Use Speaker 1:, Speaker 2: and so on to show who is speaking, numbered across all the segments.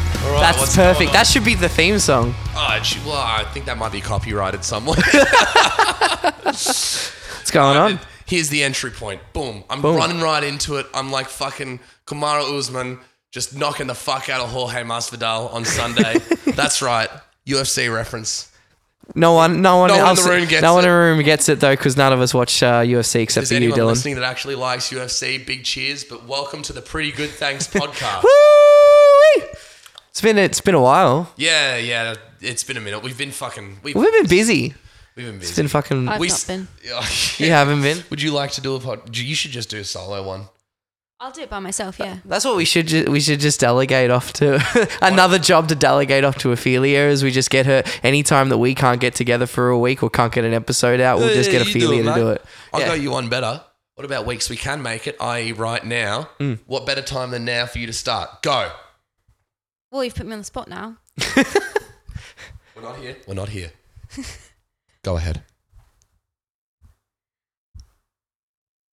Speaker 1: what's
Speaker 2: That's perfect.
Speaker 1: going
Speaker 2: That
Speaker 1: on?
Speaker 2: should be the theme song.
Speaker 1: Oh, gee, well, I think that might be copyrighted somewhere.
Speaker 2: What's going on?
Speaker 1: Here's the entry point. Boom. I'm
Speaker 2: Boom.
Speaker 1: running right into it. I'm like fucking Kamara Usman just knocking the fuck out of Jorge Masvidal on Sunday. That's right. UFC reference.
Speaker 2: No one, no one
Speaker 1: No one in
Speaker 2: else,
Speaker 1: the room gets
Speaker 2: no one
Speaker 1: it.
Speaker 2: in the room gets it though, because none of us watch uh, UFC except
Speaker 1: Is
Speaker 2: for you,
Speaker 1: anyone
Speaker 2: Dylan.
Speaker 1: listening that actually likes UFC? Big cheers, but welcome to the Pretty Good Thanks podcast.
Speaker 2: Woo-wee! It's been it's been a while.
Speaker 1: yeah, yeah, it's been a minute. We've been fucking. We've,
Speaker 2: We've been busy.
Speaker 1: we've been busy.
Speaker 2: It's been fucking.
Speaker 3: I've
Speaker 1: We
Speaker 3: not
Speaker 1: s-
Speaker 3: been.
Speaker 2: you haven't been.
Speaker 1: Would you like to do a pod? You should just do a solo one.
Speaker 3: I'll do it by myself. Yeah.
Speaker 2: That's what we should ju- we should just delegate off to another job to delegate off to Ophelia is we just get her any time that we can't get together for a week or can't get an episode out we'll just get
Speaker 1: Yeah, you do
Speaker 2: Ophelia to
Speaker 1: mate.
Speaker 2: do it.
Speaker 1: I'll
Speaker 2: Yeah.
Speaker 1: go you one better. What about weeks we can make it, i.e., right now?
Speaker 2: Mm.
Speaker 1: What better time than now for you to start? Go.
Speaker 3: Well, you've put me on the spot now.
Speaker 1: We're not here. We're not here. go ahead.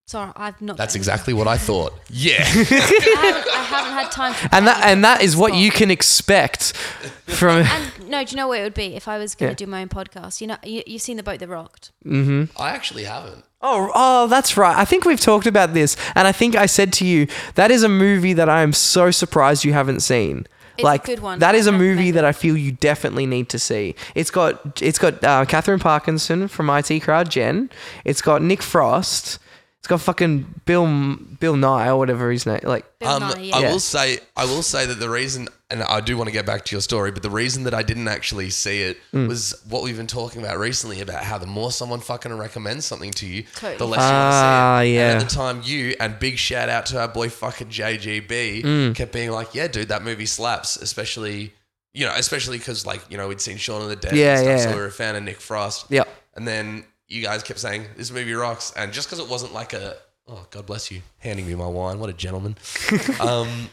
Speaker 3: Sorry, I've not.
Speaker 1: That's
Speaker 3: been.
Speaker 1: exactly what I thought. Yeah.
Speaker 3: I haven't, I haven't had time. To
Speaker 2: And that
Speaker 3: prepare.
Speaker 2: and that is what you can expect from.
Speaker 3: And no, do you know what it would be if I was going to
Speaker 2: Yeah.
Speaker 3: do my own podcast? You know, you, you've seen the boat that rocked.
Speaker 2: hmm
Speaker 1: I actually haven't.
Speaker 2: Oh, oh, that's right. I think we've talked about this, and I think I said to you that is a movie that I am so surprised you haven't seen.
Speaker 3: It's a
Speaker 2: like
Speaker 3: good one.
Speaker 2: that is
Speaker 3: I
Speaker 2: a movie
Speaker 3: recommend
Speaker 2: that I feel you definitely need to see. It's got it's got uh, Catherine Parkinson from IT Crowd Gen. It's got Nick Frost. It's got fucking Bill Bill Nye or whatever his name. Like
Speaker 3: Bill Nye, yeah.
Speaker 1: Um, I will say, I will say that the reason, and I do want to get back to your story, but the reason that I didn't actually see it
Speaker 2: Mm.
Speaker 1: was what we've been talking about recently about how the more someone fucking recommends something to you, the
Speaker 3: Totally.
Speaker 1: less you want to see it.
Speaker 2: Ah, yeah.
Speaker 1: And at the time, you and big shout out to our boy fucking JGB
Speaker 2: Mm.
Speaker 1: kept being like, "Yeah, dude, that movie slaps," especially. You know, especially because like you know we'd seen Shaun of the Dead,
Speaker 2: Yeah,
Speaker 1: and stuff,
Speaker 2: yeah.
Speaker 1: so we were a fan of Nick Frost.
Speaker 2: Yep.
Speaker 1: And then you guys kept saying this movie rocks, and just because it wasn't like a oh God bless you handing me my wine, what a gentleman. um,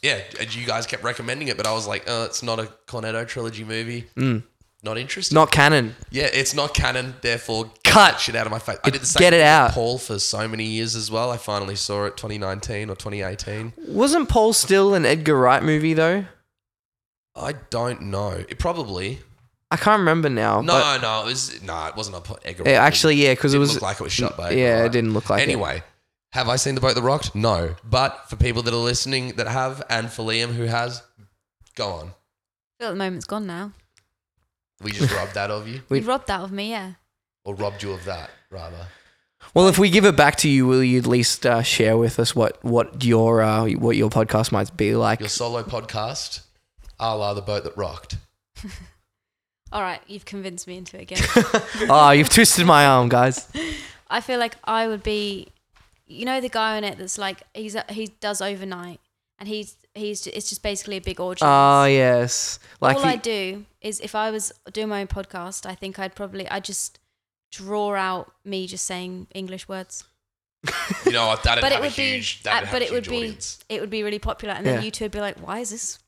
Speaker 1: yeah, and you guys kept recommending it, but I was like, uh, it's not a Cornetto trilogy movie. Not interested.
Speaker 2: Mm. not canon.
Speaker 1: yeah, it's not canon. Therefore, get
Speaker 2: Cut.
Speaker 1: that shit out of my face. I did the same
Speaker 2: Get it
Speaker 1: thing with
Speaker 2: out.
Speaker 1: Paul for so many years as well. I finally saw it 2019 or 2018.
Speaker 2: Wasn't Paul still an Edgar Wright movie though?
Speaker 1: I don't know. It probably
Speaker 2: I can't remember now.
Speaker 1: no,
Speaker 2: but
Speaker 1: no. It was no. It wasn't a po- Edgar.
Speaker 2: it,
Speaker 1: Wright movie.
Speaker 2: actually, yeah, because it
Speaker 1: Didn't
Speaker 2: was
Speaker 1: look like it was shot by.
Speaker 2: yeah,
Speaker 1: Edgar
Speaker 2: it didn't look like it.
Speaker 1: anyway, have I seen the boat that rocked? No, but for people that are listening that have, and for Liam who has, go on.
Speaker 3: I feel at the moment's gone now.
Speaker 1: We just robbed that of you,
Speaker 2: We-
Speaker 3: you robbed that of me. Yeah.
Speaker 1: or robbed you of that rather.
Speaker 2: Well, if we give it back to you, will you at least uh, share with us what what your uh, what your podcast might be like?
Speaker 1: Your solo podcast, a la the boat that rocked.
Speaker 3: All right, you've convinced me into it again.
Speaker 2: oh, you've twisted my arm, guys.
Speaker 3: I feel like I would be, you know, the guy on it that's like he's he does overnight, and he's he's it's just basically a big orgy.
Speaker 2: Oh, yes. Like
Speaker 3: all
Speaker 2: you-
Speaker 3: I do is if I was doing my own podcast, I think I'd probably I just draw out me just saying English words.
Speaker 1: You know, what, that'd
Speaker 3: But
Speaker 1: have
Speaker 3: it
Speaker 1: a
Speaker 3: would be
Speaker 1: huge,
Speaker 3: uh,
Speaker 1: that'd have
Speaker 3: but
Speaker 1: a
Speaker 3: it would
Speaker 1: huge
Speaker 3: be
Speaker 1: audience.
Speaker 3: it would be really popular and then
Speaker 2: Yeah.
Speaker 3: you two would be like, Why is this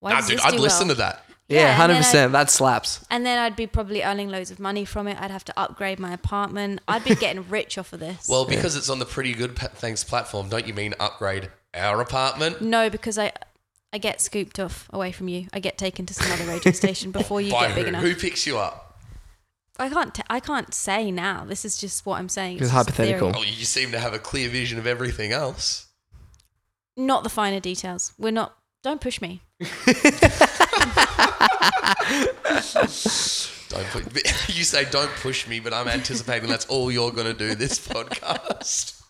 Speaker 3: why
Speaker 1: Nah,
Speaker 3: does
Speaker 1: dude,
Speaker 3: this
Speaker 1: I'd
Speaker 3: do
Speaker 1: listen
Speaker 3: well?
Speaker 1: to that.
Speaker 2: yeah,
Speaker 3: and
Speaker 2: hundred
Speaker 3: then I'd-
Speaker 2: percent. That slaps.
Speaker 3: And then I'd be probably earning loads of money from it. I'd have to upgrade my apartment. I'd be getting rich off of this.
Speaker 1: Well, because it's on the Pretty Good Pa- Thanks platform, don't you mean upgrade our apartment?
Speaker 3: no, because I I get scooped off away from you. I get taken to some other radio station before you
Speaker 1: By
Speaker 3: get
Speaker 1: who?
Speaker 3: big enough.
Speaker 1: Who picks you up?
Speaker 3: I can't t- I can't say now. This is just what I'm saying.
Speaker 2: It's
Speaker 3: just a
Speaker 2: hypothetical.
Speaker 3: theory.
Speaker 1: Oh, you seem to have a clear vision of everything else.
Speaker 3: Not the finer details. We're not. Don't push me.
Speaker 1: Don't put, you say don't push me, but I'm anticipating that's all you're going to do this podcast.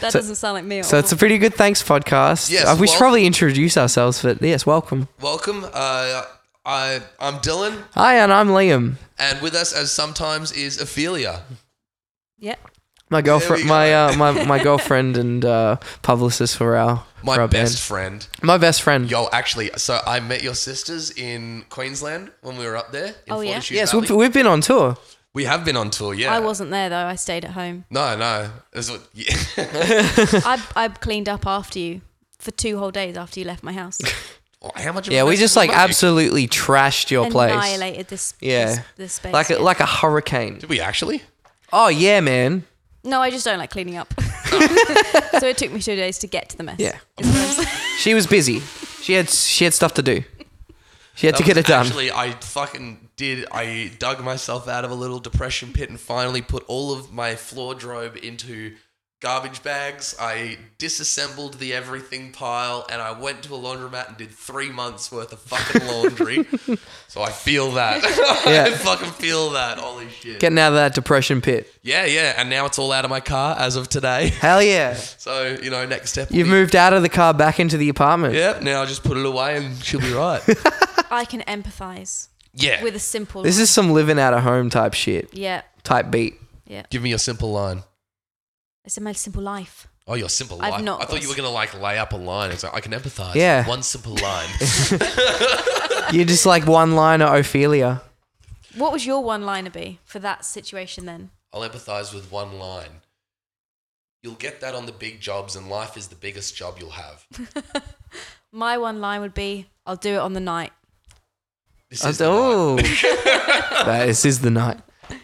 Speaker 3: That
Speaker 2: So-
Speaker 3: doesn't sound like me. At
Speaker 2: So
Speaker 3: all.
Speaker 2: it's a pretty good thanks podcast.
Speaker 1: Yes,
Speaker 2: Uh, we should
Speaker 1: wel-
Speaker 2: probably introduce ourselves, but yes, welcome.
Speaker 1: Welcome. Uh, I I'm Dylan,
Speaker 2: Hi, and I'm Liam.
Speaker 1: and with us, as sometimes, is Ophelia.
Speaker 3: yeah.
Speaker 2: My girlfriend,
Speaker 1: go.
Speaker 2: my uh, my my girlfriend and uh, publicist for our for
Speaker 1: My
Speaker 2: our
Speaker 1: best friend.
Speaker 2: band. my best friend.
Speaker 1: Yo, actually, so I met your sisters in Queensland when we were up there. In
Speaker 3: Oh, yeah?
Speaker 1: Fortitude
Speaker 2: Yes,
Speaker 1: Valley.
Speaker 2: we've, we've been on tour.
Speaker 1: we have been on tour. Yeah,
Speaker 3: I wasn't there though. I stayed at home.
Speaker 1: No, no. That's what- yeah.
Speaker 3: I I cleaned up after you for two whole days after you left my house.
Speaker 1: Oh, How much? of a
Speaker 2: Yeah, we
Speaker 1: mess
Speaker 2: just
Speaker 1: did
Speaker 2: like
Speaker 1: make?
Speaker 2: absolutely trashed your place.
Speaker 3: Annihilated this.
Speaker 2: Yeah.
Speaker 3: This, this space.
Speaker 2: Like a,
Speaker 3: yeah.
Speaker 2: like a hurricane.
Speaker 1: Did we actually?
Speaker 2: Oh yeah, man.
Speaker 3: No, I just don't like cleaning up. so it took me two days to get to the mess.
Speaker 2: Oh. Yeah.
Speaker 3: Is what I'm saying.
Speaker 2: She was busy. She had she had stuff to do. She had to
Speaker 1: That
Speaker 2: get
Speaker 1: was
Speaker 2: it done.
Speaker 1: Actually, I fucking did. I dug myself out of a little depression pit and finally put all of my floor drobe into garbage bags. I disassembled the everything pile and I went to a laundromat and did three months worth of fucking laundry. so I feel that. I
Speaker 2: Yeah.
Speaker 1: fucking feel that. Holy shit.
Speaker 2: Getting out of that depression pit.
Speaker 1: yeah, yeah. And now it's all out of my car as of today.
Speaker 2: Hell yeah.
Speaker 1: So, you know, next step. will
Speaker 2: You've
Speaker 1: be-
Speaker 2: moved out of the car back into the apartment.
Speaker 1: Yep, now I just put it away and she'll be right.
Speaker 3: I can empathize
Speaker 1: yeah.
Speaker 3: with a simple.
Speaker 2: This is some living out of home type shit.
Speaker 3: yeah,
Speaker 2: Type beat.
Speaker 3: yeah.
Speaker 1: Give me your simple line.
Speaker 3: It's a my simple life.
Speaker 1: Oh, your simple
Speaker 3: I've
Speaker 1: life.
Speaker 3: not
Speaker 1: I thought you were
Speaker 3: got-
Speaker 1: gonna like lay up a line. It's like I can empathize.
Speaker 2: Yeah.
Speaker 1: One simple line.
Speaker 2: You're just like one liner Ophelia.
Speaker 3: What would your one liner be for that situation then?
Speaker 1: I'll empathize with one line. You'll get that on the big jobs, and life is the biggest job you'll have.
Speaker 3: My one line would be, "I'll do it on the night."
Speaker 1: This is the
Speaker 2: oh. That- this is the night.
Speaker 1: line.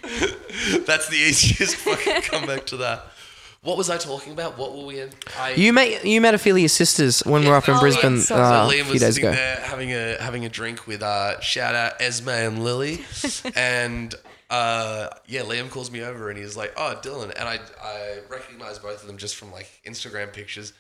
Speaker 1: That's the easiest fucking comeback to that. What was I talking about? What were we in? I,
Speaker 2: You met you met Ophelia's sisters when we were up in
Speaker 3: Oh,
Speaker 2: Brisbane
Speaker 3: yes. So
Speaker 2: uh,
Speaker 1: so
Speaker 2: a
Speaker 1: Liam
Speaker 2: few
Speaker 1: was
Speaker 2: days
Speaker 1: sitting
Speaker 2: ago.
Speaker 1: there having a having a drink with uh, shout out Esme and Lily, and uh, yeah, Liam calls me over and he's like, "Oh, Dylan," and I I recognize both of them just from like Instagram pictures,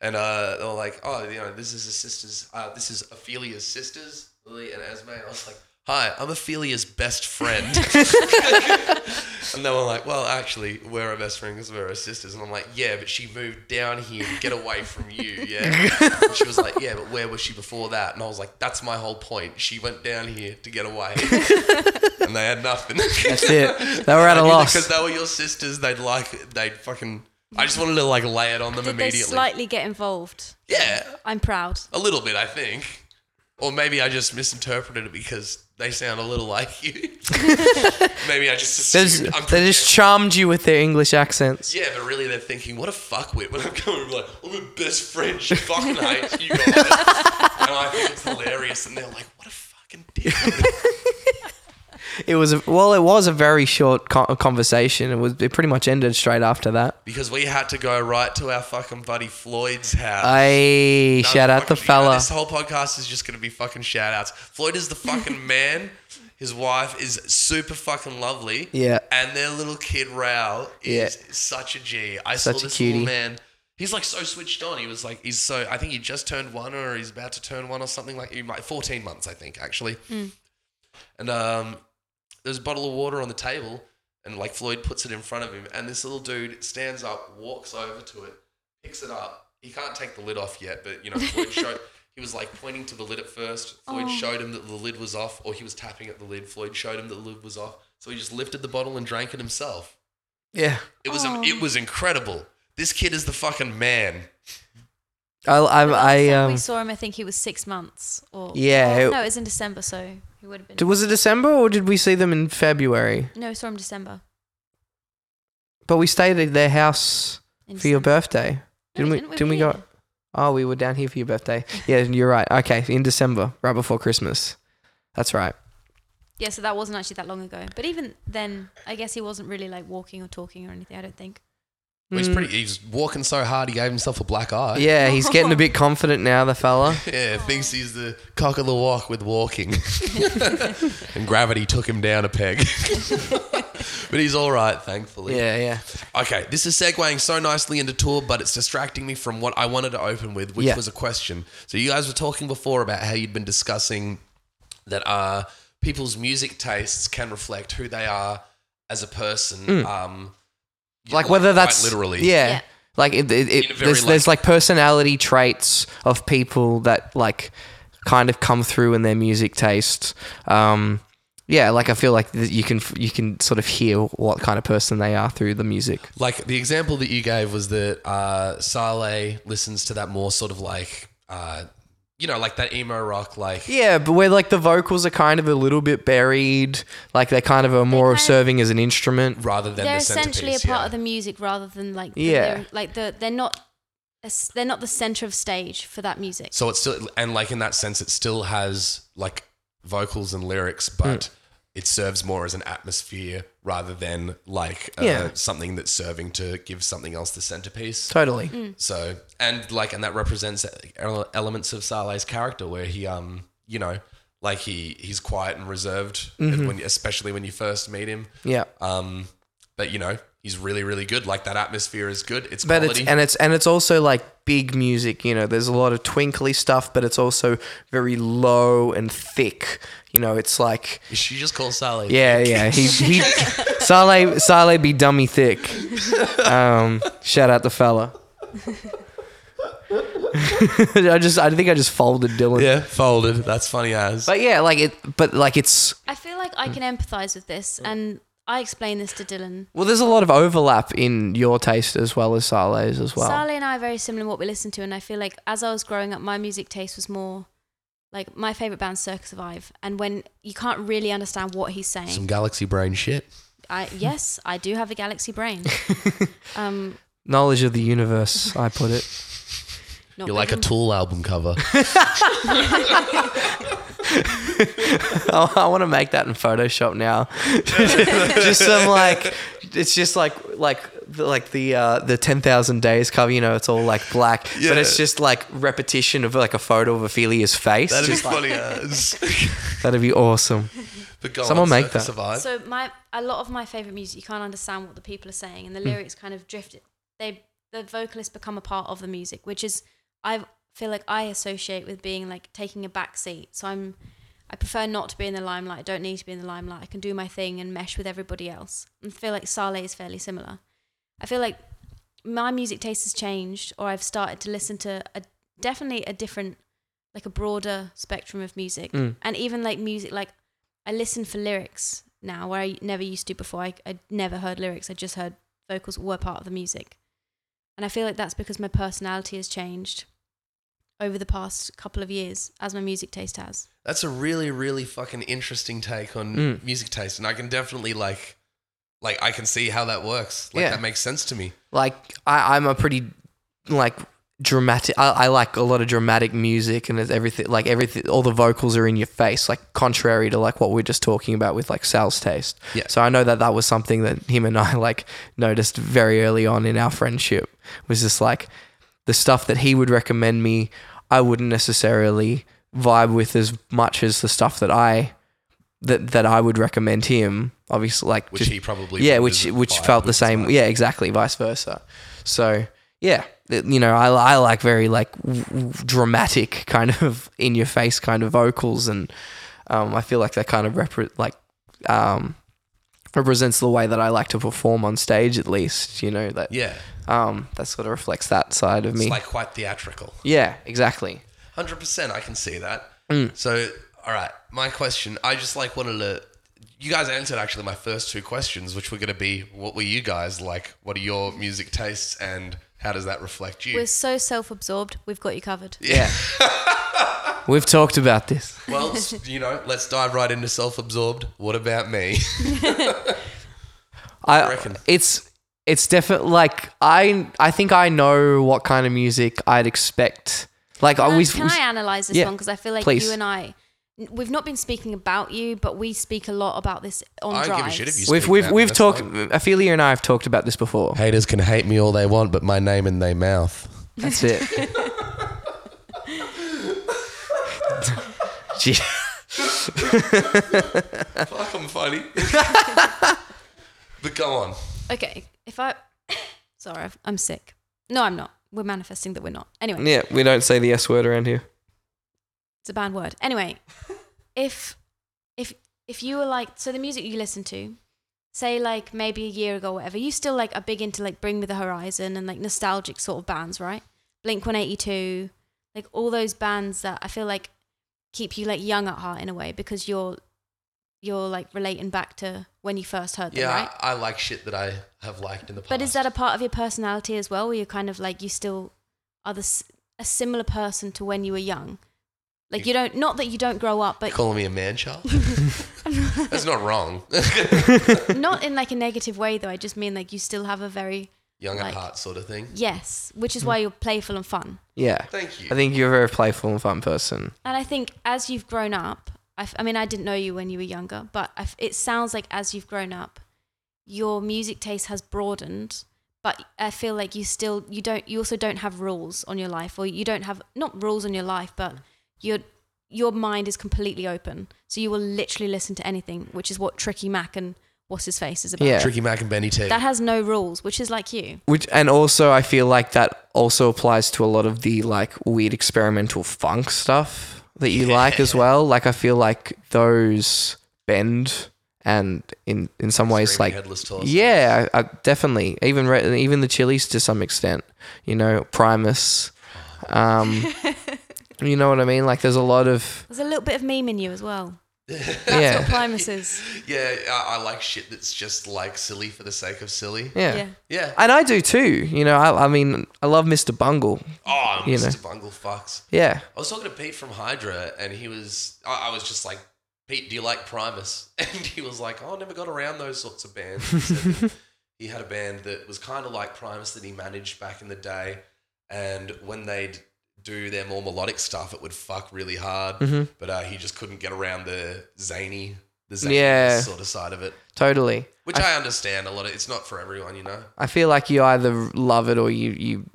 Speaker 1: and uh, they were like, "Oh, you know, this is his sisters. Uh, this is Ophelia's sisters, Lily and Esme." I was like. Hi, I'm Ophelia's best friend. and they were like, Well, actually, we're her best friends, we're her sisters. And I'm like, Yeah, but she moved down here to get away from you. Yeah. And she was like, Yeah, but where was she before that? And I was like, That's my whole point. She went down here to get away. and they had nothing.
Speaker 2: That's it. They were at a
Speaker 1: Because
Speaker 2: loss.
Speaker 1: they were your sisters, they'd like, they'd fucking. I just wanted to like lay it on them
Speaker 3: Did they
Speaker 1: immediately.
Speaker 3: slightly get involved?
Speaker 1: yeah,
Speaker 3: I'm proud.
Speaker 1: a little bit, I think. Or maybe I just misinterpreted it because they sound a little like you. maybe I just
Speaker 2: They
Speaker 1: assumed. I'm
Speaker 2: just, they just charmed you with their English accents.
Speaker 1: Yeah, but really they're thinking, what a fuckwit when I'm coming like, I'm your best friend, she fucking hates you guys. and I think it's hilarious, and they're like, what a fucking dick.
Speaker 2: It was a, well, it was a very short co- conversation. It was it pretty much ended straight after that.
Speaker 1: because we had to go right to our fucking buddy Floyd's house.
Speaker 2: I
Speaker 1: No,
Speaker 2: shout out
Speaker 1: fucking-
Speaker 2: the
Speaker 1: you know,
Speaker 2: fella.
Speaker 1: this whole podcast is just going to be fucking shout outs. Floyd is the fucking man. His wife is super fucking lovely.
Speaker 2: Yeah.
Speaker 1: And their little kid Rao is
Speaker 2: Yeah.
Speaker 1: such a G. I
Speaker 2: Such a
Speaker 1: saw this
Speaker 2: cutie.
Speaker 1: little man. He's like so switched on. He was like, he's so, I think he just turned one or he's about to turn one or something like, he might, 14 months, I think, actually.
Speaker 2: Hmm.
Speaker 1: And um, there's a bottle of water on the table, and like Floyd puts it in front of him, and this little dude stands up, walks over to it, picks it up. He can't take the lid off yet, but you know, Floyd showed. He was like pointing to the lid at first. Floyd showed him that the lid was off, or he was tapping at the lid. Floyd showed him that the lid was off, so he just lifted the bottle and drank it himself.
Speaker 2: Yeah,
Speaker 1: It was
Speaker 3: Oh.
Speaker 1: it was incredible. This kid is the fucking man.
Speaker 2: I I, I
Speaker 3: Last time
Speaker 2: um.
Speaker 3: we saw him. I think he was six months. Or
Speaker 2: Yeah,
Speaker 3: Oh,
Speaker 2: it-
Speaker 3: no, it was in December, so he would have been.
Speaker 2: d- Was it December or did we see them in February?
Speaker 3: no, we saw him December.
Speaker 2: But we stayed at their house
Speaker 3: In
Speaker 2: for your
Speaker 3: December.
Speaker 2: birthday.
Speaker 3: No,
Speaker 2: Didn't we?
Speaker 3: didn't we
Speaker 2: Didn't we
Speaker 3: meet?
Speaker 2: go? Oh, we were down here for your birthday. Yeah, you're right. Okay, in December, right before Christmas. That's right.
Speaker 3: Yeah, so that wasn't actually that long ago. But even then, I guess he wasn't really like walking or talking or anything. I don't think.
Speaker 1: He's
Speaker 2: Mm.
Speaker 1: pretty. He's walking so hard he gave himself a black eye.
Speaker 2: Yeah, he's getting a bit confident now, the fella.
Speaker 1: Yeah, thinks he's the cock of the walk with walking. and gravity took him down a peg. but he's all right, thankfully.
Speaker 2: Yeah, yeah.
Speaker 1: Okay, this is segueing so nicely into tour, but it's distracting me from what I wanted to open with, which
Speaker 2: Yeah.
Speaker 1: was a question. So you guys were talking before about how you'd been discussing that uh, people's music tastes can reflect who they are as a person. Um, you
Speaker 2: Mm. Like
Speaker 1: know,
Speaker 2: whether
Speaker 1: quite
Speaker 2: that's
Speaker 1: literally.
Speaker 2: Yeah.
Speaker 3: Yeah.
Speaker 2: Like it, it,
Speaker 1: In a
Speaker 2: it,
Speaker 1: very,
Speaker 2: there's there's like personality traits of people that like kind of come through in their music taste. Um, yeah, like I feel like th- you can f- you can sort of hear what kind of person they are through the music.
Speaker 1: Like the example that you gave was that uh, Saleh listens to that more sort of like, uh, you know, like that emo rock, like
Speaker 2: Yeah, but where like the vocals are kind of a little bit buried, like they kind of are more
Speaker 3: kind of-
Speaker 2: serving as an instrument.
Speaker 1: rather than
Speaker 3: they're
Speaker 1: the
Speaker 3: essentially a
Speaker 1: centerpiece,
Speaker 3: part
Speaker 1: yeah.
Speaker 3: of the music rather than like the
Speaker 2: Yeah.
Speaker 3: lyri- like the they're not as- they're not the center of stage for that music.
Speaker 1: So it's still, and like in that sense, it still has like vocals and lyrics,
Speaker 3: Hmm.
Speaker 1: but it serves more as an atmosphere rather than like uh,
Speaker 2: Yeah.
Speaker 1: something that's serving to give something else the centerpiece.
Speaker 2: Totally.
Speaker 3: Mm.
Speaker 1: So, and like, and that represents ele- elements of Saleh's character where he, um, you know, Like he he's quiet and reserved,
Speaker 2: Mhm.
Speaker 1: when, especially when you first meet him.
Speaker 2: Yeah.
Speaker 1: Um, but you know he's really really good. Like that atmosphere is good. It's
Speaker 2: But it's
Speaker 1: quality.
Speaker 2: and it's and it's also like big music, you know. There's a lot of twinkly stuff, but it's also very low and thick. You know, it's like
Speaker 1: she just calls Sally.
Speaker 2: yeah, yeah. He he Saleh Saleh be dummy thick. Um, shout out the fella. I just I think I just folded Dylan.
Speaker 1: yeah, folded. That's funny as.
Speaker 2: But yeah, like it but like it's
Speaker 3: I feel like
Speaker 1: Hmm.
Speaker 3: I can empathize with this, and I explained this to Dylan.
Speaker 2: well there's a lot of overlap in your taste as well as Saleh's as well.
Speaker 3: Sally and I are very similar in what we listen to, and I feel like as I was growing up, my music taste was more like my favorite band, Circus Survive, and when you can't really understand what he's saying,
Speaker 1: Some galaxy brain shit.
Speaker 3: I yes, I do have a galaxy brain. um,
Speaker 2: Knowledge of the universe, I put it.
Speaker 3: not
Speaker 1: You're like a
Speaker 3: big
Speaker 1: Tool album cover.
Speaker 2: I, I want to make that in Photoshop now. just some like, it's just like like the, like the uh, the ten thousand days cover. You know, it's all like black, but it's just like repetition of like a photo of Ophelia's face.
Speaker 1: That is
Speaker 2: Just like-
Speaker 1: funny as.
Speaker 2: that'd be awesome.
Speaker 1: but go
Speaker 2: Someone
Speaker 1: on,
Speaker 2: make
Speaker 1: Circus
Speaker 2: that.
Speaker 1: Survive.
Speaker 3: So my a lot of my favorite music, you can't understand what the people are saying, and the lyrics kind of drift. They the vocalists become a part of the music, which is I feel like I associate with being like taking a back seat. So I'm I prefer not to be in the limelight. I don't need to be in the limelight. I can do my thing and mesh with everybody else. And I feel like Saleh is fairly similar. I feel like my music taste has changed, or I've started to listen to a definitely a different, like a broader spectrum of music,
Speaker 2: Mm.
Speaker 3: and even like music like I listen for lyrics now where I never used to before. I, I never heard lyrics. I just heard vocals were part of the music, and I feel like that's because my personality has changed over the past couple of years as my music taste has.
Speaker 1: That's a really, really fucking interesting take on
Speaker 2: Mm.
Speaker 1: music taste, and I can definitely like, like I can see how that works. Like
Speaker 2: Yeah.
Speaker 1: that makes sense to me.
Speaker 2: Like I, I'm a pretty like dramatic. I, I like a lot of dramatic music, and it's everything like everything. All the vocals are in your face, like contrary to like what we are just talking about with like Sal's taste.
Speaker 1: Yeah.
Speaker 2: So I know that that was something that him and I like noticed very early on in our friendship. Was just like the stuff that he would recommend me, I wouldn't necessarily vibe with as much as the stuff that I that that I would recommend him. Obviously, like
Speaker 1: Which
Speaker 2: just-
Speaker 1: he probably
Speaker 2: yeah,
Speaker 1: wouldn't
Speaker 2: which
Speaker 1: as a
Speaker 2: which
Speaker 1: vibe
Speaker 2: felt the
Speaker 1: with as
Speaker 2: same.
Speaker 1: much.
Speaker 2: Yeah, exactly, vice versa. So yeah, th- you know, I, I like very like w- w- dramatic kind of in your face kind of vocals, and um, I feel like that kind of repre- like um, represents the way that I like to perform on stage, at least. You know that
Speaker 1: yeah.
Speaker 2: um, that sort of reflects that side of
Speaker 1: It's
Speaker 2: me.
Speaker 1: like quite theatrical.
Speaker 2: yeah, exactly.
Speaker 1: Hundred percent, I can see that.
Speaker 2: Mm.
Speaker 1: So, all right, my question. I just like wanted to. You guys answered actually my first two questions, which were going to be, what were you guys like? What are your music tastes, and how does that reflect you?
Speaker 3: We're so self-absorbed. We've got you covered.
Speaker 2: Yeah, we've talked about this.
Speaker 1: well, s- you know, let's dive right into self-absorbed. What about me?
Speaker 2: I
Speaker 1: reckon?
Speaker 2: it's it's definitely like I I think I know what kind of music I'd expect. Like I
Speaker 3: Um,
Speaker 2: always
Speaker 3: can I analyze this
Speaker 2: yeah,
Speaker 3: one because I feel like
Speaker 2: please.
Speaker 3: you and I, n- we've not been speaking about you, but we speak a lot about this on
Speaker 1: I don't give a
Speaker 3: drives.
Speaker 1: shit if you
Speaker 2: we've
Speaker 1: speak
Speaker 2: we've
Speaker 1: now,
Speaker 2: we've
Speaker 1: that's
Speaker 2: talked. Ophelia and I have talked about this before.
Speaker 1: Haters can hate me all they want, but my name in their mouth.
Speaker 2: That's it. Gee.
Speaker 1: Fuck, I'm funny. but go on.
Speaker 3: okay, if I, sorry, I've- I'm sick. No, I'm not. We're manifesting that we're not. Anyway,
Speaker 2: yeah, we don't say the S word around here.
Speaker 3: It's a bad word. Anyway, if if if you were like so the music you listen to, say like maybe a year ago or whatever, you still like are big into like Bring Me the Horizon and like nostalgic sort of bands, right? Blink one eighty two, like all those bands that I feel like keep you like young at heart in a way because you're you're like relating back to when you first heard them,
Speaker 1: Yeah,
Speaker 3: right?
Speaker 1: I, I like shit that I have liked in the past.
Speaker 3: But is that a part of your personality as well, where you're kind of like you still are the, s- a similar person to when you were young? Like you don't, not that you don't grow up, but
Speaker 1: calling me a man child? That's not wrong.
Speaker 3: not in like a negative way though. I just mean like you still have a very
Speaker 1: Young at
Speaker 3: Like-
Speaker 1: heart sort of thing.
Speaker 3: yes, which is why you're playful and fun.
Speaker 2: Yeah,
Speaker 1: Thank you.
Speaker 2: I think you're a very playful and fun person.
Speaker 3: And I think as you've grown up, I, f- I mean, I didn't know you when you were younger, but I f- it sounds like as you've grown up, your music taste has broadened. But I feel like you still you don't you also don't have rules on your life, or you don't have not rules on your life, but you're your mind is completely open, so you will literally listen to anything, which is what Tricky Mac and what's his face is about.
Speaker 2: Yeah.
Speaker 1: Tricky Mac and Benny T.
Speaker 3: That has no rules, which is like you.
Speaker 2: Which and also I feel like that also applies to a lot of the like weird experimental funk stuff that you like as well. Like I feel like those bend and in in some ways
Speaker 1: Screaming
Speaker 2: like
Speaker 1: headless toss.
Speaker 2: yeah, I, I definitely even re- even the Chili's to some extent. You know, Primus. Um, you know what I mean? Like there's a lot of
Speaker 3: There's a little bit of meme in you as well. That's what
Speaker 2: yeah
Speaker 3: Primus is.
Speaker 1: Yeah, I, I like shit that's just like silly for the sake of silly.
Speaker 2: yeah.
Speaker 3: Yeah.
Speaker 1: Yeah.
Speaker 2: And I do too, you know. I, I mean, I love Mr. Bungle.
Speaker 1: Oh,
Speaker 2: You
Speaker 1: Mr. Bungle fucks.
Speaker 2: Yeah,
Speaker 1: I was talking to Pete from Hydra, and he was. I, I was just like, Pete, do you like Primus? And he was like, Oh, I never got around those sorts of bands. He, said that he had a band that was kind of like Primus that he managed back in the day, and when they'd do their more melodic stuff, it would fuck really hard.
Speaker 2: Mm-hmm.
Speaker 1: But uh, he just couldn't get around the zany, the zany
Speaker 2: Yeah.
Speaker 1: sort of side of it,
Speaker 2: totally.
Speaker 1: which I, understand a lot of. It's not for everyone, you know.
Speaker 2: I feel like you either love it or you you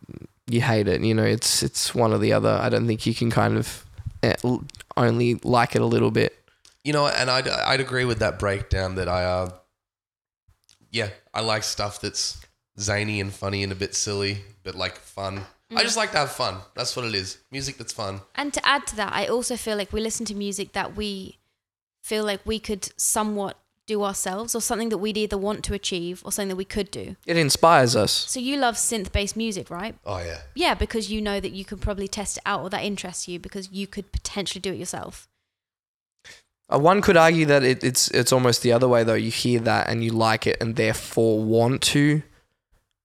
Speaker 2: you hate it. You know, it's it's one or the other. I don't think you can kind of eh, l- only like it a little bit.
Speaker 1: You know, and I'd I'd agree with that breakdown that I uh yeah, I like stuff that's zany and funny and a bit silly, but like fun. I just like to have fun. That's what it is. Music that's fun.
Speaker 3: And to add to that, I also feel like we listen to music that we feel like we could somewhat do ourselves or something that we'd either want to achieve or something that we could do.
Speaker 2: It inspires us.
Speaker 3: So you love synth based music, right?
Speaker 1: Oh yeah.
Speaker 3: Yeah, because you know that you could probably test it out or that interests you because you could potentially do it yourself.
Speaker 2: Uh, one could argue that it, it's it's almost the other way though. You hear that and you like it and therefore want to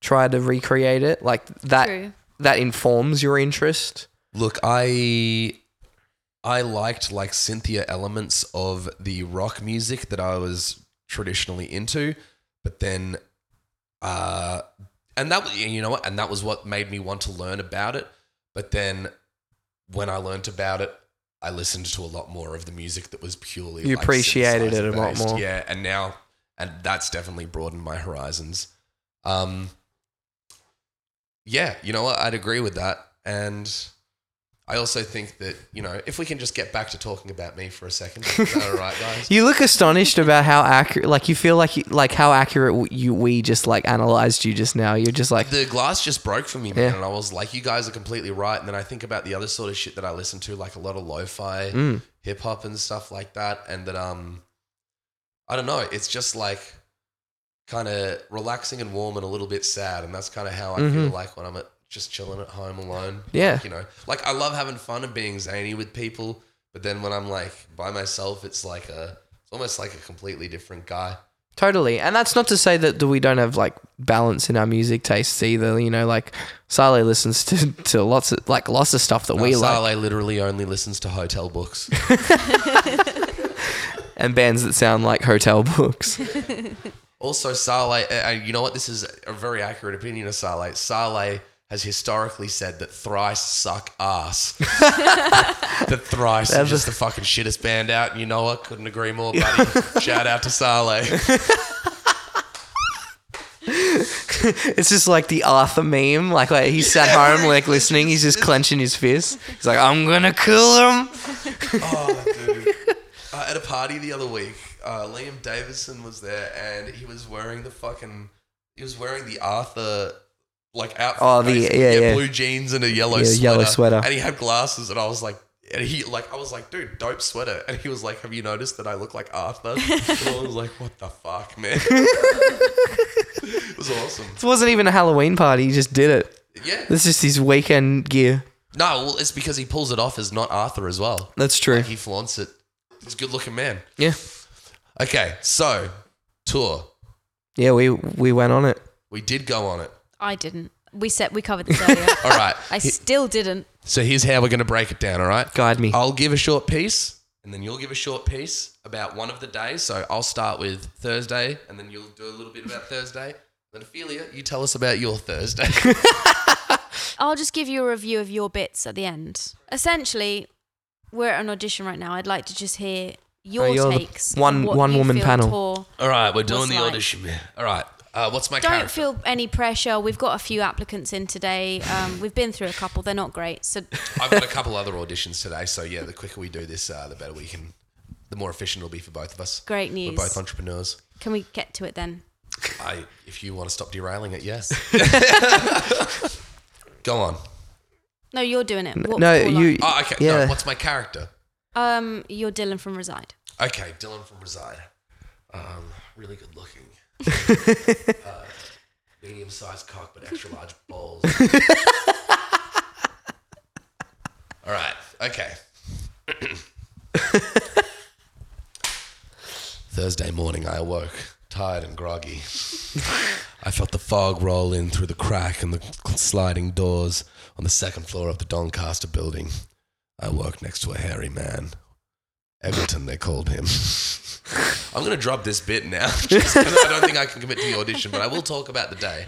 Speaker 2: try to recreate it. Like that
Speaker 3: True.
Speaker 2: that informs your interest.
Speaker 1: Look, I I liked like Cynthia elements of the rock music that I was traditionally into, but then uh and that you know what, and that was what made me want to learn about it, but then when I learnt about it, I listened to a lot more of the music that was purely
Speaker 2: You
Speaker 1: like,
Speaker 2: appreciated it a lot
Speaker 1: synthesizer-based.
Speaker 2: more.
Speaker 1: Yeah, and now and that's definitely broadened my horizons. Um yeah, you know what? I'd agree with that. And I also think that, you know, if we can just get back to talking about me for a second. Is that all right, guys?
Speaker 2: You look astonished about how accurate. Like you feel like you, like how accurate w- you we just like analyzed you just now. You're just like
Speaker 1: the glass just broke for me, man.
Speaker 2: Yeah.
Speaker 1: And I was like, you guys are completely right. And then I think about the other sort of shit that I listen to, like a lot of lo fi,
Speaker 2: Mm.
Speaker 1: hip hop, and stuff like that. And that, um, I don't know. It's just like kind of relaxing and warm and a little bit sad. And that's kind of how I feel
Speaker 2: Mm-hmm.
Speaker 1: like when I'm at, just chilling at home alone.
Speaker 2: Yeah.
Speaker 1: Like, you know, like I love having fun and being zany with people. But then when I'm like by myself, it's like a, it's almost like a completely different guy.
Speaker 2: Totally. And that's not to say that we don't have like balance in our music tastes either. You know, like Sale listens to, to lots of like lots of stuff that we
Speaker 1: Saleh
Speaker 2: like
Speaker 1: literally only listens to hotel books.
Speaker 2: and bands that sound like hotel books.
Speaker 1: Also, Saleh, uh, uh, you know what? This is a very accurate opinion of Saleh. Saleh has historically said that Thrice suck ass. that Thrice are just the fucking shittest band out. You know what? Couldn't agree more, buddy. Shout out to Saleh.
Speaker 2: it's just like the Arthur meme. Like, like he's sat home like listening, he's just clenching his fist. He's like, I'm gonna kill him.
Speaker 1: Oh, dude. Uh, at a party the other week, uh, Liam Davison was there and he was wearing the fucking, he was wearing the Arthur. Like outfit,
Speaker 2: Oh, the-
Speaker 1: basically.
Speaker 2: yeah, yeah.
Speaker 1: blue jeans and a yellow
Speaker 2: Yeah,
Speaker 1: sweater,
Speaker 2: yellow sweater.
Speaker 1: and he had glasses, and I was like, and he like, I was like, dude, dope sweater, and he was like, have you noticed that I look like Arthur? and I was like, what the fuck, man? it was awesome.
Speaker 2: It wasn't even a Halloween party, he just did it.
Speaker 1: Yeah.
Speaker 2: It's just his weekend gear.
Speaker 1: No, well, it's because he pulls it off as not Arthur as well.
Speaker 2: That's true.
Speaker 1: He flaunts it. He's a good looking man.
Speaker 2: Yeah.
Speaker 1: Okay, so tour.
Speaker 2: Yeah, we we went on it.
Speaker 1: We did go on it.
Speaker 3: I didn't. We said we covered this earlier.
Speaker 1: All right.
Speaker 3: I still didn't.
Speaker 1: So here's how we're going to break it down, all right?
Speaker 2: Guide me.
Speaker 1: I'll give a short piece and then you'll give a short piece about one of the days. So I'll start with Thursday and then you'll do a little bit about Thursday. Then Ophelia, you tell us about your Thursday.
Speaker 3: I'll just give you a review of your bits at the end. Essentially, we're at an audition right now. I'd like to just hear your
Speaker 2: Oh, you're the
Speaker 3: takes.
Speaker 2: one-
Speaker 3: and what
Speaker 2: one
Speaker 3: you
Speaker 2: woman
Speaker 3: feel
Speaker 2: panel.
Speaker 3: tour-
Speaker 1: all right, we're doing
Speaker 3: What's
Speaker 1: the
Speaker 3: like?
Speaker 1: audition, man. All right. Uh, what's my
Speaker 3: Don't
Speaker 1: character?
Speaker 3: feel any pressure. We've got a few applicants in today. Um, we've been through a couple. They're not great. So
Speaker 1: I've got a couple other auditions today, so yeah, the quicker we do this, uh, the better we can, the more efficient it'll be for both of us.
Speaker 3: great
Speaker 1: We're
Speaker 3: news.
Speaker 1: both entrepreneurs.
Speaker 3: Can we get to it then?
Speaker 1: I, if you want to stop derailing it, yes. Go on.
Speaker 3: No, you're doing it. What-
Speaker 2: no,
Speaker 3: what
Speaker 2: you.
Speaker 1: Oh, okay.
Speaker 2: Yeah.
Speaker 1: No, what's my character?
Speaker 3: line? Um, you're Dylan from Reside.
Speaker 1: Okay, Dylan from Reside. Um, really good looking. uh, medium sized cock, but extra large balls. All right. Okay. Thursday morning, I awoke tired and groggy. I felt the fog roll in through the crack in the sliding doors on the second floor of the Doncaster building. I woke next to a hairy man. Egerton, they called him. I'm going to drop this bit now. Just 'cause I don't think I can commit to the audition, but I will talk about the day.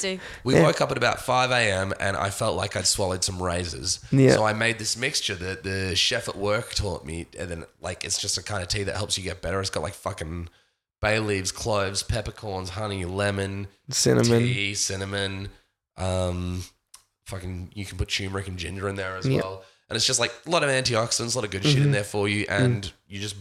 Speaker 3: do.
Speaker 1: We woke up at about 5 a.m. and I felt like I'd swallowed some razors.
Speaker 2: Yeah.
Speaker 1: So I made this mixture that the chef at work taught me. And then, like, it's just a kind of tea that helps you get better. It's got like fucking bay leaves, cloves, peppercorns, honey, lemon,
Speaker 2: cinnamon.
Speaker 1: tea, cinnamon. Um, fucking, you can put turmeric and ginger in there as
Speaker 2: Yeah. Mm-hmm.
Speaker 1: well. And it's just like a lot of antioxidants, a lot of good shit in there for you.
Speaker 2: Mm.
Speaker 1: And you just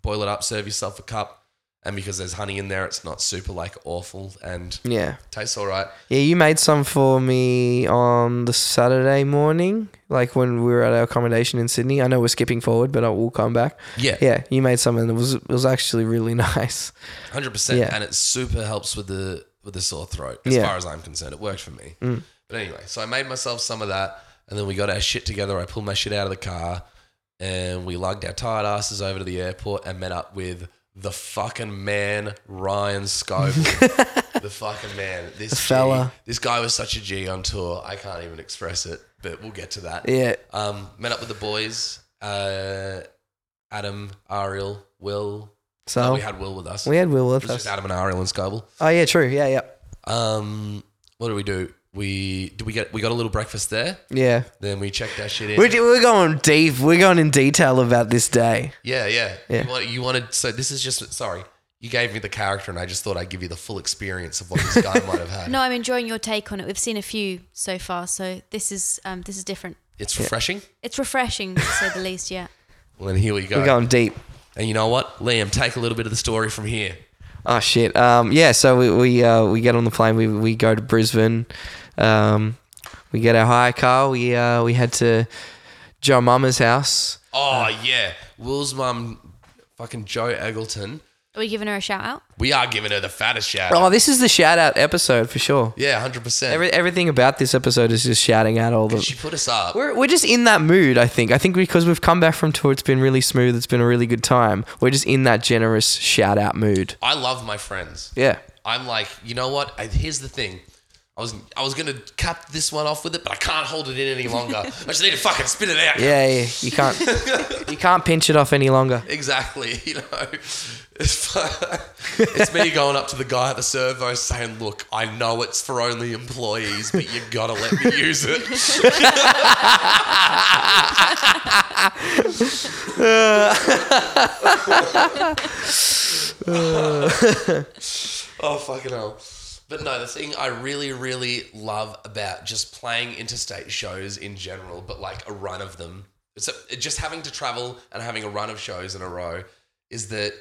Speaker 1: boil it up, serve yourself a cup. And because there's honey in there, it's not super like awful and
Speaker 2: Yeah.
Speaker 1: tastes all right.
Speaker 2: Yeah, you made some for me on the Saturday morning, like when we were at our accommodation in Sydney. I know we're skipping forward, but I will come back.
Speaker 1: Yeah.
Speaker 2: Yeah, you made some and it was it was actually really nice.
Speaker 1: hundred percent,
Speaker 2: Yeah.
Speaker 1: and it super helps with the with the sore throat. As
Speaker 2: Yeah. Mm.
Speaker 1: far as I'm concerned, it worked for me. But anyway, so I made myself some of that, and then we got our shit together. I pulled my shit out of the car, and we lugged our tired asses over to the airport and met up with the fucking man, Ryan Scoble. the fucking man, this
Speaker 2: fella.
Speaker 1: G, this guy was such a G on tour. I can't even express it, but we'll get to that.
Speaker 2: Yeah.
Speaker 1: Um, met up with the boys, uh, Adam, Ariel, Will.
Speaker 2: So
Speaker 1: we had Will with us.
Speaker 2: we had Will with
Speaker 1: It was
Speaker 2: us.
Speaker 1: just Adam and Ariel and Scoble.
Speaker 2: Oh yeah, true. Yeah, yeah.
Speaker 1: Um, what did we do? We did we get we got a little breakfast there.
Speaker 2: Yeah.
Speaker 1: Then we checked that shit in.
Speaker 2: We're, we're going deep. We're going in detail about this day.
Speaker 1: yeah, yeah.
Speaker 2: Yeah.
Speaker 1: You, want, you wanted so this is just sorry. You gave me the character, and I just thought I'd give you the full experience of what this guy might have had.
Speaker 3: No, I'm enjoying your take on it. We've seen a few so far, so this is um, this is different.
Speaker 1: It's refreshing.
Speaker 3: It's refreshing to say the least. Yeah.
Speaker 1: Well, then here we go.
Speaker 2: We're going deep.
Speaker 1: And you know what, Liam, take a little bit of the story from here.
Speaker 2: Oh shit. Um, yeah. So we we, uh, we get on the plane. We we go to Brisbane. Um, we get our hire car. We uh, we head to Joe Mama's house.
Speaker 1: Oh
Speaker 2: Uh.
Speaker 1: yeah, Will's mum, fucking Joe Eggleton.
Speaker 3: Are we giving her a shout out?
Speaker 1: We are giving her the fattest shout.
Speaker 2: Oh,
Speaker 1: out.
Speaker 2: this is the shout out episode for sure.
Speaker 1: Yeah, hundred percent.
Speaker 2: Every, everything about this episode is just shouting out all the.
Speaker 1: She put us up.
Speaker 2: We're, we're just in that mood, I think. I think because we've come back from tour, it's been really smooth. It's been a really good time. We're just in that generous shout out mood.
Speaker 1: I love my friends.
Speaker 2: Yeah.
Speaker 1: I'm like, you know what? I, here's the thing. I was I was gonna cap this one off with it, but I can't hold it in any longer. I just need to fucking spit it out.
Speaker 2: Yeah. yeah you can't you can't pinch it off any longer.
Speaker 1: Exactly. You know, it's, fu- it's me going up to the guy at the servo saying, "Look, I know it's for only employees, but you gotta let me use it." Oh fucking hell. But no, the thing I really, really love about just playing interstate shows in general, but like a run of them, it's a, just having to travel and having a run of shows in a row is that,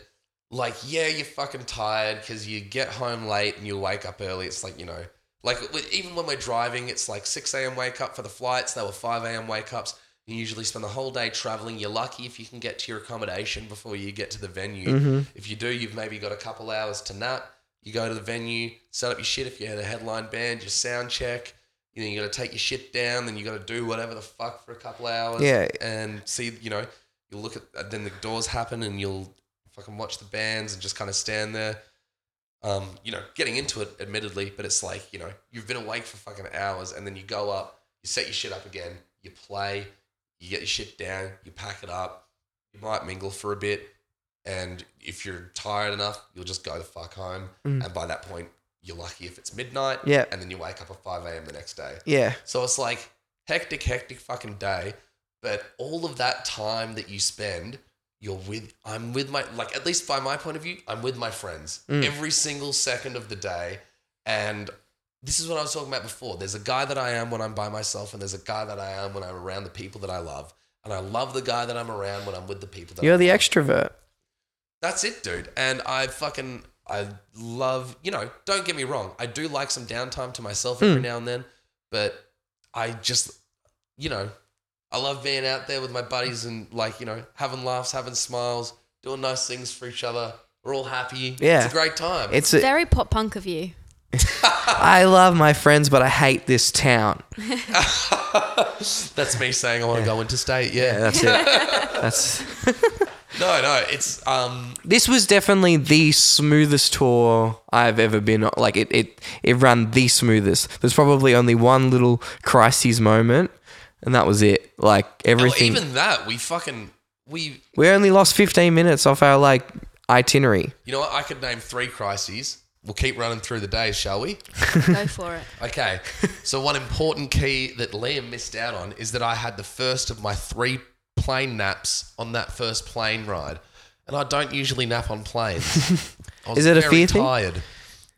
Speaker 1: like, yeah, you're fucking tired because you get home late and you wake up early. It's like, you know, like with- even when we're driving, it's like 6 a.m. wake up for the flights, they were 5 a.m. wake ups. You usually spend the whole day traveling. You're lucky if you can get to your accommodation before you get to the venue. If you do, you've maybe got a couple hours to nap. You go to the venue, set up your shit. If you had a headline band, your sound check. You know, you got to take your shit down. Then you got to do whatever the fuck for a couple hours.
Speaker 2: Yeah.
Speaker 1: And see, you know, you look at then the doors happen, and you'll fucking watch the bands and just kind of stand there. Um, you know, getting into it, admittedly, but it's like you know, you've been awake for fucking hours, and then you go up, you set your shit up again, you play, you get your shit down, you pack it up, you might mingle for a bit, and if you're tired enough, you'll just go the fuck home. And by that point, you're lucky if it's midnight.
Speaker 2: Yeah.
Speaker 1: And then you wake up at 5 a.m. the next day.
Speaker 2: Yeah.
Speaker 1: So it's like hectic, hectic fucking day. But all of that time that you spend, you're with,
Speaker 2: Mm.
Speaker 1: I'm with my, like, at least by my point of view, I'm with my friends every single second of the day. And this is what I was talking about before. There's a guy that I am when I'm by myself, and there's a guy that I am when I'm around the people that I love. And I love the guy that I'm around when I'm with the people that I
Speaker 2: You're the
Speaker 1: love.
Speaker 2: extrovert.
Speaker 1: That's it, dude. And I fucking I love, you know, don't get me wrong. I do like some downtime to myself every now and then, but I just you know, I love being out there with my buddies and like, you know, having laughs, having smiles, doing nice things for each other. We're all happy.
Speaker 2: Yeah.
Speaker 1: It's a great time.
Speaker 2: It's a,
Speaker 3: Very pop punk of you.
Speaker 2: I love my friends, but I hate this town.
Speaker 1: That's me saying I want to go interstate. Yeah.
Speaker 2: Yeah, that's it. that's
Speaker 1: No, no. It's um
Speaker 2: this was definitely the smoothest tour I've ever been on. Like it, it, it ran the smoothest. There's probably only one little crisis moment, and that was it. Like everything,
Speaker 1: even that we fucking we
Speaker 2: we only lost 15 minutes off our like itinerary.
Speaker 1: you know what I could name three crises. We'll keep running through the days, shall we?
Speaker 3: Go for it.
Speaker 1: Okay. So one important key that Liam missed out on is that I had the first of my three plane naps on that first plane ride, and I don't usually nap on planes. I was
Speaker 2: Is it a
Speaker 1: very
Speaker 2: fear thing?
Speaker 1: tired.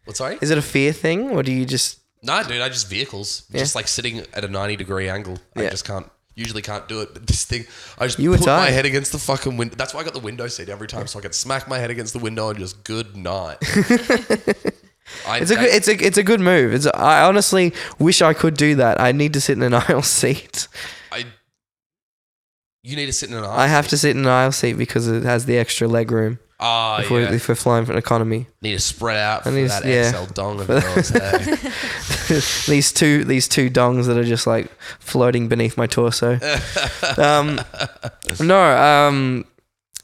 Speaker 1: What sorry?
Speaker 2: Is it a fear thing, or do you just?
Speaker 1: No, dude, I just vehicles. Just like sitting at a 90 degree angle. I
Speaker 2: Yeah.
Speaker 1: just can't, usually can't do it. But this thing, I just
Speaker 2: You were
Speaker 1: put my
Speaker 2: tired.
Speaker 1: head against the fucking window. That's why I got the window seat every time. So I could smack my head against the window and just good night. I,
Speaker 2: It's a good, it's a, it's a good move. It's. A, I honestly wish I could do that. I need to sit in an aisle seat.
Speaker 1: I, you need to sit in an aisle.
Speaker 2: I have to sit in an aisle seat because it has the extra leg room
Speaker 1: Ah,
Speaker 2: if, we're,
Speaker 1: yeah.
Speaker 2: if we're flying for an economy.
Speaker 1: Need to spread out for
Speaker 2: need
Speaker 1: that
Speaker 2: to- yeah.
Speaker 1: XL dong of yours. eh? hey.
Speaker 2: these two these two dongs that are just like floating beneath my torso. um, no, um,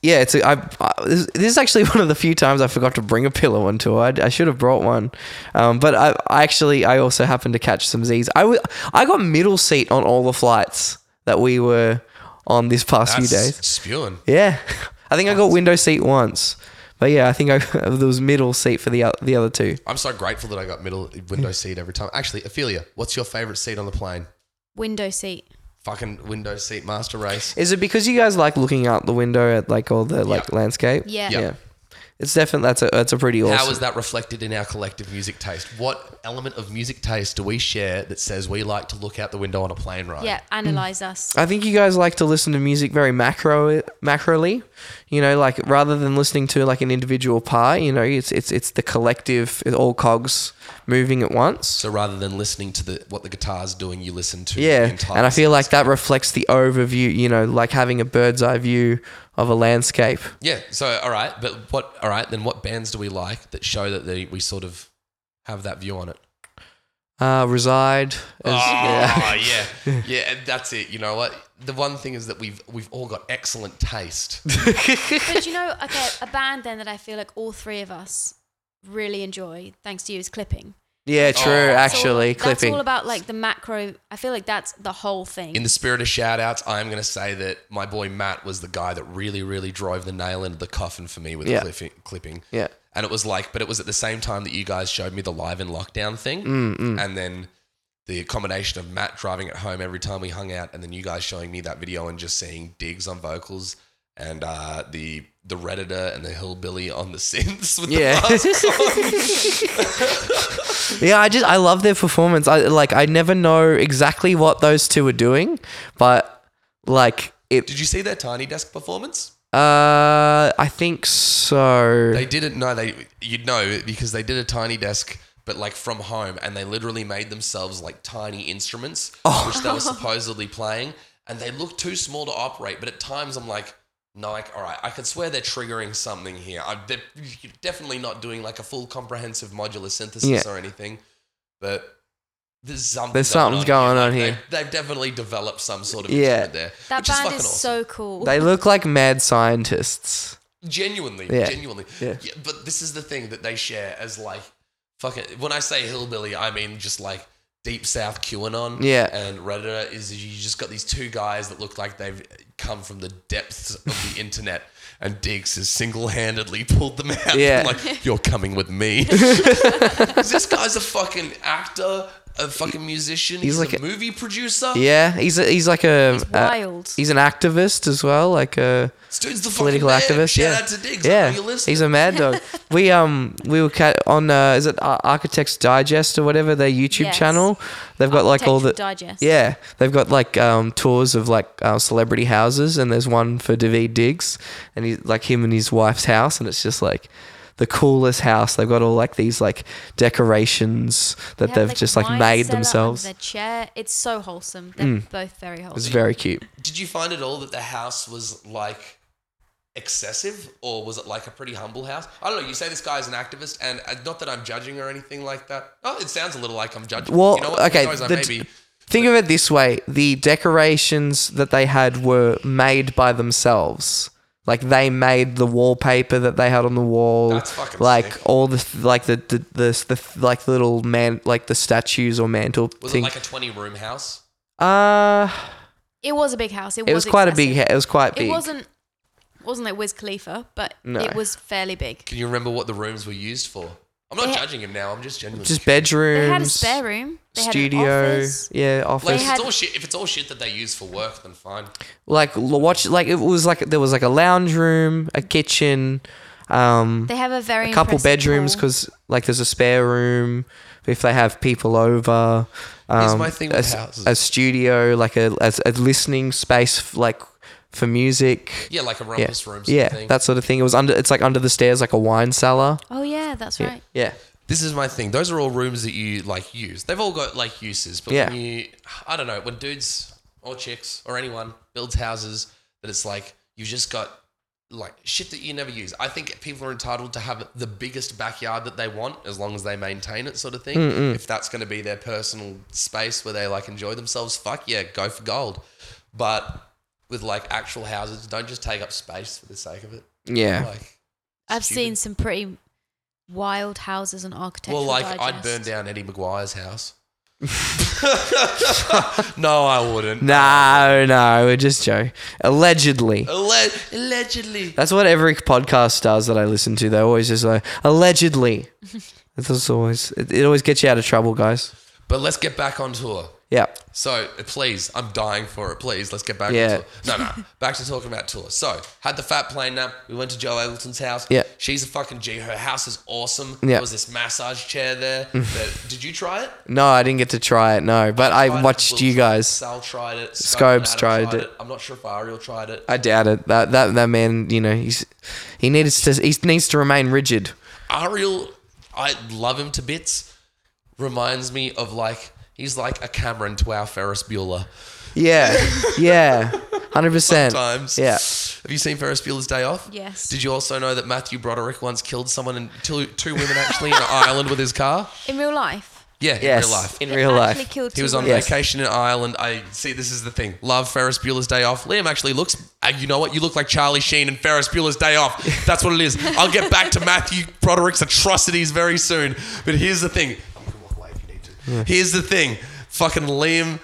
Speaker 2: yeah, it's a, I, I, this this is actually one of the few times I forgot to bring a pillow on tour. I, I should have brought one, um, but I, I actually I also happened to catch some Z's. I wa- I got middle seat on all the flights that we were on this past
Speaker 1: That's
Speaker 2: few days.
Speaker 1: spewing.
Speaker 2: Yeah, I think I got window seat once. But yeah, I think I there was middle seat for the o- the other two.
Speaker 1: I'm so grateful that I got middle window seat every time. Actually, Ophelia, what's your favorite seat on the plane?
Speaker 3: Window seat.
Speaker 1: Fucking window seat master race.
Speaker 2: Is it because you guys like looking out the window at like all the like landscape?
Speaker 3: Yeah.
Speaker 2: Yeah. It's definitely that's a that's a pretty awesome.
Speaker 1: How is that reflected in our collective music taste? What element of music taste do we share that says we like to look out the window on a plane ride?
Speaker 3: Yeah, analyze us.
Speaker 2: I think you guys like to listen to music very macro macroly, you know, like rather than listening to like an individual part, you know, it's it's it's the collective, it's all cogs moving at once.
Speaker 1: So rather than listening to the what the guitar's doing, you listen to the
Speaker 2: Yeah,
Speaker 1: entire
Speaker 2: and I feel like that reflects the overview, you know, like having a bird's eye view of a landscape.
Speaker 1: Yeah, so all right, but what all right, then what bands do we like that show that they, we sort of have that view on it?
Speaker 2: Uh, reside. As, yeah.
Speaker 1: Oh yeah, yeah, and that's it. You know what? The one thing is that we've we've all got excellent taste.
Speaker 3: But you know, okay, a band then that I feel like all three of us really enjoy, thanks to you, is clipping.
Speaker 2: yeah, true.
Speaker 3: That's all-
Speaker 2: actually,
Speaker 3: That's
Speaker 2: clipping.
Speaker 3: all about like the macro. I feel like that's the whole thing.
Speaker 1: In the spirit of shout outs, I'm going to say that my boy Matt was the guy that really, really drove the nail into the coffin for me with
Speaker 2: Yeah.
Speaker 1: the cliffi- clipping.
Speaker 2: yeah.
Speaker 1: And it was like, but it was at the same time that you guys showed me the live in lockdown thing.
Speaker 2: Mm,
Speaker 1: And then the combination of Matt driving it home every time we hung out, and then you guys showing me that video and just seeing digs on vocals and uh, the the Redditor and the Hillbilly on the synths with
Speaker 2: Yeah.
Speaker 1: the mask on.
Speaker 2: Yeah, I just I love their performance. I like I never know exactly what those two are doing, but like it
Speaker 1: Did you see their Tiny Desk performance?
Speaker 2: uh I think so.
Speaker 1: They didn't know they you'd know because they did a tiny desk but like from home and they literally made themselves like tiny instruments
Speaker 2: Oh.
Speaker 1: which they were supposedly playing and they looked too small to operate but at times I'm like Nike all right I could swear they're triggering something here I, they're definitely not doing like a full comprehensive modular synthesis
Speaker 2: Yeah.
Speaker 1: or anything but there's something
Speaker 2: There's something's going on here.
Speaker 1: They, have definitely developed some sort of
Speaker 2: Yeah.
Speaker 1: instrument there
Speaker 3: that
Speaker 1: which
Speaker 3: band
Speaker 1: fucking
Speaker 3: is,
Speaker 1: awesome.
Speaker 3: so cool.
Speaker 2: They uh, look like mad scientists.
Speaker 1: Genuinely,
Speaker 2: Yeah.
Speaker 1: genuinely.
Speaker 2: Yeah.
Speaker 1: But this is the thing that they share as like fucking. When I say hillbilly, I mean just like deep south QAnon.
Speaker 2: Yeah.
Speaker 1: And Redditor is you just got these two guys that look like they've c- come from the depths of the internet, and Diggs has single-handedly pulled them out.
Speaker 2: Yeah.
Speaker 1: like you're coming with me. 'Cause this guy's a fucking actor, a fucking musician. He's,
Speaker 2: like
Speaker 1: a,
Speaker 2: a-
Speaker 1: movie producer.
Speaker 2: Yeah, he's a, he's like a
Speaker 3: It's
Speaker 2: uh,
Speaker 3: wild.
Speaker 2: he's an activist as well, like a
Speaker 1: This dude's the
Speaker 2: political
Speaker 1: fucking man.
Speaker 2: activist.
Speaker 1: Shout
Speaker 2: yeah,
Speaker 1: out to Diggs. I know
Speaker 2: yeah,
Speaker 1: you're listening.
Speaker 2: he's a mad dog. we um we were cat on uh, is it Ar- Architects Digest or whatever their YouTube
Speaker 3: Yes.
Speaker 2: channel? They've got like all the
Speaker 3: Architectural Digest.
Speaker 2: yeah they've got like um tours of like uh, celebrity houses and there's one for David Diggs and he's like him and his wife's house and it's just like. The coolest house. They've got all like these like decorations that
Speaker 3: They have,
Speaker 2: they've just like
Speaker 3: wine
Speaker 2: made
Speaker 3: cellar under
Speaker 2: themselves. Mm.
Speaker 3: Their chair. It's so wholesome. They're both very wholesome.
Speaker 2: It's very cute.
Speaker 1: Did you find at all that the house was like excessive, or was it like a pretty humble house? I don't know. You say this guy's an activist, and uh, not that I'm judging or anything like that. Oh, it sounds a little like I'm judging.
Speaker 2: Well,
Speaker 1: you know what?
Speaker 2: okay,
Speaker 1: Who knows? I
Speaker 2: the-
Speaker 1: may be.
Speaker 2: Think of it this way: the decorations that they had were made by themselves. Like they made the wallpaper that they had on the wall.
Speaker 1: That's fucking
Speaker 2: like
Speaker 1: sick.
Speaker 2: all the like the the, the the like the little man like the statues or mantle
Speaker 1: Was
Speaker 2: thing.
Speaker 1: it like a 20 room house?
Speaker 2: uh
Speaker 3: It was a big house. It,
Speaker 2: it was, quite a big.
Speaker 3: excessive.
Speaker 2: It was quite big.
Speaker 3: It wasn't wasn't like Wiz Khalifa, but
Speaker 2: No.
Speaker 3: it was fairly big.
Speaker 1: Can you remember what the rooms were used for? I'm not
Speaker 3: They-
Speaker 1: judging him now. I'm just genuinely
Speaker 2: just
Speaker 1: curious.
Speaker 2: bedrooms.
Speaker 3: They had a spare room. They
Speaker 2: studio.
Speaker 3: Had an office.
Speaker 2: Yeah,
Speaker 1: Like,
Speaker 2: office.
Speaker 1: if,
Speaker 3: had-
Speaker 1: it's all shit, if it's all shit that they use for work, then fine.
Speaker 2: like l- watch. Like it was like there was like a lounge room, a kitchen. Um,
Speaker 3: They have a very
Speaker 2: a couple
Speaker 3: impressive
Speaker 2: bedrooms
Speaker 3: hall.
Speaker 2: because like there's a spare room if they have people over. Um,
Speaker 1: Here's my thing
Speaker 2: a,
Speaker 1: with
Speaker 2: s-
Speaker 1: houses.
Speaker 2: a studio like a, a a listening space f- like for music.
Speaker 1: Yeah, like a
Speaker 2: Yeah,
Speaker 1: rumpus room sort
Speaker 2: yeah,
Speaker 1: of thing.
Speaker 2: that sort of thing. It was under. It's like under the stairs, like a wine cellar.
Speaker 3: Oh yeah, that's right.
Speaker 2: Yeah,
Speaker 1: this is my thing. Those are all rooms that you like use. They've all got like uses, but
Speaker 2: Yeah.
Speaker 1: when you, I don't know, when dudes or chicks or anyone builds houses, that it's like you've just got like shit that you never use. I think people are entitled to have the biggest backyard that they want as long as they maintain it, sort of thing. If that's going to be their personal space where they like enjoy themselves, fuck yeah, go for gold. But with like actual houses, don't just take up space for the sake of it.
Speaker 2: yeah.
Speaker 1: Like,
Speaker 3: I've
Speaker 1: stupid.
Speaker 3: seen some pretty wild houses and architecture.
Speaker 1: Well, like I'd burn down Eddie McGuire's house. no, I wouldn't.
Speaker 2: No, no, we're just joking. Allegedly.
Speaker 1: Alle- allegedly.
Speaker 2: That's what every podcast does that I listen to. They always just like allegedly. It's just always it, it always gets you out of trouble, guys.
Speaker 1: But let's get back on tour.
Speaker 2: Yeah.
Speaker 1: So uh, please, I'm dying for it. Please, let's get back
Speaker 2: Yeah.
Speaker 1: on tour. No, no, back to talking about tour. So had the fat plane nap. We went to Joe Eggleton's house.
Speaker 2: Yeah.
Speaker 1: she's a fucking G. Her house is awesome.
Speaker 2: Yeah.
Speaker 1: There was this massage chair there. that, did you try it?
Speaker 2: No, I didn't get to try it. No, but I
Speaker 1: Tried it.
Speaker 2: watched
Speaker 1: Will
Speaker 2: you
Speaker 1: tried it.
Speaker 2: guys.
Speaker 1: Sal tried it.
Speaker 2: Scobes
Speaker 1: Adam
Speaker 2: tried it.
Speaker 1: I'm not sure if Ariel tried it.
Speaker 2: I doubt it. That that that man, you know, he's he needs to he needs to remain rigid.
Speaker 1: Ariel, I love him to bits. Reminds me of like he's like a Cameron to our Ferris Bueller.
Speaker 2: Yeah, yeah, hundred percent.
Speaker 1: Times,
Speaker 2: Yeah.
Speaker 1: Have you seen Ferris Bueller's Day Off?
Speaker 3: Yes.
Speaker 1: Did you also know that Matthew Broderick once killed someone and two, two women actually in Ireland with his car?
Speaker 3: in real life.
Speaker 1: Yeah, in
Speaker 2: Yes,
Speaker 1: real life.
Speaker 2: in
Speaker 3: It
Speaker 2: real
Speaker 3: actually
Speaker 2: life.
Speaker 3: killed
Speaker 1: He
Speaker 3: two
Speaker 1: was on
Speaker 3: women.
Speaker 2: Yes.
Speaker 1: vacation in Ireland. I see. This is the thing. Love Ferris Bueller's Day Off. Liam actually looks. uh, You know what? You look like Charlie Sheen in Ferris Bueller's Day Off. That's what it is. I'll get back to Matthew Broderick's atrocities very soon. But here's the thing. You can walk away if you need to. Here's the thing. Fucking Liam.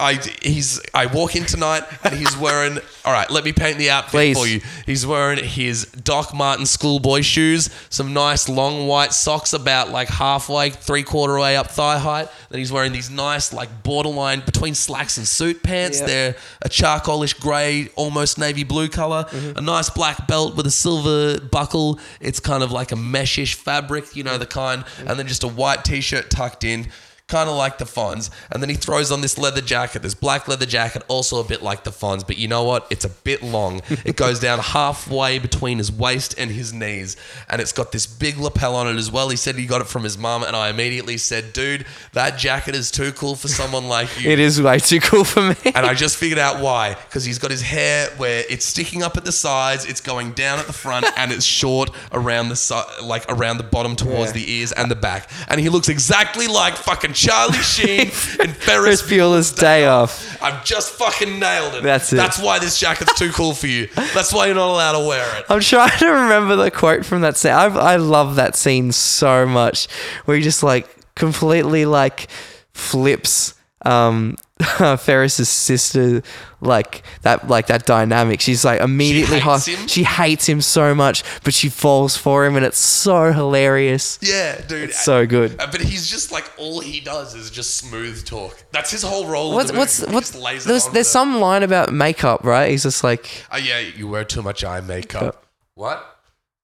Speaker 1: I he's I walk in tonight and he's wearing. all right, let me paint the outfit
Speaker 2: Please.
Speaker 1: for you. He's wearing his Doc Martin schoolboy shoes, some nice long white socks about like halfway, three quarter way up thigh height. Then he's wearing these nice like borderline between slacks and suit pants.
Speaker 2: Yep.
Speaker 1: They're a charcoalish grey, almost navy blue color. A nice black belt with a silver buckle. It's kind of like a meshish fabric, you know the kind. And then just a white t-shirt tucked in. Kind of like the Fonz. And then he throws on this leather jacket, this black leather jacket, also a bit like the Fonz, but you know what? It's a bit long. It goes down halfway between his waist and his knees. And it's got this big lapel on it as well. He said he got it from his mum, and I immediately said, dude, that jacket is too cool for someone like you.
Speaker 2: It is way too cool for me.
Speaker 1: And I just figured out why. Because he's got his hair where it's sticking up at the sides, it's going down at the front, and it's short around the si- like around the bottom towards
Speaker 2: Yeah.
Speaker 1: the ears and the back. And he looks exactly like fucking Charlie Sheen and
Speaker 2: Ferris
Speaker 1: Ferris.
Speaker 2: Bueller's Day Off.
Speaker 1: I've just fucking nailed it.
Speaker 2: That's it.
Speaker 1: That's why this jacket's too cool for you. That's why you're not allowed to wear it.
Speaker 2: I'm trying to remember the quote from that scene. I, I love that scene so much, where he just like completely like flips um Ferris's sister, like that, like that dynamic. She's like immediately
Speaker 1: hates
Speaker 2: hot-
Speaker 1: him?
Speaker 2: She hates him so much, but she falls for him, and it's so hilarious.
Speaker 1: Yeah, dude.
Speaker 2: It's so good.
Speaker 1: Uh, but he's just like all he does is just smooth talk. That's his whole role.
Speaker 2: What's
Speaker 1: in the movie.
Speaker 2: what's
Speaker 1: He
Speaker 2: what's
Speaker 1: just lays it
Speaker 2: there's
Speaker 1: on
Speaker 2: there's
Speaker 1: the-
Speaker 2: some line about makeup, right? He's just like
Speaker 1: Oh yeah, you wear too much eye makeup. What?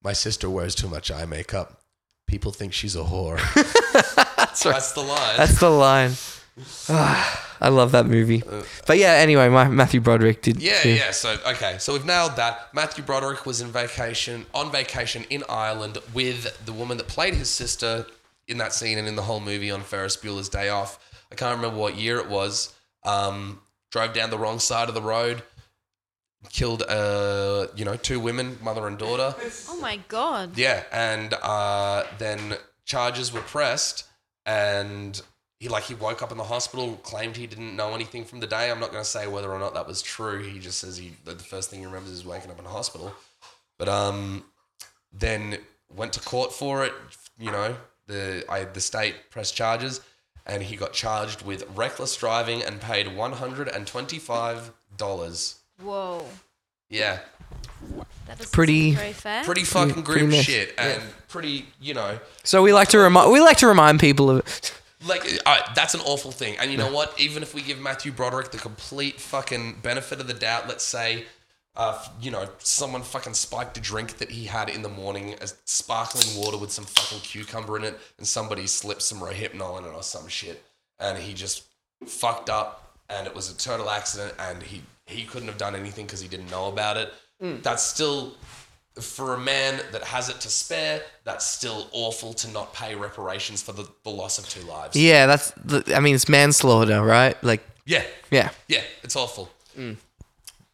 Speaker 1: My sister wears too much eye makeup. People think she's a whore. that's, the line.
Speaker 2: that's the line. Ah, I love that movie. But yeah, anyway, my Matthew Broderick did.
Speaker 1: Uh, yeah,
Speaker 2: do-
Speaker 1: yeah. So okay, so we've nailed that. Matthew Broderick was in vacation on vacation in Ireland with the woman that played his sister in that scene and in the whole movie on Ferris Bueller's Day Off. I can't remember what year it was. Um, drove down the wrong side of the road, killed uh, you know two women, mother and daughter.
Speaker 3: Oh my god.
Speaker 1: Yeah, and uh, then charges were pressed, and he like he woke up in the hospital, claimed he didn't know anything from the day. I'm not going to say whether or not that was true. He just says he the first thing he remembers is waking up in hospital, but um, then went to court for it. You know, the I the state pressed charges, and he got charged with reckless driving and paid 125 dollars.
Speaker 3: Whoa.
Speaker 1: Yeah.
Speaker 3: That doesn't
Speaker 2: Pretty-
Speaker 3: seem very fair.
Speaker 1: Pretty fucking
Speaker 2: pretty
Speaker 1: grim
Speaker 2: mess.
Speaker 1: shit and pretty, you know,
Speaker 2: So we like to remind we like to remind people of
Speaker 1: Like, all right, that's an awful thing. And you know what? Even if we give Matthew Broderick the complete fucking benefit of the doubt, let's say, uh, f- you know, someone fucking spiked a drink that he had in the morning as sparkling water with some fucking cucumber in it, and somebody slipped some Rohypnol in it or some shit, and he just fucked up, and it was a total accident, and he he couldn't have done anything because he didn't know about it. That's still for a man that has it to spare, that's still awful to not pay reparations for the, the loss of two lives.
Speaker 2: yeah. That's the, I mean it's manslaughter, right? Like
Speaker 1: Yeah.
Speaker 2: yeah.
Speaker 1: Yeah, it's awful.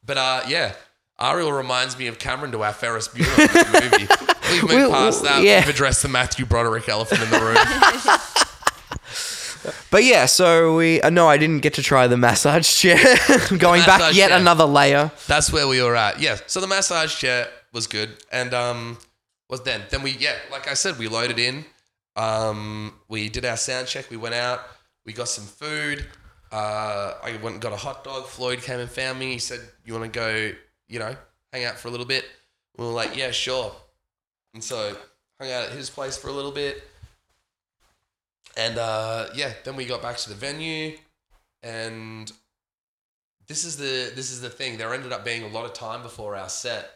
Speaker 1: But uh, yeah, Ariel reminds me of Cameron to our Ferris Bueller movie. We've moved
Speaker 2: We'll-
Speaker 1: past that.
Speaker 2: yeah.
Speaker 1: We've addressed the Matthew Broderick elephant in the room.
Speaker 2: But yeah, so we uh, no, I didn't get to try the massage chair. I'm going back
Speaker 1: massage
Speaker 2: yet
Speaker 1: chair.
Speaker 2: another layer.
Speaker 1: that's where we were at. Yeah. So the massage chair was good, and um, was then then we yeah, like I said, we loaded in. Um, we did our sound check. We went out. We got some food. Uh, I went and got a hot dog. Floyd came and found me. He said, "You want to go? You know, hang out for a little bit." We were like, "Yeah, sure." And so hung out at his place for a little bit. And uh, yeah, then we got back to the venue, and this is the this is the thing. There ended up being a lot of time before our set.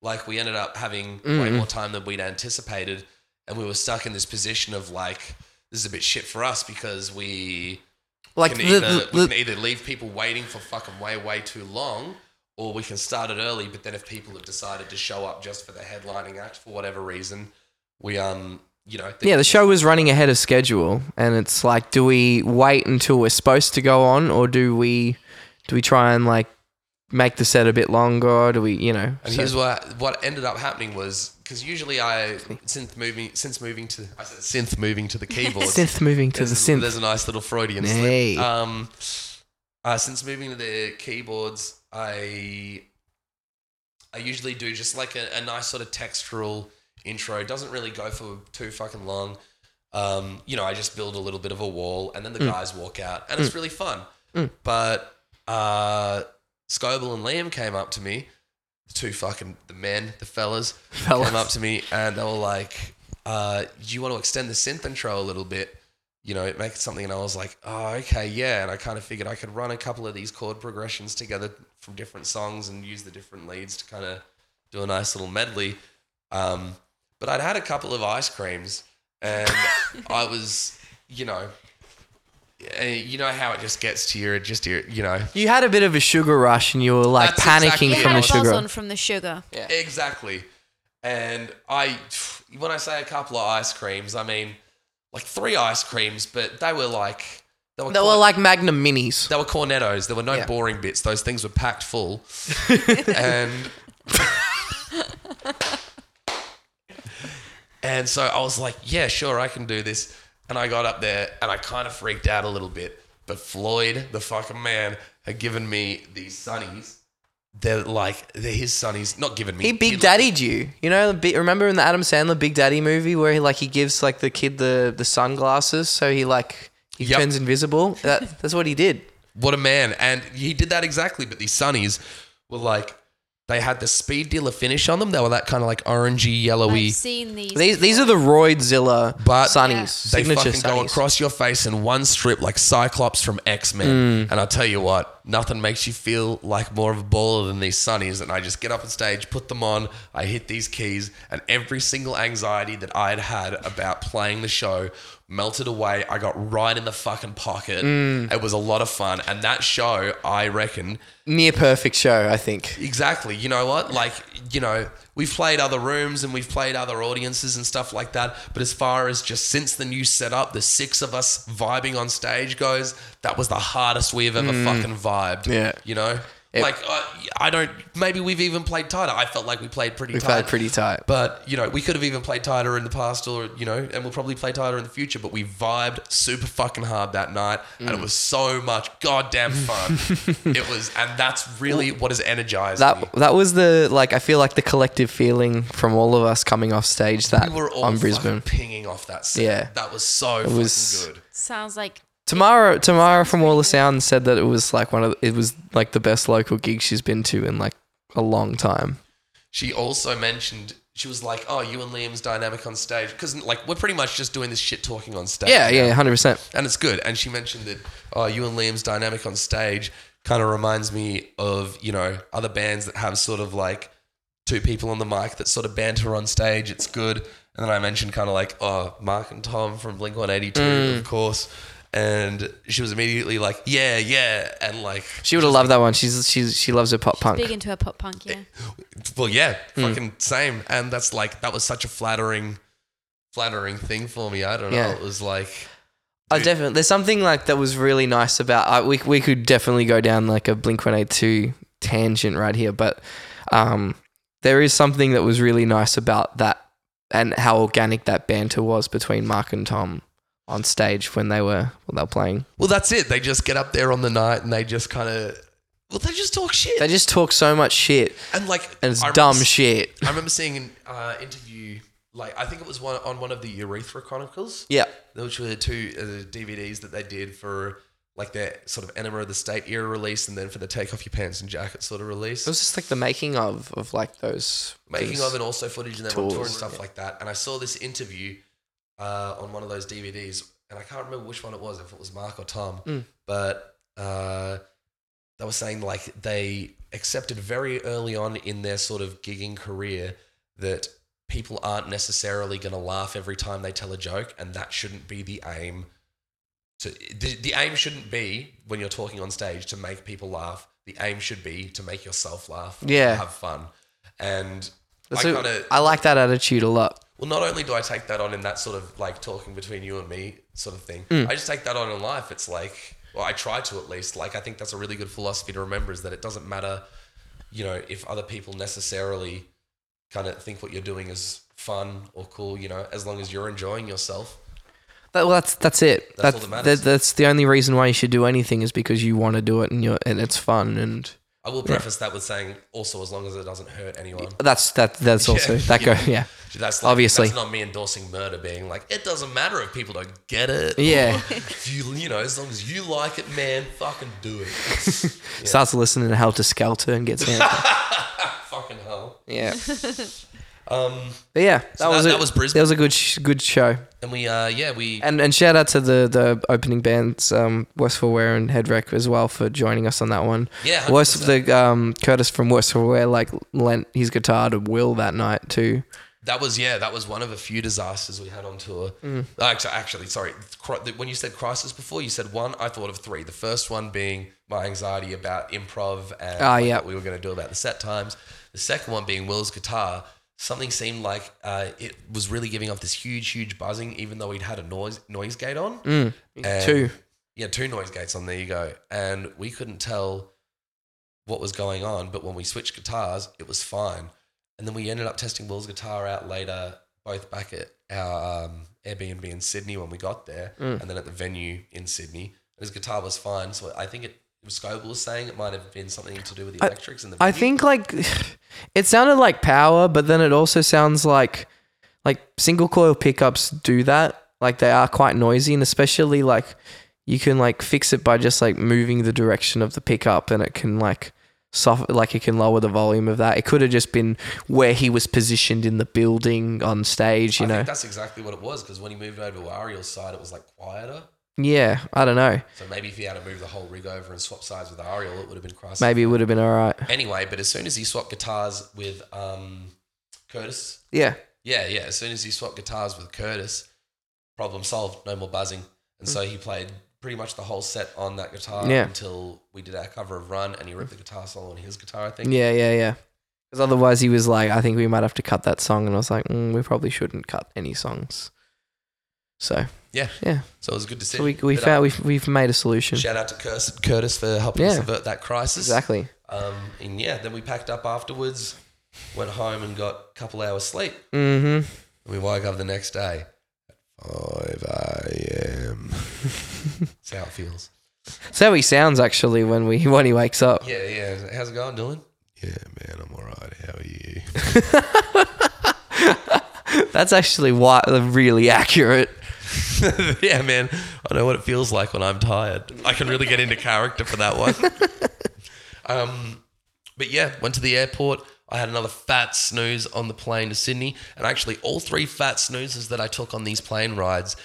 Speaker 1: Like we ended up having way more time than we'd anticipated, and we were stuck in this position of like, this is a bit shit for us because we
Speaker 2: Like
Speaker 1: can
Speaker 2: the,
Speaker 1: either we
Speaker 2: the,
Speaker 1: can either leave people waiting for fucking way way too long, or we can start it early. But then if people have decided to show up just for the headlining act for whatever reason, we um you know
Speaker 2: yeah, the show was running ahead of schedule, and it's like, do we wait until we're supposed to go on, or do we do we try and like make the set a bit longer? Do we, you know?
Speaker 1: And
Speaker 2: so-
Speaker 1: here's what what ended up happening was because usually I since moving since moving to I said synth moving to the keyboard.
Speaker 2: synth moving to the
Speaker 1: There's-
Speaker 2: synth.
Speaker 1: There's a nice little Freudian slip.
Speaker 2: Hey.
Speaker 1: Um, uh, since moving to the keyboards, I I usually do just like a, a nice sort of textural intro. It doesn't really go for too fucking long. Um, you know, I just build a little bit of a wall, and
Speaker 2: Mm.
Speaker 1: then the guys walk out, and it's really fun. But uh, Scoble and Liam came up to me, the two fucking the men, the fellas,
Speaker 2: Fellas.
Speaker 1: came up to me, and they were like, uh, "Do you want to extend the synth intro a little bit?" you know, make it something. And I was like, oh, okay, yeah. And I kind of figured I could run a couple of these chord progressions together from different songs and use the different leads to kind of do a nice little medley. Um, but I'd had a couple of ice creams and I was, you know, eh, you know how it just gets to you, it just, your- you know,
Speaker 2: you had a bit of a sugar rush, and you were like
Speaker 1: That's
Speaker 2: panicking
Speaker 1: exactly
Speaker 3: You
Speaker 2: from
Speaker 3: had
Speaker 2: the
Speaker 3: a buzz
Speaker 2: sugar.
Speaker 3: on from the sugar.
Speaker 1: Exactly. And I, when I say a couple of ice creams, I mean like three ice creams, but they were like, they were,
Speaker 2: They were
Speaker 1: quite-
Speaker 2: like Magnum minis.
Speaker 1: There were cornettos. There were no
Speaker 2: Yeah.
Speaker 1: boring bits. Those things were packed full. and and so I was like, yeah, sure, I can do this. And I got up there and I kind of freaked out a little bit. But Floyd, the fucking man, had given me these sunnies. They're like they're his sunnies. Not given me.
Speaker 2: He Big Daddied you. You know, the bi- remember in the Adam Sandler Big Daddy movie where he like he gives like the kid the the sunglasses so he like he
Speaker 1: Yep.
Speaker 2: turns invisible. That that's what he did.
Speaker 1: What a man. And he did that exactly, but these Sunnies were like, they had the speed dealer finish on them. They were that kind of like orangey, yellowy.
Speaker 3: I've seen these.
Speaker 2: These these are the Roidzilla
Speaker 1: But
Speaker 2: sunnies.
Speaker 3: Yeah.
Speaker 1: They
Speaker 2: Signature
Speaker 1: fucking go
Speaker 2: sunnies.
Speaker 1: across your face in one strip like Cyclops from X
Speaker 2: Mm.
Speaker 1: Men. And I tell you what, nothing makes you feel like more of a baller than these sunnies. And I just get up on stage, put them on, I hit these keys, and every single anxiety that I had had about playing the show melted away. I got right in the fucking pocket.
Speaker 2: Mm.
Speaker 1: It was a lot of fun. And that show, I reckon,
Speaker 2: Near perfect show, I think.
Speaker 1: Exactly. You know what? Like, you know, we've played other rooms and we've played other audiences and stuff like that. But as far as just since the new setup, the six of us vibing on stage goes, that was the hardest we've ever fucking vibed.
Speaker 2: Mm. Yeah.
Speaker 1: You know? like, uh, I don't, maybe we've even played tighter. I felt like we played pretty
Speaker 2: We
Speaker 1: tight.
Speaker 2: played pretty tight.
Speaker 1: But, you know, we could have even played tighter in the past or, you know, and we'll probably play tighter in the future, but we vibed super fucking hard that night and
Speaker 2: Mm.
Speaker 1: it was so much goddamn fun. it was, and that's really what has energized me.
Speaker 2: That that was the like I feel like the collective feeling from all of us coming off stage that
Speaker 1: We were all
Speaker 2: on
Speaker 1: fucking
Speaker 2: Brisbane.
Speaker 1: pinging off that set.
Speaker 2: Yeah.
Speaker 1: That was so fucking
Speaker 2: was-
Speaker 1: good.
Speaker 3: sounds like
Speaker 2: Tamara Tamara from All the Sound said that it was like one of the, it was like the best local gig she's been to in like a long time.
Speaker 1: She also mentioned, she was like, oh, you and Liam's dynamic on stage. Because, like, we're pretty much just doing this shit talking on stage.
Speaker 2: Yeah, yeah,
Speaker 1: now.
Speaker 2: hundred percent.
Speaker 1: And it's good. And she mentioned that, oh, you and Liam's dynamic on stage kind of reminds me of, you know, other bands that have sort of like two people on the mic that sort of banter on stage. It's good. And then I mentioned kind of like, oh, Mark and Tom from Blink 182, of course. And she was immediately like, yeah, yeah. And like,
Speaker 2: She would have loved that one. She's she's she loves her pop punk.
Speaker 3: big into her pop punk. Yeah,
Speaker 1: Well, yeah, fucking same. And that's like that was such a flattering, flattering thing for me. I don't
Speaker 2: Yeah.
Speaker 1: know. It was like
Speaker 2: I
Speaker 1: Dude.
Speaker 2: definitely there's something like that was really nice about I, we we could definitely go down like a Blink One Eight Two tangent right here, but um, there is something that was really nice about that and how organic that banter was between Mark and Tom on stage when they were when they were playing.
Speaker 1: well, that's it. They just get up there on the night and they just kind of well, they just talk shit
Speaker 2: They just talk so much shit
Speaker 1: and like
Speaker 2: and it's
Speaker 1: I
Speaker 2: dumb
Speaker 1: remember-
Speaker 2: shit.
Speaker 1: I remember seeing an uh, interview. Like I think it was one on one of the Urethra Chronicles.
Speaker 2: Yeah,
Speaker 1: which were the two uh, DVDs that they did for like their sort of Enema of the State era release, and then for the Take Off Your Pants and Jacket sort of release.
Speaker 2: it was just like the making of of like those
Speaker 1: making
Speaker 2: those-
Speaker 1: of and also footage and then on tour
Speaker 2: Tours.
Speaker 1: and stuff like that. And I saw this interview uh, on one of those DVDs, and I can't remember which one it was, if it was Mark or Tom,
Speaker 2: Mm.
Speaker 1: but uh, they were saying like they accepted very early on in their sort of gigging career that people aren't necessarily going to laugh every time they tell a joke, and that shouldn't be the aim. To, the, the aim shouldn't be when you're talking on stage to make people laugh. The aim should be to make yourself laugh, and
Speaker 2: Yeah.
Speaker 1: have fun, and
Speaker 2: That's
Speaker 1: I
Speaker 2: a-
Speaker 1: kinda-
Speaker 2: I like that attitude a lot.
Speaker 1: well, not only do I take that on in that sort of like talking between you and me sort of thing,
Speaker 2: Mm.
Speaker 1: I just take that on in life. It's like, well, I try to at least. Like, I think that's a really good philosophy to remember is that it doesn't matter, you know, if other people necessarily kind of think what you're doing is fun or cool, you know, as long as you're enjoying yourself.
Speaker 2: That, well, that's that's it.
Speaker 1: That's
Speaker 2: That's
Speaker 1: all that
Speaker 2: that
Speaker 1: matters.
Speaker 2: that's the only reason why you should do anything is because you want to do it and you are and it's fun and
Speaker 1: I will preface that with saying also as long as it doesn't hurt anyone.
Speaker 2: that's that that's also that
Speaker 1: yeah.
Speaker 2: go yeah
Speaker 1: That's like,
Speaker 2: Obviously.
Speaker 1: that's not me endorsing murder. Being like, it doesn't matter if people don't get it.
Speaker 2: Yeah.
Speaker 1: or if you you know, as long as you like it, man, fucking do it.
Speaker 2: starts listening to Helter Skelter and gets in.
Speaker 1: fucking hell.
Speaker 2: yeah,
Speaker 1: Um,
Speaker 2: but yeah, that
Speaker 1: So
Speaker 2: was
Speaker 1: that-
Speaker 2: a,
Speaker 1: that was Brisbane.
Speaker 2: That was a good sh- good show.
Speaker 1: and we uh, yeah, we
Speaker 2: And and shout out to the the opening bands um, West for Wear and Headwreck as well for joining us on that one.
Speaker 1: yeah,
Speaker 2: Worst
Speaker 1: 100%.
Speaker 2: the um, Curtis from West for Wear like lent his guitar to Will that night too.
Speaker 1: that was yeah, that was one of a few disasters we had on tour.
Speaker 2: Mm.
Speaker 1: Actually, actually, sorry. Cri- the- When you said crisis before, you said one. I thought of three. The first one being my anxiety about improv and
Speaker 2: Ah,
Speaker 1: like,
Speaker 2: yeah.
Speaker 1: what we were going to do about the set times. The second one being Will's guitar. Something seemed like uh, it was really giving off this huge, huge buzzing, even though he'd had a noise noise gate on. And-
Speaker 2: Two.
Speaker 1: Um, yeah, two noise gates on. There you go. And we couldn't tell what was going on, but when we switched guitars, it was fine. And then we ended up testing Will's guitar out later, both back at our um, Airbnb in Sydney when we got there,
Speaker 2: Mm.
Speaker 1: and then at the venue in Sydney. And his guitar was fine. So I think it, it was Scoble was saying it might have been something to do with the electrics and the.
Speaker 2: I
Speaker 1: venue.
Speaker 2: think like it sounded like power, but then it also sounds like like single coil pickups do that. Like they are quite noisy, and especially like you can like fix it by just like moving the direction of the pickup and it can like soft like it can lower the volume of that. It could have just been where he was positioned in the building on stage, you
Speaker 1: I
Speaker 2: know.
Speaker 1: think that's exactly what it was because when he moved over to Ariel's side, it was like quieter.
Speaker 2: Yeah, I don't know.
Speaker 1: So maybe if he had to move the whole rig over and swap sides with Ariel, it would have been crisis.
Speaker 2: Maybe it would have been all right.
Speaker 1: Anyway, but as soon as he swapped guitars with um, Curtis,
Speaker 2: Yeah.
Speaker 1: yeah, yeah, as soon as he swapped guitars with Curtis, problem solved. No more buzzing. And so he played pretty much the whole set on that guitar
Speaker 2: Hmm. Yeah.
Speaker 1: until we did our cover of Run, and he ripped the guitar solo on his guitar, I think.
Speaker 2: Yeah, yeah, yeah. Cuz otherwise he was like I think we might have to cut that song and I was like mm, we probably shouldn't cut any songs. So,
Speaker 1: So it was a good decision.
Speaker 2: so we we
Speaker 1: But, uh,
Speaker 2: found we've we've made a solution.
Speaker 1: Shout out to Curtis, Curtis for helping
Speaker 2: Yeah.
Speaker 1: subvert that crisis.
Speaker 2: Exactly.
Speaker 1: Um, and yeah, then we packed up afterwards, went home and got a couple hours sleep.
Speaker 2: Mhm.
Speaker 1: And we woke up the next day at 5 a.m. That's how it feels.
Speaker 2: So how he sounds actually when we when he wakes up.
Speaker 1: Yeah, yeah. How's it going, Dylan? Yeah, man, I'm all right. How are you?
Speaker 2: That's actually why really accurate.
Speaker 1: yeah, man. I know what it feels like when I'm tired. I can really get into character for that one. um, but yeah, went to the airport. I had another fat snooze on the plane to Sydney. And actually, all three fat snoozes that I took on these plane rides,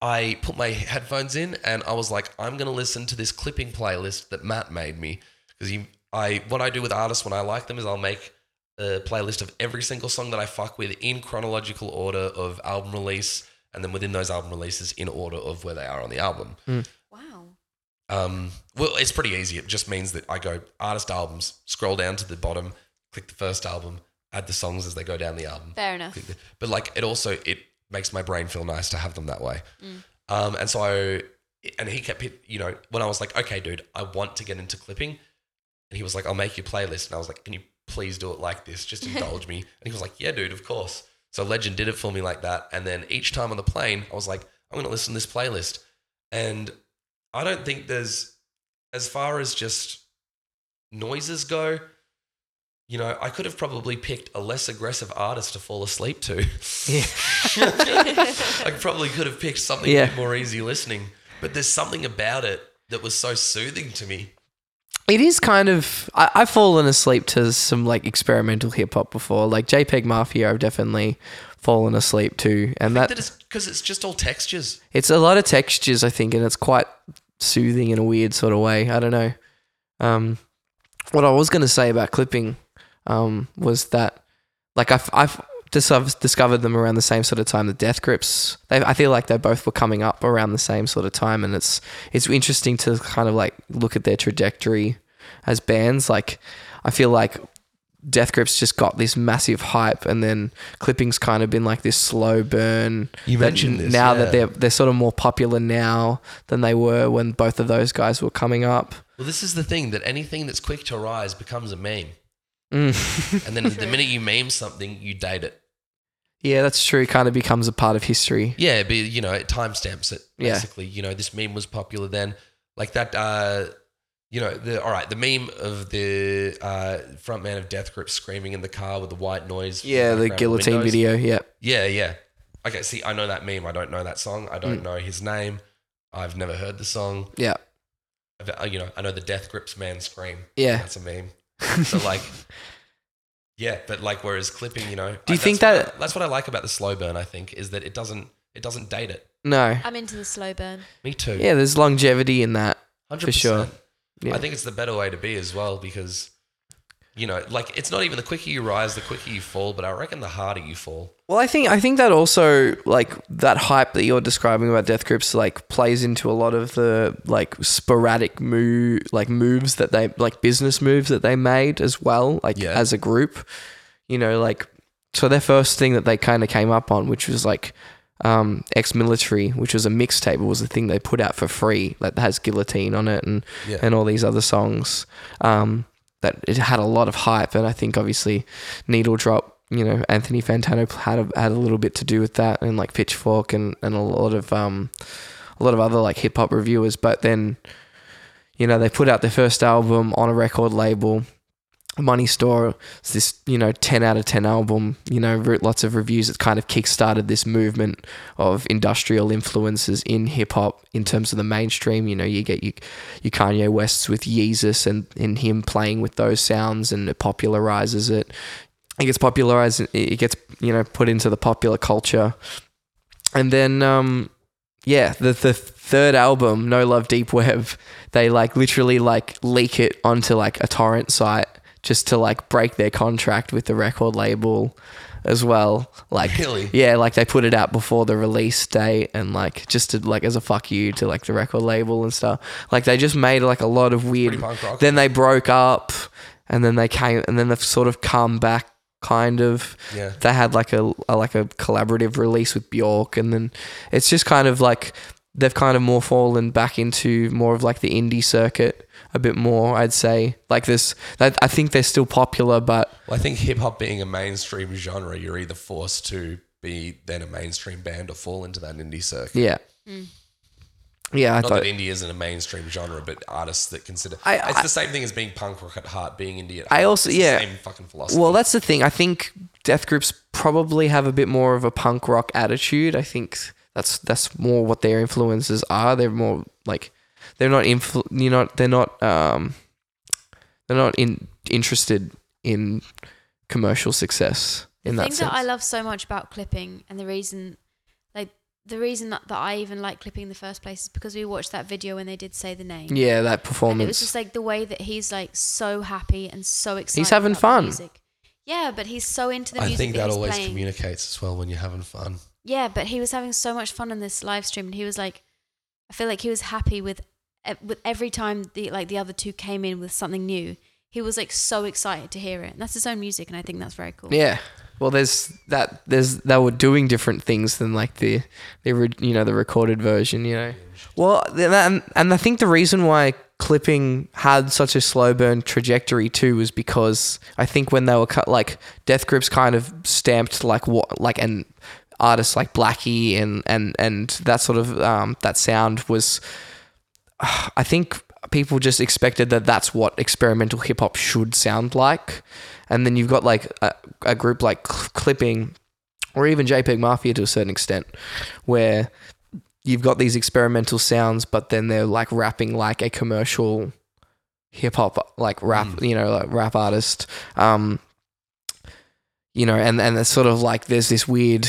Speaker 1: I put my headphones in and I was like, I'm going to listen to this clipping playlist that Matt made me. Because I, what I do with artists when I like them is I'll make a playlist of every single song that I fuck with in chronological order of album release, and then within those album releases in order of where they are on the album.
Speaker 3: Wow.
Speaker 1: Um, well, it's pretty easy. It just means that I go artist albums, scroll down to the bottom, click the first album, add the songs as they go down the album.
Speaker 3: Fair enough.
Speaker 1: Click the- But like, it also it makes my brain feel nice to have them that way. Um, and so I, and he kept hit, you know, when I was like, okay, dude, I want to get into clipping, and he was like, I'll make your playlist, and I was like, can you please do it like this? Just indulge me. And he was like, yeah, dude, of course. So Legend did it for me like that, and then each time on the plane, I was like, I'm gonna listen to this playlist, and I don't think there's as far as just noises go. You know, I could have probably picked a less aggressive artist to fall asleep to.
Speaker 2: Yeah.
Speaker 1: I probably could have picked something
Speaker 2: Yeah.
Speaker 1: a bit more easy listening, but there's something about it that was so soothing to me.
Speaker 2: It is kind of. I, I've fallen asleep to some like experimental hip hop before, like JPEG Mafia. I've definitely fallen asleep to, and that
Speaker 1: That is because it's just all textures.
Speaker 2: it's a lot of textures, I think, and it's quite soothing in a weird sort of way. I don't know. Um, what I was going to say about clipping um, was that, like, I've, I've discovered, discovered them around the same sort of time the Death Grips. They, I feel like they both were coming up around the same sort of time, and it's it's interesting to kind of like look at their trajectory as bands. Like, I feel like Death Grips just got this massive hype, and then clipping's kind of been like this slow burn.
Speaker 1: You
Speaker 2: that
Speaker 1: mentioned this,
Speaker 2: now that they're
Speaker 1: yeah.
Speaker 2: they're sort of more popular now than they were when both of those guys were coming up.
Speaker 1: Well, this is the thing that anything that's quick to rise becomes a meme.
Speaker 2: Mm.
Speaker 1: And then the minute you meme something, you date it.
Speaker 2: yeah, that's true. Kind of becomes a part of history.
Speaker 1: Yeah, but you know, it timestamps it.
Speaker 2: Yeah.
Speaker 1: Basically, you know, this meme was popular then. Like that uh you know, the all right, the meme of the uh front man of Death Grip screaming in the car with the white noise. from
Speaker 2: Yeah, the
Speaker 1: background
Speaker 2: guillotine
Speaker 1: windows.
Speaker 2: video. Yeah,
Speaker 1: Yeah, yeah. Okay, see, I know that meme. I don't know that song. I don't know his name. I've never heard the song.
Speaker 2: Mm. yeah,
Speaker 1: I've, uh, you know, I know the Death Grips Man scream.
Speaker 2: yeah.
Speaker 1: That's a meme. So like, yeah, but like, whereas clipping, you know,
Speaker 2: Do you
Speaker 1: I-
Speaker 2: think
Speaker 1: that's what
Speaker 2: that-
Speaker 1: I- that's what I like about the slow burn? I think is that it doesn't it doesn't date it.
Speaker 2: No.
Speaker 3: I'm into the slow burn.
Speaker 1: Me too.
Speaker 2: Yeah, there's longevity in that.
Speaker 1: 100%.
Speaker 2: for sure. Yeah.
Speaker 1: I think it's the better way to be as well because, you know, like it's not even the quicker you rise, the quicker you fall, but I reckon the harder you fall.
Speaker 2: Well, I think I think that also like that hype that you're describing about Death Grips like plays into a lot of the like sporadic move like moves that they like business moves that they made as well like
Speaker 1: Yeah.
Speaker 2: as a group. You know, like so their first thing that they kind of came up on, which was like um, ex-military, which was a mixtape, was the thing they put out for free like, that has guillotine on it and
Speaker 1: Yeah.
Speaker 2: and all these other songs. Um, that it had a lot of hype, and I think obviously Needle Drop, you know, Anthony Fantano had a, had a little bit to do with that, and like Pitchfork and, and a lot of um, a lot of other like hip hop reviewers. But then, you know, they put out their first album on a record label, Money Store is this, you know, 10 out of 10 album, you know, wrote lots of reviews. It's kind of kickstarted this movement of industrial influences in hip hop in terms of the mainstream. You know, you get your, your Kanye Wests with Yeezus and, and him playing with those sounds and it popularizes it. It gets popularized, it- it gets, you know, put into the popular culture. And then, um, yeah, the, the third album, No Love Deep Web, they like literally like leak it onto like a torrent site just to like break their contract with the record label as well. Like
Speaker 1: Really?
Speaker 2: yeah, like they put it out before the release date and like just to like as a fuck you to like the record label and stuff. Like they just made like a lot of weird
Speaker 1: Pretty punk rock.
Speaker 2: then they broke up and then they came and then they've sort of come back kind of
Speaker 1: yeah.
Speaker 2: they had like a, a like a collaborative release with Bjork, and then it's just kind of like they've kind of more fallen back into more of like the indie circuit a bit more. I'd say like this. That I think they're still popular, but
Speaker 1: Well, I think hip hop being a mainstream genre, you're either forced to be then a mainstream band or fall into that indie circuit.
Speaker 2: yeah, yeah. I
Speaker 1: Not
Speaker 2: thought
Speaker 1: that indie isn't a mainstream genre, but artists that consider
Speaker 2: I-
Speaker 1: it's
Speaker 2: I-
Speaker 1: the same thing as being punk rock at heart, being indie at heart.
Speaker 2: I also-
Speaker 1: It's the
Speaker 2: yeah.
Speaker 1: same fucking philosophy.
Speaker 2: Well, that's the thing. I think death groups probably have a bit more of a punk rock attitude. I think that's that's more what their influences are. They're more like they're not influ- you know they're not um they're not in interested in commercial success in
Speaker 3: the
Speaker 2: that
Speaker 3: thing
Speaker 2: sense.
Speaker 3: that I love so much about clipping and the reason like the reason that, that I even like clipping in the first place is because we watched that video when they did say the name.
Speaker 2: yeah, that
Speaker 3: And it was
Speaker 2: performance.
Speaker 3: just like the way that he's like so happy and so excited.
Speaker 2: having
Speaker 3: about the
Speaker 2: fun.
Speaker 3: music. Yeah, but he's so into the
Speaker 1: I
Speaker 3: music.
Speaker 1: think that
Speaker 3: he's
Speaker 1: always
Speaker 3: playing.
Speaker 1: communicates as well when you're having fun.
Speaker 3: Yeah, but he was having so much fun in this live stream, and he was like, I feel like he was happy with eh, with every time the like the other two came in with something new. He was like so excited to hear it, and that's his own music, and I think that's very cool.
Speaker 2: yeah. Well, there's that. There's they were doing different things than like the, the ori- you know the recorded version. You know. Well, th- that- and, and I think the reason why clipping had such a slow burn trajectory too was because I think when they were cut, like Death Grips kind of stamped like what like an artists like Blackie and and and that sort of um, that sound was. I think people just expected that that's what experimental hip hop should sound like, and then you've got like a, a group like Cl- Clipping, or even JPEG Mafia to a certain extent, where you've got these experimental sounds, but then they're like rapping like a commercial hip hop, like rap,
Speaker 1: Mm.
Speaker 2: you know, like rap artist. Um, you know, and and it's sort of like there's this weird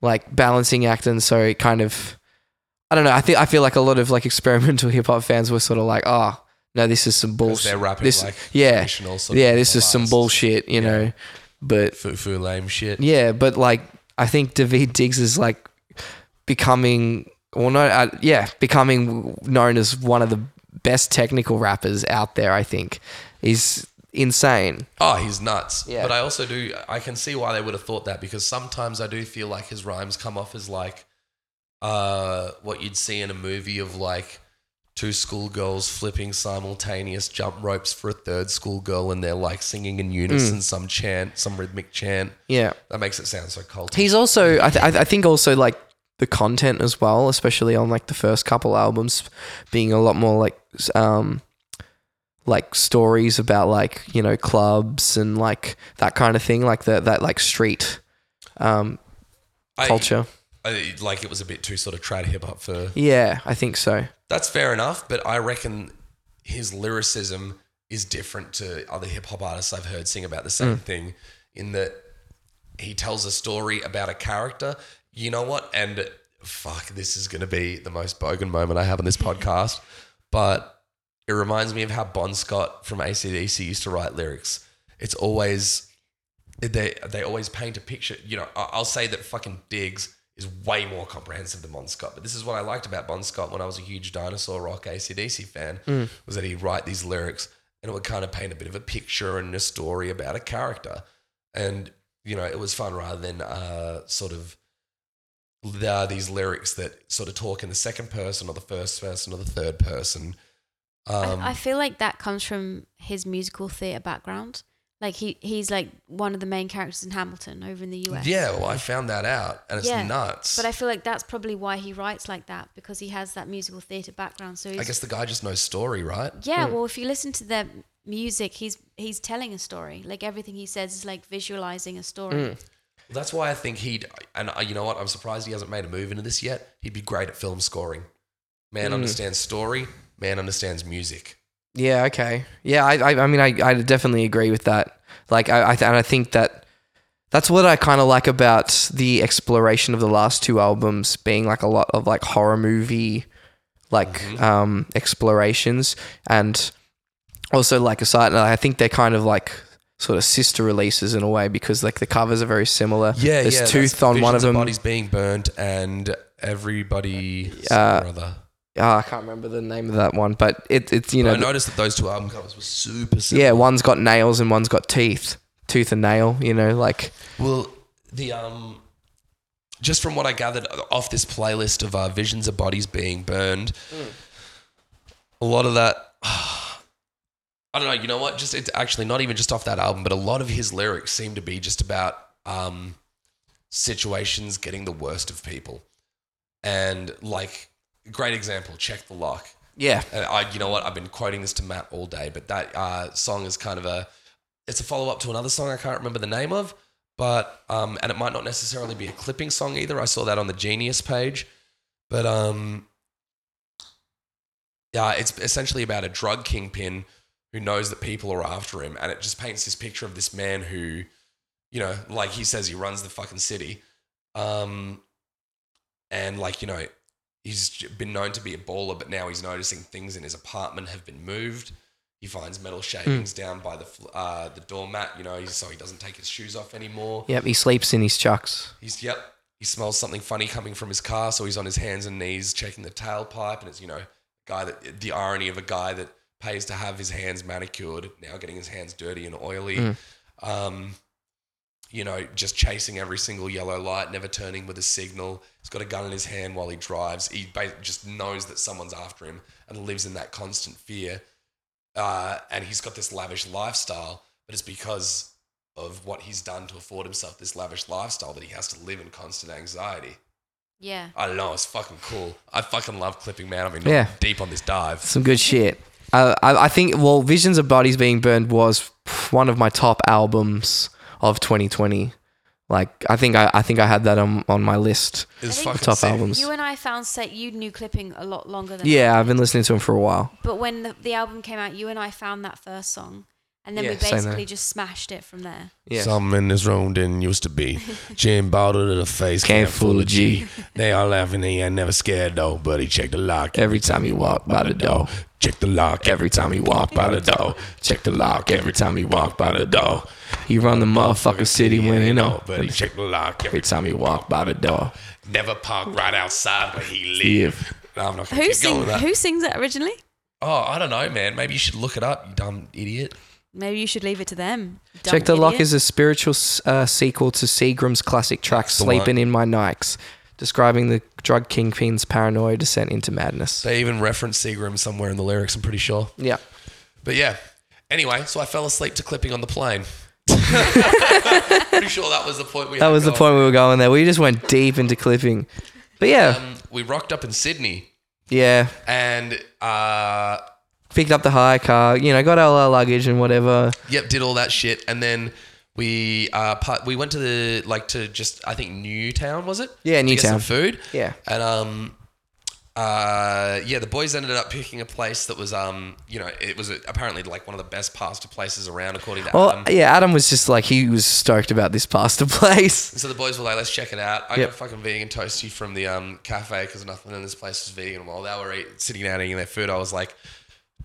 Speaker 2: like balancing act, and so it kind of, I don't know. I think I feel like a lot of like experimental hip hop fans were sort of like, oh no, this is some
Speaker 1: 'Cause
Speaker 2: bullshit.
Speaker 1: they're rapping
Speaker 2: this-
Speaker 1: like
Speaker 2: yeah.
Speaker 1: traditional sort
Speaker 2: yeah,
Speaker 1: of
Speaker 2: this
Speaker 1: hip-hop
Speaker 2: is some
Speaker 1: artists.
Speaker 2: bullshit, you know. But
Speaker 1: Foo foo lame shit.
Speaker 2: yeah, but like I think David Diggs is like becoming, well, no, uh, yeah, becoming known as one of the best technical rappers out there. I think is insane.
Speaker 1: Oh, he's nuts.
Speaker 2: Yeah.
Speaker 1: But I also do, I can see why they would have thought that because sometimes I do feel like his rhymes come off as like uh, what you'd see in a movie of like two schoolgirls flipping simultaneous jump ropes for a third schoolgirl and they're like singing in
Speaker 2: Mm.
Speaker 1: unison some chant, some rhythmic chant.
Speaker 2: Yeah,
Speaker 1: That makes it sound so cult.
Speaker 2: he's also I, th- I I think also like the content as well, especially on like the first couple albums, being a lot more like s- um like stories about like you know clubs and like that kind of thing, like that that like street um
Speaker 1: I-
Speaker 2: culture.
Speaker 1: I- like it was a bit too sort of trad hip hop for
Speaker 2: Yeah, I think so.
Speaker 1: That's fair enough, but I reckon his lyricism is different to other hip hop artists I've heard sing about the same thing in that he tells a story about a character. You know what? And fuck, this is going to be the most bogan moment I have on this podcast, but it reminds me of how Bon Scott from ACDC used to write lyrics. It's always they they always paint a picture. You know, I- I'll say that fucking Diggs is way more comprehensive than Bon Scott. But this is what I liked about Bon Scott when I was a huge Dinosaur Rock ACDC fan
Speaker 3: Mm.
Speaker 1: was that he'd write these lyrics and it would kind of paint a bit of a picture and a story about a character. And you know, it was fun rather than uh, sort of there are these lyrics that sort of talk in the second person or the first person or the third person. Um,
Speaker 3: I, I feel like that comes from his musical theater background. Like he he's like one of the main characters in Hamilton over in the US.
Speaker 1: yeah, well, I found that out, and it's
Speaker 3: Yeah,
Speaker 1: nuts.
Speaker 3: But I feel like that's probably why he writes like that because he has that musical theater background. So he's
Speaker 1: I guess the guy just knows story, right?
Speaker 2: Hmm.
Speaker 3: Yeah, well, if you listen to their music, he's he's telling a story. Like everything he says is like visualizing a story.
Speaker 2: Mm. Hmm.
Speaker 1: That's why I think he'd, and uh, you know what? I'm surprised he hasn't made a move into this yet. He'd be great at film scoring. Man
Speaker 2: Mm.
Speaker 1: understands story. Man understands music.
Speaker 2: Yeah. Okay. Yeah. I. I, I mean, I, I. definitely agree with that. Like, I. I th- and I think that that's what I kind of like about the exploration of the last two albums being like a lot of like horror movie, like um explorations, and also like aside, I think they're kind of like sort of sister releases in a way because like the covers are very similar. There's tooth on one of them.
Speaker 1: Bodies being burnt and everybody.
Speaker 2: Uh,
Speaker 1: brother.
Speaker 2: Ah, I can't remember the name of that one, but it, it's you know
Speaker 1: I noticed that those two album covers were super similar.
Speaker 2: yeah, one's got nails and one's got teeth, tooth and nail. You know, like.
Speaker 1: Well, the um, just from what I gathered off this playlist of uh, visions of bodies being burned, a lot of that. I don't know. You know what? Just it's actually not even just off that album, but a lot of his lyrics seem to be just about um, situations getting the worst of people, and like great example, check the lock.
Speaker 2: Yeah.
Speaker 1: And I, you know what? I've been quoting this to Matt all day, but that uh, song is kind of a, it's a follow up to another song I can't remember the name of, but um, and it might not necessarily be a clipping song either. I saw that on the Genius page, but um, yeah, it's essentially about a drug kingpin who knows that people are after him, and it just paints this picture of this man who, you know, like he says, he runs the fucking city, um, and like you know, he's j- been known to be a baller, but now he's noticing things in his apartment have been moved. He finds metal shavings down by the fl- uh, the doormat, you know, he's, so he doesn't take his shoes off anymore.
Speaker 2: Yep. He sleeps in his chucks.
Speaker 1: He's yep. He smells something funny coming from his car, so he's on his hands and knees checking the tailpipe, and it's you know, guy that the irony of a guy that pays to have his hands manicured now getting his hands dirty and oily. Um, you know, just chasing every single yellow light, never turning with a signal. He's got a gun in his hand while he drives. He ba- just knows that someone's after him and lives in that constant fear. Uh, and he's got this lavish lifestyle, but it's because of what he's done to afford himself this lavish lifestyle that he has to live in constant anxiety.
Speaker 3: Yeah.
Speaker 1: I don't know. It's fucking cool. I fucking love clipping, man. I've been
Speaker 2: Yeah.
Speaker 1: deep on this dive.
Speaker 2: Some good shit. Uh, I, I think, well, Visions of Bodies Being Burned was one of my top albums of 2020. Like, I think I, I think I had that on, on my list.
Speaker 1: It's
Speaker 3: think
Speaker 1: fucking
Speaker 2: Top
Speaker 1: sick.
Speaker 2: album.
Speaker 3: You and I found set you knew clipping a lot longer than
Speaker 2: Yeah, I've been listening to him for a while.
Speaker 3: But when the, the album came out, you and I found that first song, and then
Speaker 2: Yeah,
Speaker 3: we
Speaker 2: same
Speaker 3: basically
Speaker 2: there.
Speaker 3: just smashed it from there.
Speaker 2: Yeah.
Speaker 1: Something in this room didn't used to be. Jim bottled to the face.
Speaker 2: Can't fool a G.
Speaker 1: They all laughing. He ain't never scared nobody. Check the lock
Speaker 2: Every time he walked by the door.
Speaker 1: Check the lock every time he walked by the door. Check the lock every time he walked by the door.
Speaker 2: He run the motherfucking city winning up.
Speaker 1: But he checked the lock
Speaker 2: Every
Speaker 1: every
Speaker 2: time he walked by the door.
Speaker 1: Never park right outside where he lived. No, I'm not gonna
Speaker 3: Who
Speaker 1: keep going
Speaker 3: sing,
Speaker 1: with that.
Speaker 3: Who sings that originally?
Speaker 1: Oh, I don't know, man. Maybe you should look it up, you dumb idiot.
Speaker 3: Maybe you should leave it to them. dumb
Speaker 2: Check the Lock
Speaker 3: idiot.
Speaker 2: is a spiritual s- uh, sequel to Seagram's classic track
Speaker 1: the one.
Speaker 2: "Sleeping in My Nikes," describing the drug kingpin's paranoia descent into madness.
Speaker 1: They even reference Seagram somewhere in the lyrics, I'm pretty sure.
Speaker 2: Yeah,
Speaker 1: But yeah. Anyway, so I fell asleep to clipping on the plane. pretty sure that was the point we
Speaker 2: that
Speaker 1: had
Speaker 2: was the
Speaker 1: going.
Speaker 2: point we were going there. We just went deep into clipping, but yeah,
Speaker 1: Um, we rocked up in Sydney
Speaker 2: yeah,
Speaker 1: and uh
Speaker 2: picked up the hire car. You know, got all our luggage and whatever.
Speaker 1: yep, did all that shit and then we uh part, we went to the like to just I think Newtown was it?
Speaker 2: Yeah,
Speaker 1: To get some
Speaker 2: Newtown.
Speaker 1: food.
Speaker 2: Yeah.
Speaker 1: And um uh yeah, the boys ended up picking a place that was um you know, it was apparently like one of the best pasta places around according to
Speaker 2: Well,
Speaker 1: Adam.
Speaker 2: yeah, Adam was just like he was stoked about this pasta place.
Speaker 1: And so the boys were like, let's check it out. I
Speaker 2: Yep.
Speaker 1: got fucking vegan toasty from the um, cafe because nothing in this place was vegan. And While they were eat, sitting down eating their food, I was like,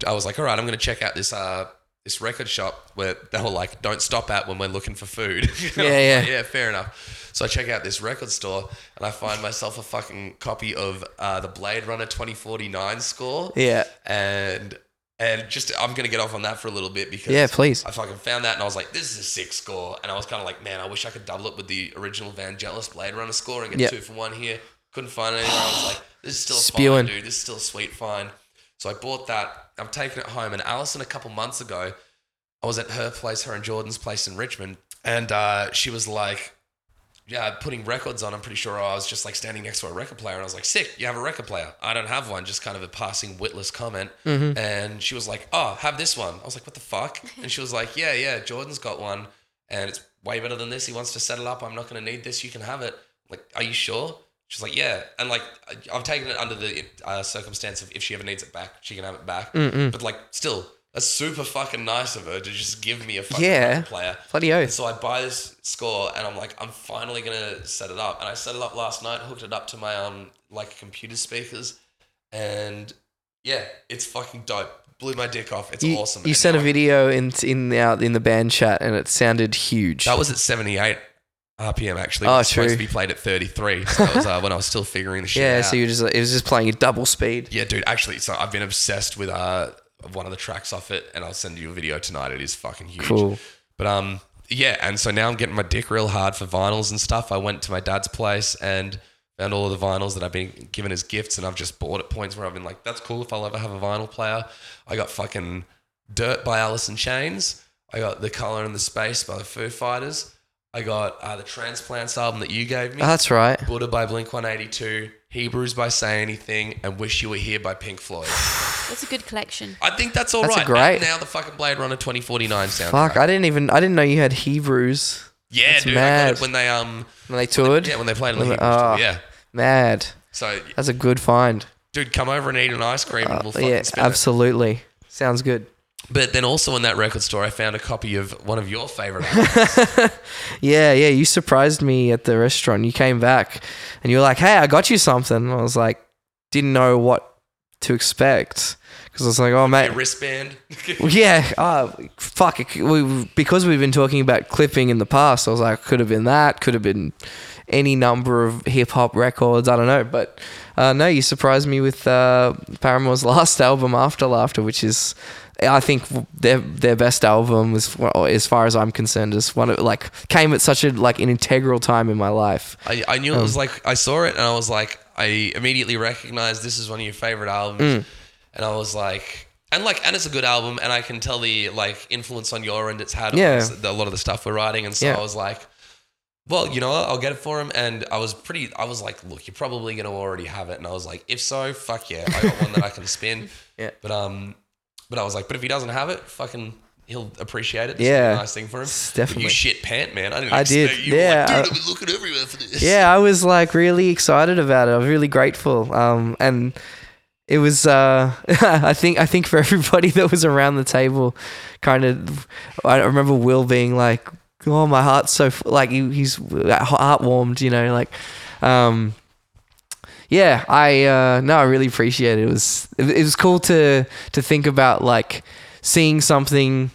Speaker 1: I was like, all right, I'm gonna check out this uh, this record shop where they were like, don't stop at when we're looking for food. And I was
Speaker 2: Yeah,
Speaker 1: like,
Speaker 2: yeah.
Speaker 1: yeah, fair enough. So I check out this record store and I find myself a fucking copy of uh, the Blade Runner 2049 score.
Speaker 2: Yeah.
Speaker 1: and. And just, I'm gonna get off on that for a little bit because
Speaker 2: Yeah, please.
Speaker 1: I fucking found that and I was like, this is a sick score. And I was kind of like, man, I wish I could double it with the original Vangelis Blade Runner score and get
Speaker 2: Yep.
Speaker 1: two for one here. Couldn't find it anywhere. I was like, this is still a
Speaker 2: Spewing.
Speaker 1: fine, dude. This is still a sweet find. So I bought that. I'm taking it home. And Allison, a couple months ago, I was at her place, her and Jordan's place in Richmond. And uh, she was like, yeah, putting records on, I'm pretty sure I was just like standing next to a record player and I was like, sick, you have a record player. I don't have one, just kind of a passing witless comment. And she was like, oh, have this one. I was like, what the fuck? And she was like, yeah, yeah, Jordan's got one and it's way better than this. He wants to set it up. I'm not going to need this. You can have it. I'm like, are you sure? She's like, yeah. And like, I- I've taken it under the uh, circumstance of if she ever needs it back, she can have it back. But like, still, that's super fucking nice of her to just give me a fucking
Speaker 2: Yeah.
Speaker 1: record player.
Speaker 2: Bloody oath.
Speaker 1: And so I buy this score and I'm like, I'm finally gonna set it up. And I set it up last night, hooked it up to my um like computer speakers, and yeah, it's fucking dope. Blew my dick off. It's
Speaker 2: you,
Speaker 1: awesome.
Speaker 2: You
Speaker 1: And
Speaker 2: sent a
Speaker 1: now I-
Speaker 2: video in in out in the band chat, and it sounded huge.
Speaker 1: That was at 78 RPM actually.
Speaker 2: Oh,
Speaker 1: it was supposed
Speaker 2: true.
Speaker 1: to be played at 33. So that was uh, when I was still figuring the shit
Speaker 2: yeah.
Speaker 1: out.
Speaker 2: So you just it was just playing at double speed.
Speaker 1: yeah, dude. Actually, so I've been obsessed with uh one of the tracks off it, and I'll send you a video tonight. It is fucking huge.
Speaker 2: Cool.
Speaker 1: But um, yeah, and so now I'm getting my dick real hard for vinyls and stuff. I went to my dad's place and found all of the vinyls that I've been given as gifts, and I've just bought at points where I've been like, "That's cool if I'll ever have a vinyl player." I got fucking "Dirt" by Alice in Chains. I got "The Color and the Space" by the Foo Fighters. I got uh, the Transplants album that you gave me.
Speaker 2: Oh, that's right.
Speaker 1: Buddha by Blink 182, Hebrews by Say Anything, and Wish You Were Here by Pink Floyd.
Speaker 3: It's a good collection.
Speaker 1: I think that's all right.
Speaker 2: That's a great-
Speaker 1: And now the fucking Blade Runner 2049 soundtrack.
Speaker 2: Fuck, I didn't even I didn't know you had Hebrews
Speaker 1: yeah,
Speaker 2: that's
Speaker 1: dude. I got
Speaker 2: mad.
Speaker 1: it when they um
Speaker 2: when they toured.
Speaker 1: Yeah, when they played in the
Speaker 2: When
Speaker 1: Hebrews.
Speaker 2: they- ah.
Speaker 1: yeah.
Speaker 2: Mad.
Speaker 1: So,
Speaker 2: That's a good find.
Speaker 1: dude, come over and eat an ice cream, and we'll fucking
Speaker 2: Uh, yeah,
Speaker 1: spin it.
Speaker 2: absolutely. Sounds good.
Speaker 1: But then also in that record store, I found a copy of one of your favorite. albums.
Speaker 2: Yeah, yeah. You surprised me at the restaurant. You came back and you were like, "Hey, I got you something." And I was like, didn't know what to expect because I was like, "Oh, mate,
Speaker 1: a wristband.
Speaker 2: Well, Yeah. Oh, fuck. It, we, because we've been talking about clipping in the past, I was like, could have been that. Could have been any number of hip hop records. I don't know. But uh, no, you surprised me with uh, Paramore's last album, After Laughter, which is, I think, their their best album as, well, as far as I'm concerned. Is one of like came at such a like an integral time in my life.
Speaker 1: I, I knew it
Speaker 2: Um,
Speaker 1: was like I saw it and I was like I immediately recognized this is one of your favorite albums
Speaker 2: Mm.
Speaker 1: and I was like and like and it's a good album and I can tell the like influence on your end it's had on
Speaker 2: Yeah.
Speaker 1: us, the- a lot of the stuff we're writing and so
Speaker 2: Yeah.
Speaker 1: I was like well you know what? I'll get it for him and I was pretty I was like look you're probably gonna already have it and I was like if so fuck yeah I got one that I can spin
Speaker 2: Yeah.
Speaker 1: but um but I was like but if he doesn't have it fucking he'll appreciate it This
Speaker 2: Yeah.
Speaker 1: is a nice thing for him
Speaker 2: It's
Speaker 1: But
Speaker 2: definitely-
Speaker 1: you shit pant man I didn't
Speaker 2: I did.
Speaker 1: expect you were
Speaker 2: Yeah,
Speaker 1: like, dude
Speaker 2: I-
Speaker 1: I've been looking everywhere for this
Speaker 2: yeah, I was like really excited about it. I was really grateful. Um, and it was, uh, I think, I think for everybody that was around the table, kind of, I remember Will being like, "Oh, my heart's so f-, like he, he's heart warmed," you know, like, um, yeah, I uh, no, I really appreciate it. It was it, it was cool to to think about like seeing something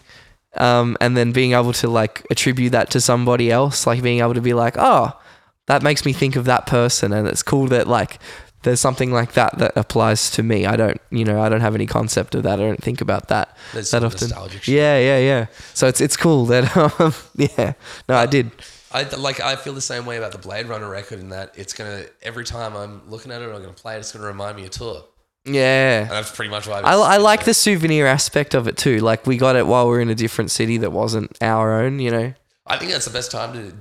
Speaker 2: um, and then being able to like attribute that to somebody else, like being able to be like, oh, that makes me think of that person, and it's cool that like there's something like that that applies to me. I don't, you know, I don't have any concept of that. I don't think about that
Speaker 1: There's
Speaker 2: that
Speaker 1: some
Speaker 2: often.
Speaker 1: nostalgic shit.
Speaker 2: Yeah, yeah, yeah. So it's it's cool that um, yeah. No, I did.
Speaker 1: I like I feel the same way about the Blade Runner record in that it's gonna every time I'm looking at it or I'm gonna play it, it's gonna remind me of tour.
Speaker 2: Yeah.
Speaker 1: And that's pretty much why
Speaker 2: I, I like the souvenir aspect of it too. Like we got it while we were in a different city that wasn't our own, you know.
Speaker 1: I think that's the best time to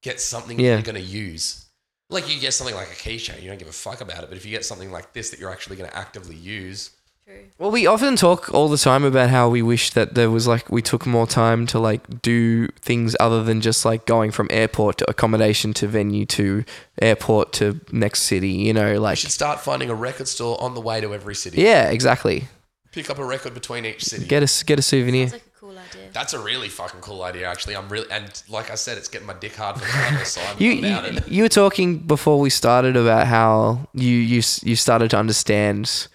Speaker 1: get something
Speaker 2: Yeah.
Speaker 1: that you're gonna use. Like you get something like a keychain, you don't give a fuck about it, but if you get something like this that you're actually gonna actively use,
Speaker 3: True.
Speaker 2: Well, we often talk all the time about how we wish that there was like we took more time to like do things other than just like going from airport to accommodation to venue to airport to next city, you know,
Speaker 1: you
Speaker 2: like
Speaker 1: should start finding a record store on the way to every city.
Speaker 2: Yeah, exactly.
Speaker 1: Pick up a record between each city.
Speaker 2: Get a get a souvenir.
Speaker 3: It's like a cool idea.
Speaker 1: that's a really fucking cool idea, actually. I'm really and like I said, it's getting my dick hard for vinyl, so I'm
Speaker 2: You, you,
Speaker 1: about it.
Speaker 2: you were talking before we started about how you you s- you started to understand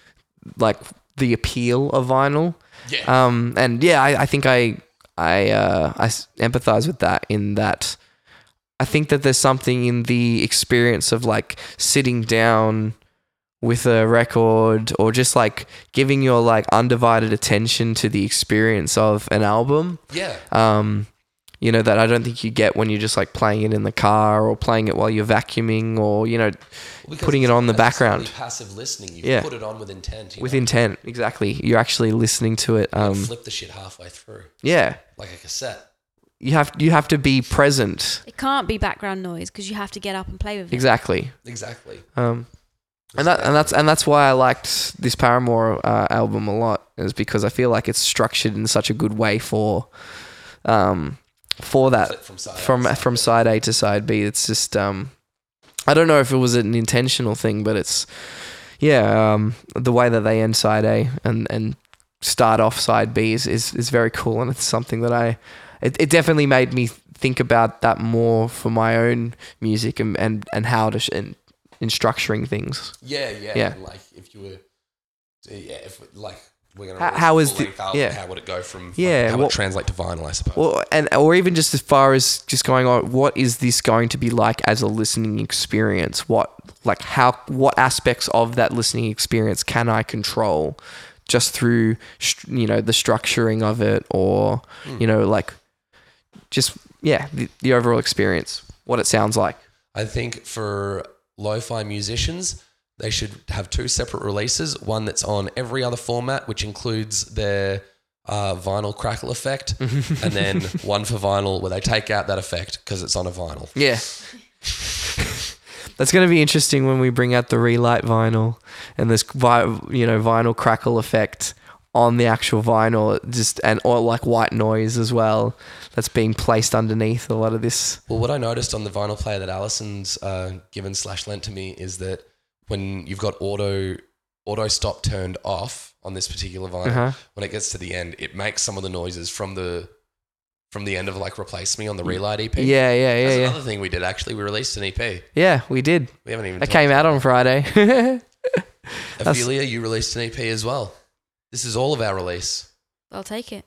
Speaker 2: like the appeal of vinyl.
Speaker 1: Yeah.
Speaker 2: Um, and yeah, I, I think I I uh, I s- empathize with that in that I think that there's something in the experience of like sitting down with a record or just like giving your like undivided attention to the experience of an album
Speaker 1: yeah.
Speaker 2: um, you know, that I don't think you get when you're just like playing it in the car or playing it while you're vacuuming or, you know,
Speaker 1: Because
Speaker 2: putting
Speaker 1: it's
Speaker 2: it on the
Speaker 1: not necessarily
Speaker 2: background.
Speaker 1: Passive listening. You
Speaker 2: Yeah.
Speaker 1: put it on with intent. You
Speaker 2: with
Speaker 1: know?
Speaker 2: intent. Exactly. You're actually listening to it. Um,
Speaker 1: flip the shit halfway through,
Speaker 2: yeah.
Speaker 1: like a cassette.
Speaker 2: you have you have to be present.
Speaker 3: It can't be background noise because you have to get up and play with it.
Speaker 2: Exactly.
Speaker 1: Exactly.
Speaker 2: Um, and that and that's and that's why I liked this Paramore uh, album a lot is because I feel like it's structured in such a good way for um for that
Speaker 1: Flip from side
Speaker 2: from
Speaker 1: A to
Speaker 2: from side A to side B. It's just um I don't know if it was an intentional thing, but it's yeah um the way that they end side A and and start off side B is is, is very cool and it's something that I it, it definitely made me think about that more for my own music and and, and how to sh- and in structuring things.
Speaker 1: Yeah, yeah.
Speaker 2: Yeah.
Speaker 1: and, Like if you were, so, yeah, if like we're gonna
Speaker 2: How-
Speaker 1: release
Speaker 2: how
Speaker 1: a
Speaker 2: is
Speaker 1: full
Speaker 2: the-
Speaker 1: length album,
Speaker 2: yeah.
Speaker 1: how would it go from
Speaker 2: Yeah,
Speaker 1: how would
Speaker 2: what-
Speaker 1: it translate to vinyl? I suppose.
Speaker 2: Well, and or even just as far as just going on, what is this going to be like as a listening experience? What like how what aspects of that listening experience can I control just through str- you know the structuring of it or you know like just yeah the, the overall experience, what it sounds like.
Speaker 1: I think for lo-fi musicians, they should have two separate releases. One that's on every other format, which includes their uh, vinyl crackle effect, and then one for vinyl where they take out that effect because it's on a vinyl.
Speaker 2: Yeah. That's going to be interesting when we bring out the relight vinyl and this vi- you know vinyl crackle effect on the actual vinyl It just and or like white noise as well that's being placed underneath a lot of this.
Speaker 1: Well, what I noticed on the vinyl player that Alison's uh, given slash lent to me is that when you've got auto auto stop turned off on this particular vinyl,
Speaker 2: Uh-huh.
Speaker 1: when it gets to the end, it makes some of the noises from the from the end of like replace me on the relight E EP.
Speaker 2: Yeah, yeah, yeah,
Speaker 1: That's
Speaker 2: yeah.
Speaker 1: another thing we did actually. We released an EP.
Speaker 2: yeah, we did.
Speaker 1: We haven't even.
Speaker 2: That came out on Friday.
Speaker 1: talked- Ophelia, you released an EP as well. This is all of our release.
Speaker 3: I'll take it.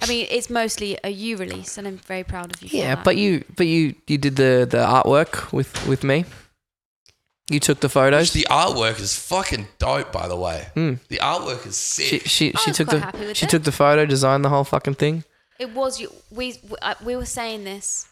Speaker 3: I mean, it's mostly a you release, and I'm very proud of you. for
Speaker 2: yeah,
Speaker 3: that.
Speaker 2: but you but you you did the the artwork with with me. You took the photos.
Speaker 1: The artwork is fucking dope, by the way.
Speaker 2: Hmm.
Speaker 1: The artwork is
Speaker 2: She
Speaker 1: sick.
Speaker 2: she,
Speaker 3: I
Speaker 2: she
Speaker 3: was
Speaker 2: took
Speaker 3: quite
Speaker 2: the
Speaker 3: happy with
Speaker 2: she
Speaker 3: it.
Speaker 2: took the photo, designed the whole fucking thing.
Speaker 3: It was you. We we- uh, we were saying this.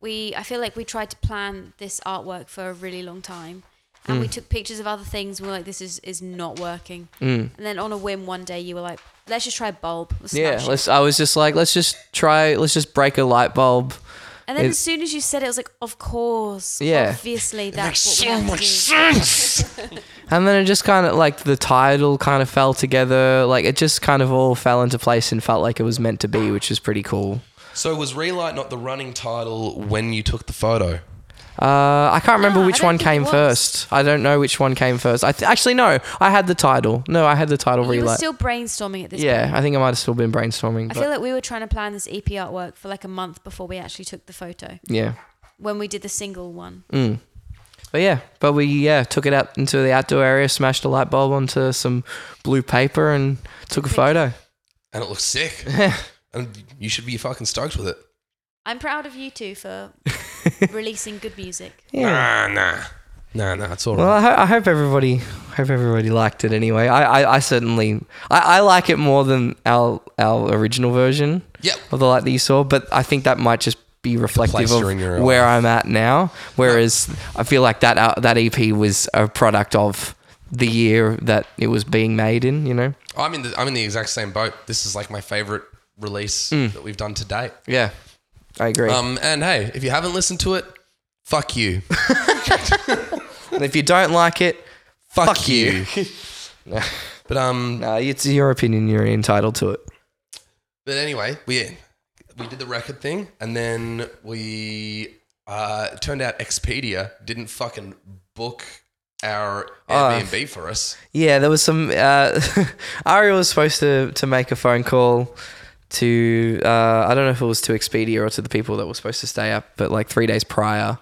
Speaker 3: We I feel like we tried to plan this artwork for a really long time, and we took pictures of other things. And we were like, this is is not working.
Speaker 2: Mm.
Speaker 3: And then on a whim, one day you were like, let's just try bulb. Let's
Speaker 2: Yeah,
Speaker 3: smash it.
Speaker 2: let's. I was just like, let's just try. Let's just break a light bulb.
Speaker 3: And then
Speaker 2: it-
Speaker 3: as soon as you said it, I was like, of course.
Speaker 2: Yeah.
Speaker 3: Obviously,
Speaker 1: Makes
Speaker 3: that's what we
Speaker 1: so
Speaker 3: have to
Speaker 1: much
Speaker 3: do.
Speaker 1: sense.
Speaker 2: And then it just kind of like the title kind of fell together. Like it just kind of all fell into place and felt like it was meant to be, which is pretty cool.
Speaker 1: So was Relight not the running title when you took the photo?
Speaker 2: Uh, I can't remember
Speaker 3: No, I
Speaker 2: which
Speaker 3: don't
Speaker 2: one
Speaker 3: think it
Speaker 2: came
Speaker 3: was.
Speaker 2: first. I don't know which one came first. I th- actually no, I had the title. No, I had the title
Speaker 3: You were
Speaker 2: relight.
Speaker 3: still brainstorming at this
Speaker 2: Yeah,
Speaker 3: point.
Speaker 2: I think I might have still been brainstorming.
Speaker 3: I
Speaker 2: But
Speaker 3: feel like we were trying to plan this EP artwork for like a month before we actually took the photo
Speaker 2: yeah,
Speaker 3: when we did the single one.
Speaker 2: mm. but yeah, but we yeah took it out into the outdoor area, smashed a light bulb onto some blue paper, and took a photo.
Speaker 1: And it looks sick. and you should be fucking stoked with it.
Speaker 3: I'm proud of you two for releasing good music.
Speaker 2: Yeah.
Speaker 1: Nah, nah. Nah, nah, it's all right.
Speaker 2: Well, I, ho- I hope everybody hope everybody liked it anyway. I, I, I certainly I, I like it more than our our original version
Speaker 1: Yep.
Speaker 2: of the light that you saw, but I think that might just be reflective of
Speaker 1: you're in your
Speaker 2: where I'm at now. Whereas I feel like that uh, that EP was a product of the year that it was being made in. You know?
Speaker 1: I'm in the I'm in the exact same boat. This is like my favorite release that we've done to date.
Speaker 2: Yeah, I agree.
Speaker 1: Um, and hey, if you haven't listened to it, fuck you.
Speaker 2: and if you don't like it,
Speaker 1: Fuck,
Speaker 2: Fuck
Speaker 1: you.
Speaker 2: you.
Speaker 1: but um,
Speaker 2: uh, it's your opinion. You're entitled to it.
Speaker 1: but anyway, we we did the record thing, and then we uh it turned out Expedia didn't fucking book our
Speaker 2: Uh,
Speaker 1: Airbnb for us.
Speaker 2: Yeah, there was some. Uh, Ariel was supposed to, to make a phone call to, uh, I don't know if it was to Expedia or to the people that were supposed to stay up, but like three days prior,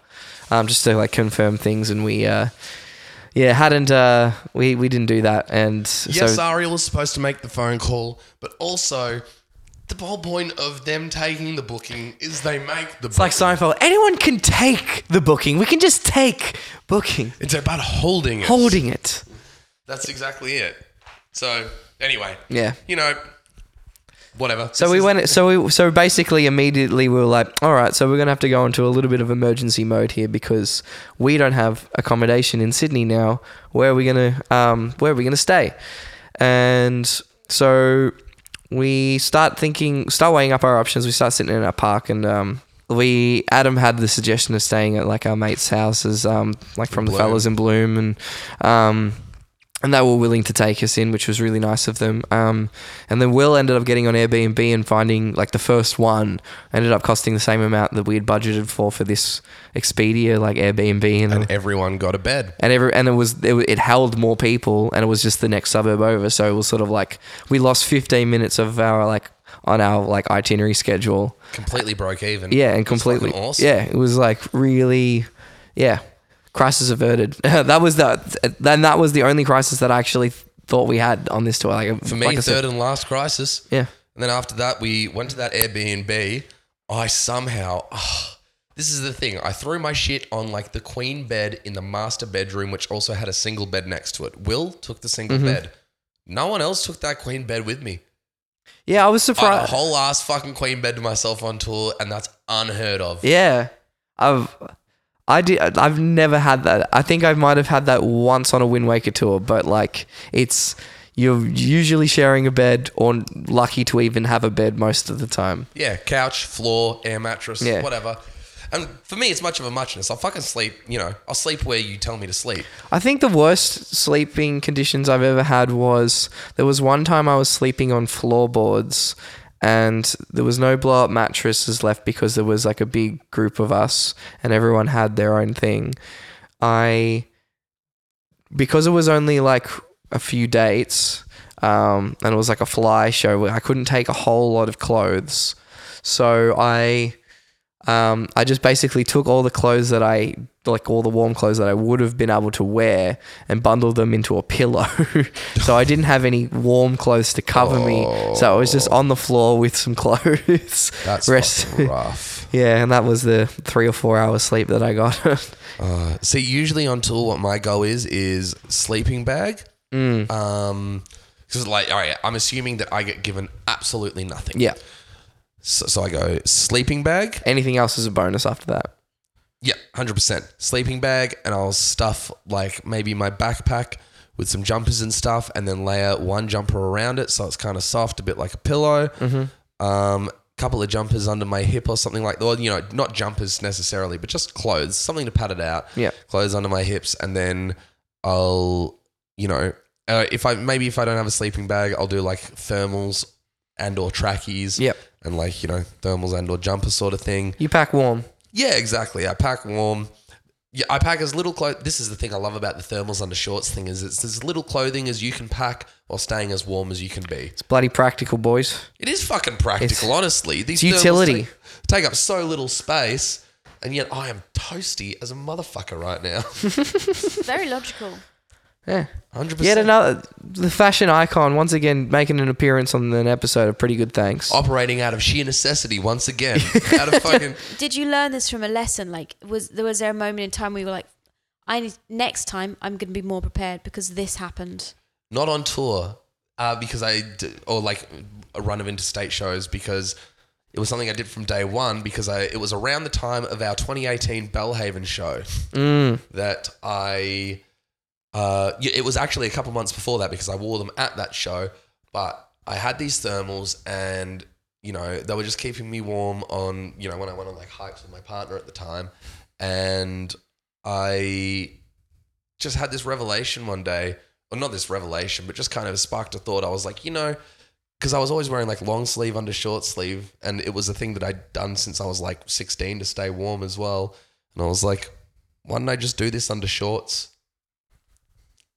Speaker 2: um, just to like confirm things. And we, uh, yeah, hadn't, uh, we, we didn't do that. And
Speaker 1: Yes,
Speaker 2: so,
Speaker 1: Ariel was supposed to make the phone call, but also the whole point of them taking the booking is they make the
Speaker 2: it's like Seinfeld, anyone can take the booking. We can just take booking,
Speaker 1: it's about holding it.
Speaker 2: holding it.
Speaker 1: That's exactly it. So anyway,
Speaker 2: Yeah.
Speaker 1: you know, whatever.
Speaker 2: So we went. So we. So basically, immediately we were like, "All right, so we're gonna have to go into a little bit of emergency mode here because we don't have accommodation in Sydney now. Where are we gonna? Um, where are we gonna stay?" And so we start thinking, start weighing up our options. We start sitting in our park, and um, we Adam had the suggestion of staying at like our mates' houses, um, like from the
Speaker 1: Bloom.
Speaker 2: fellas in Bloom, and um, and they were willing to take us in, which was really nice of them. Um, and then Will ended up getting on Airbnb and finding like the first one ended up costing the same amount that we had budgeted for for this Expedia like Airbnb, and,
Speaker 1: And everyone got a bed.
Speaker 2: and every and it was it, it held more people and it was just the next suburb over so it was sort of like we lost 15 minutes of our like on our like itinerary schedule
Speaker 1: Completely broke even.
Speaker 2: yeah and
Speaker 1: It's fucking
Speaker 2: completely
Speaker 1: awesome.
Speaker 2: yeah it was like really yeah crisis averted that was the then that was the only crisis that I actually thought we had on this tour like
Speaker 1: For me,
Speaker 2: like I said-
Speaker 1: third and last crisis.
Speaker 2: yeah
Speaker 1: And then after that, we went to that Airbnb. I somehow, ah, this is the thing. I threw my shit on like the queen bed in the master bedroom, which also had a single bed next to it. Will took the single
Speaker 2: Mm-hmm.
Speaker 1: bed. No one else took that queen bed with me.
Speaker 2: yeah I was
Speaker 1: I had a
Speaker 2: surprised
Speaker 1: whole ass fucking queen bed to myself on tour, and that's unheard of.
Speaker 2: Yeah, I've I did. I've never had that. I think I might have had that once on a Wind Waker tour, but like it's you're usually sharing a bed or lucky to even have a bed most of the time.
Speaker 1: Yeah, couch, floor, air mattress,
Speaker 2: Yeah.
Speaker 1: whatever. And for me, it's much of a muchness. I'll fucking sleep, you know, I'll sleep where you tell me to sleep.
Speaker 2: I think the worst sleeping conditions I've ever had was there was one time I was sleeping on floorboards and there was no blow up mattresses left because there was like a big group of us and everyone had their own thing. I because it was only like a few dates um, and it was like a fly show, I couldn't take a whole lot of clothes. So I um, I just basically took all the clothes that I like all the warm clothes that I would have been able to wear and bundled them into a pillow. so I didn't have any warm clothes to cover me. So I was just on the floor with some clothes.
Speaker 1: Oh. That's
Speaker 2: Rest-
Speaker 1: fucking rough.
Speaker 2: yeah, and that was the three or four hour sleep that I got.
Speaker 1: Uh, see, usually on tour, what my goal is is sleeping bag. Mm. Um, because like, all right, I'm assuming that I get given absolutely nothing.
Speaker 2: yeah.
Speaker 1: So, so I go sleeping bag.
Speaker 2: Anything else is a bonus after that.
Speaker 1: Yeah, hundred percent sleeping bag, and I'll stuff like maybe my backpack with some jumpers and stuff, and then layer one jumper around it so it's kind of soft, a bit like a pillow.
Speaker 2: Mm-hmm.
Speaker 1: Um, couple of jumpers under my hip or something like that. Or, you know, not jumpers necessarily, but just clothes, something to pad it out.
Speaker 2: Yeah.
Speaker 1: clothes under my hips, and then I'll, you know, uh, if I maybe if I don't have a sleeping bag, I'll do like thermals and or trackies.
Speaker 2: Yep.
Speaker 1: and like you know thermals and or jumper sort of thing.
Speaker 2: You pack warm.
Speaker 1: Yeah, exactly. I pack warm. Yeah, I pack as little clothes. This is the thing I love about the thermals under shorts thing is it's as little clothing as you can pack while staying as warm as you can be.
Speaker 2: It's bloody practical, boys.
Speaker 1: It is fucking practical, honestly. These
Speaker 2: it's
Speaker 1: thermals
Speaker 2: utility.
Speaker 1: Take, take up so little space, and yet I am toasty as a motherfucker right now.
Speaker 3: Very logical.
Speaker 2: Yeah.
Speaker 1: Hundred
Speaker 2: Yet
Speaker 1: percent.
Speaker 2: another the fashion icon once again making an appearance on an episode of Pretty Good Thanks.
Speaker 1: Operating out of sheer necessity once again. out of fucking.
Speaker 3: Did you learn this from a lesson? Like, was there was there a moment in time where you were like, I need, next time I'm going to be more prepared because this happened.
Speaker 1: not on tour uh, because I d- or like a run of interstate shows because it was something I did from day one because I it was around the time of our 2018 Bellhaven show
Speaker 2: Mm.
Speaker 1: that I uh, yeah, it was actually a couple months before that because I wore them at that show but I had these thermals and you know they were just keeping me warm on you know when I went on like hikes with my partner at the time and I just had this revelation one day, or not this revelation, but just kind of sparked a thought. I was like, you know, because I was always wearing like long sleeve under short sleeve, and it was a thing that I'd done since I was like 16 to stay warm as well. And I was like, why don't I just do this under shorts?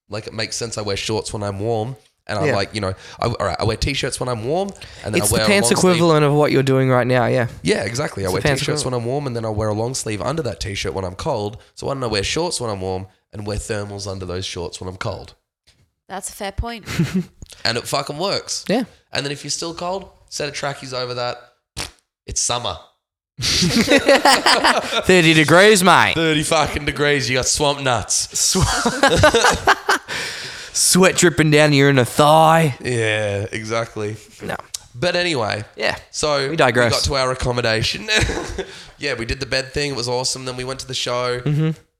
Speaker 1: Like it makes sense. I wear shorts when I'm warm, and I'm
Speaker 2: Yeah.
Speaker 1: like, you know, I, all right, I wear t-shirts when I'm warm, and then
Speaker 2: It's
Speaker 1: I
Speaker 2: the
Speaker 1: wear a
Speaker 2: pants
Speaker 1: long sleeve-
Speaker 2: equivalent of what you're doing right now, yeah.
Speaker 1: yeah, exactly. I
Speaker 2: It's a
Speaker 1: wear
Speaker 2: fancy
Speaker 1: t-shirts
Speaker 2: coat.
Speaker 1: when I'm warm, and then I wear a long sleeve under that t-shirt when I'm cold. So why don't I wear shorts when I'm warm and wear thermals under those shorts when I'm cold?
Speaker 3: That's a fair point.
Speaker 1: And it fucking works.
Speaker 2: Yeah.
Speaker 1: And then if you're still cold, set of trackies over that. It's summer.
Speaker 2: 30 degrees, mate.
Speaker 1: Thirty fucking degrees. You got swamp nuts.
Speaker 2: Sweat dripping down your inner thigh.
Speaker 1: Yeah, exactly.
Speaker 2: No.
Speaker 1: But anyway,
Speaker 2: Yeah.
Speaker 1: So
Speaker 2: We digress.
Speaker 1: got to our accommodation.
Speaker 2: Mm-hmm.
Speaker 1: yeah, we did the bed thing. It was awesome. Then we went to the show.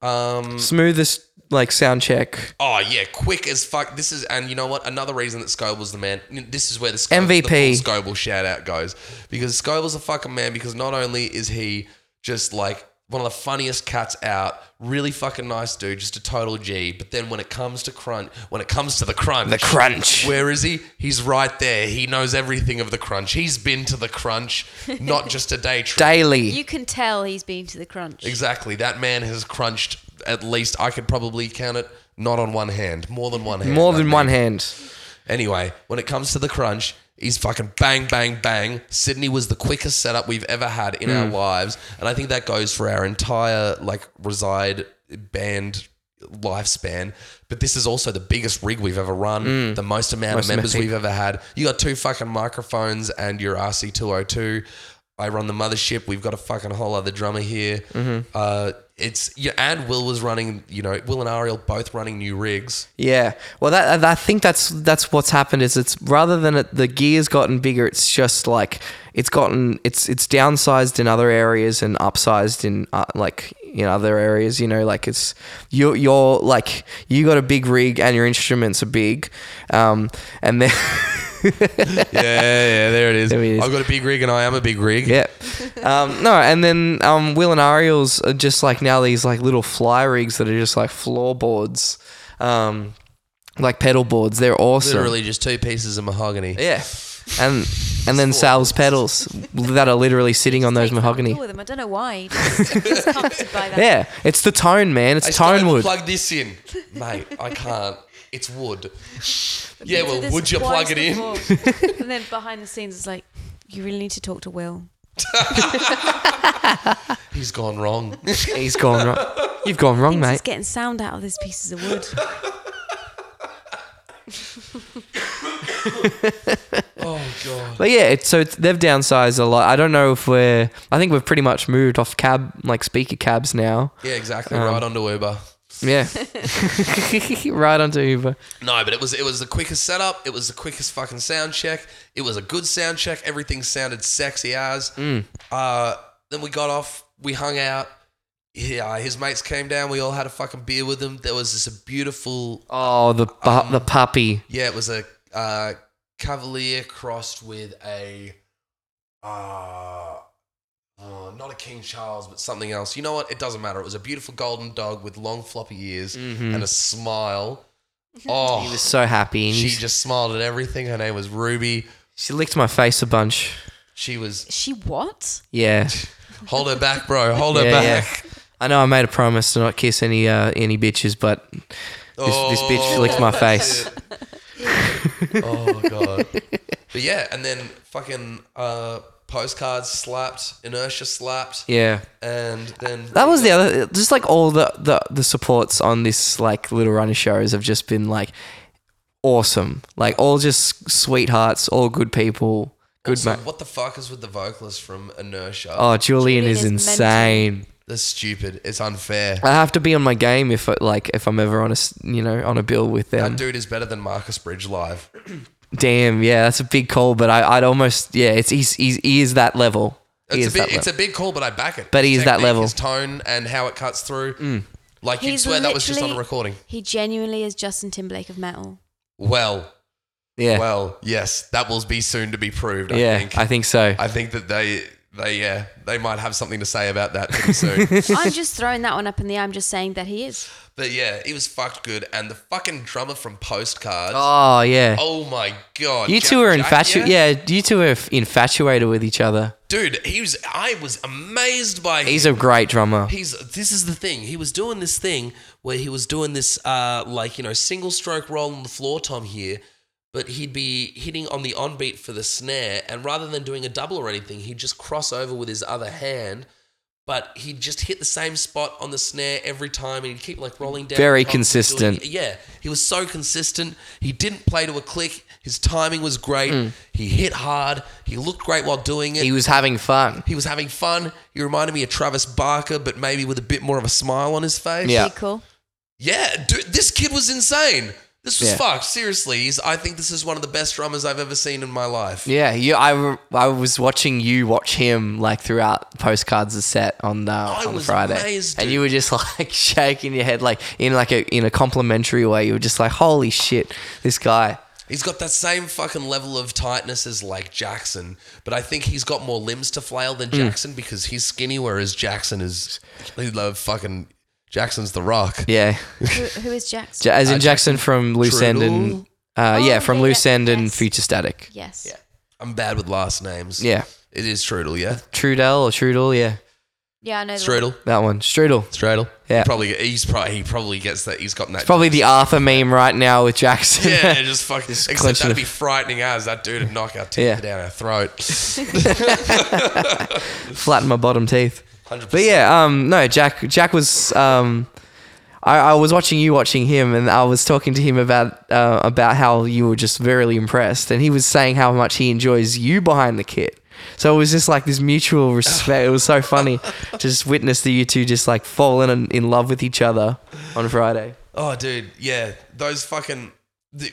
Speaker 1: Um,
Speaker 2: Smoothest like sound check.
Speaker 1: Oh yeah, quick as fuck. This is and you know what? Another reason that Scoble's the man. This is where the Sco-
Speaker 2: MVP.
Speaker 1: the full Scoble shout out goes because Scoble's a fucking man. Because not only is he just like one of the funniest cats out, really fucking nice dude, just a total G. But then when it comes to crunch, when it comes to the crunch,
Speaker 2: The crunch.
Speaker 1: where is he? He's right there. He knows everything of the crunch. He's been to the crunch, not just a day trip.
Speaker 2: Daily.
Speaker 3: You can tell he's been to the crunch.
Speaker 1: Exactly. That man has crunched at least I could probably count it not on one hand, more than one hand.
Speaker 2: More
Speaker 1: I
Speaker 2: than
Speaker 1: mean.
Speaker 2: one hand.
Speaker 1: Anyway, when it comes to the crunch, he's fucking bang, bang, bang. Sydney was the quickest setup we've ever had in
Speaker 2: Mm.
Speaker 1: our lives, and I think that goes for our entire like reside band lifespan. But this is also the biggest rig we've ever run, the most amount
Speaker 2: Mm. Most
Speaker 1: of members
Speaker 2: amount.
Speaker 1: we've ever had. You got two fucking microphones and your RC two hundred two. I run the mothership. We've got a fucking whole other drummer here.
Speaker 2: Mm-hmm.
Speaker 1: Uh, it's yeah, and Will was running. You know, Will and Ariel both running new rigs.
Speaker 2: Yeah. Well, that I think that's that's what's happened is it's rather than it, the gear's gotten bigger, it's just like it's gotten it's it's downsized in other areas and upsized in uh, like in other areas. You know, like it's you you're like you got a big rig and your instruments are big, um, and then
Speaker 1: yeah, yeah, there it is.
Speaker 2: There it is.
Speaker 1: I've got a big rig and I am a big rig.
Speaker 2: yeah, um, no, and then um, Will and Ariel's are just like now these like little fly rigs that are just like floorboards, um, like pedal boards. They're awesome.
Speaker 1: Literally just two pieces of mahogany.
Speaker 2: Yeah. And and then Sal's pedals that are literally sitting on those
Speaker 3: Takes that
Speaker 2: mahogany.
Speaker 3: With him. I don't know why. Just, just comforted by that.
Speaker 2: Yeah, it's the tone, man. It's
Speaker 1: I still
Speaker 2: tone
Speaker 1: haven't
Speaker 2: wood.
Speaker 1: Plug this in, mate. I can't. It's wood. Yeah,
Speaker 3: We did
Speaker 1: well,
Speaker 3: this
Speaker 1: would you
Speaker 3: twice
Speaker 1: plug it in?
Speaker 3: before. and then behind the scenes, it's like, you really need to talk to Will.
Speaker 1: He's gone wrong.
Speaker 2: He's gone wrong. You've gone wrong,
Speaker 3: Things
Speaker 2: mate.
Speaker 3: is getting sound out of these pieces of wood.
Speaker 1: oh god.
Speaker 2: But yeah, it's, so it's, they've downsized a lot. I don't know if we're. I think we've pretty much moved off cab like speaker cabs now.
Speaker 1: Yeah, exactly.
Speaker 2: Um,
Speaker 1: right onto Uber.
Speaker 2: Yeah, right onto Uber.
Speaker 1: No, but it was it was the quickest setup. It was the quickest fucking sound check. It was a good sound check. Everything sounded sexy as.
Speaker 2: Mm.
Speaker 1: Uh, then we got off. We hung out. Yeah, his mates came down. We all had a fucking beer with them. There was this beautiful
Speaker 2: Oh, the pu- the puppy.
Speaker 1: Yeah, it was a uh, Cavalier crossed with a, uh, oh, not a King Charles, but something else. You know what? It doesn't matter. It was a beautiful golden dog with long floppy ears and a smile.
Speaker 2: Mm-hmm. He
Speaker 1: Oh,
Speaker 2: was so happy. And
Speaker 1: she
Speaker 2: he's-
Speaker 1: just smiled at everything. Her name was Ruby.
Speaker 2: she licked my face a bunch.
Speaker 1: She was
Speaker 3: She what?
Speaker 2: Yeah,
Speaker 1: hold her back, bro. Hold her
Speaker 2: Yeah, yeah.
Speaker 1: back.
Speaker 2: I know I made a promise to not kiss any uh, any bitches, but this, this bitch
Speaker 1: Oh,
Speaker 2: licked my
Speaker 1: that's
Speaker 2: face.
Speaker 1: it. oh god. But yeah, and then fucking uh, postcards slapped, inertia slapped.
Speaker 2: Yeah.
Speaker 1: and then
Speaker 2: That was the other, just like all the, the, the supports on this like little runner shows have just been like awesome, like all just sweethearts, all good people, good
Speaker 1: Also,
Speaker 2: ma-
Speaker 1: what the fuck is with the vocalist from Inertia?
Speaker 2: Oh, Julian, is,
Speaker 3: is mental.
Speaker 2: insane.
Speaker 1: They're stupid. It's unfair.
Speaker 2: I have to be on my game if I, like if I'm ever on a s- you know on a bill with
Speaker 1: That
Speaker 2: them.
Speaker 1: dude is better than Marcus Bridge live.
Speaker 2: Damn, yeah, that's a big call, but I, I'd almost yeah, it's he's, he's he is that level. He
Speaker 1: It's
Speaker 2: is
Speaker 1: a
Speaker 2: that
Speaker 1: big, it's
Speaker 2: level.
Speaker 1: a big call, but I back it.
Speaker 2: But he
Speaker 1: His
Speaker 2: is that
Speaker 1: technique,
Speaker 2: level. Mm.
Speaker 1: His tone and how it cuts through. Like you'd
Speaker 3: He's
Speaker 1: swear that was just on a
Speaker 3: literally-
Speaker 1: recording.
Speaker 3: He genuinely is Justin Timberlake of metal.
Speaker 1: Well,
Speaker 2: yeah,
Speaker 1: well, yes, that will be soon to be proved. I
Speaker 2: yeah,
Speaker 1: think.
Speaker 2: I think so.
Speaker 1: I think that they, they, yeah, they might have something to say about that pretty soon.
Speaker 3: I'm just throwing that one up in the air. I'm just saying that he is.
Speaker 1: but yeah, he was fucked good, and the fucking drummer from Postcards. Oh,
Speaker 2: oh yeah,
Speaker 1: my god,
Speaker 2: you
Speaker 1: Jack-
Speaker 2: two are
Speaker 1: Jack,
Speaker 2: infatuated. yeah, you two are infatuated with each other.
Speaker 1: dude, he was. I was amazed by. him.
Speaker 2: He's a great drummer.
Speaker 1: he's this is the thing he was doing this thing where he was doing this uh like you know single stroke roll on the floor tom here but he'd be hitting on the on beat for the snare and rather than doing a double or anything he'd just cross over with his other hand but he'd just hit the same spot on the snare every time and he'd keep like rolling down
Speaker 2: Very
Speaker 1: the top and doing-
Speaker 2: consistent.
Speaker 1: yeah he was so consistent he didn't play to a click his timing was great
Speaker 2: Hmm.
Speaker 1: he hit hard he looked great while doing it
Speaker 2: He was having fun.
Speaker 1: he was having fun. He reminded me of Travis Barker, but maybe with a bit more of a smile on his face.
Speaker 2: Yeah.
Speaker 3: Pretty cool.
Speaker 1: Yeah, dude, this kid was insane. This was
Speaker 2: Yeah.
Speaker 1: fucked. Seriously, he's, I think this is one of the best drummers I've ever seen in my life.
Speaker 2: Yeah, you, I, re- I was watching you watch him like throughout postcards of set on the
Speaker 1: I
Speaker 2: on the
Speaker 1: was
Speaker 2: Friday,
Speaker 1: amazed,
Speaker 2: and
Speaker 1: dude.
Speaker 2: you were just like shaking your head like in like a in a complimentary way. You were just like, "Holy shit, this guy!"
Speaker 1: He's got that same fucking level of tightness as like Jackson, but I think he's got more limbs to flail
Speaker 2: Hmm.
Speaker 1: than Jackson because he's skinny, whereas Jackson is he love fucking Jackson's the rock.
Speaker 2: Yeah,
Speaker 3: Who, who is Jackson?
Speaker 2: J- as in Jackson from Loose End and
Speaker 1: Trudeau.
Speaker 2: uh,
Speaker 3: Oh,
Speaker 2: yeah, from
Speaker 3: yeah,
Speaker 2: Loose
Speaker 3: yeah,
Speaker 2: End and
Speaker 3: yes.
Speaker 2: Future Static.
Speaker 3: yes.
Speaker 1: Yeah. I'm bad with last names.
Speaker 2: Yeah,
Speaker 1: It is Strudel, yeah.
Speaker 2: Trudel or Trudel, yeah,
Speaker 3: Yeah, I know. the one.
Speaker 1: Strudel.
Speaker 2: that one, Strudel.
Speaker 1: Strudel.
Speaker 2: Yeah.
Speaker 1: He probably he's probably he probably gets that he's gotten that
Speaker 2: Probably the Arthur meme right now with Jackson.
Speaker 1: Yeah, just fuck this. Except
Speaker 2: clenching
Speaker 1: that'd
Speaker 2: the-
Speaker 1: be frightening as that dude would knock our teeth
Speaker 2: Yeah.
Speaker 1: down our throat.
Speaker 2: Flatten my bottom teeth.
Speaker 1: 100%.
Speaker 2: But yeah, um, no, Jack. Jack was. Um, I, I was watching you watching him, and I was talking to him about uh, about how you were just verily impressed, and he was saying how much he enjoys you behind the kit. So it was just like this mutual respect. It was so funny to just witness the you two just like falling in, in love with each other on Friday.
Speaker 1: Oh, dude, yeah, those fucking, the,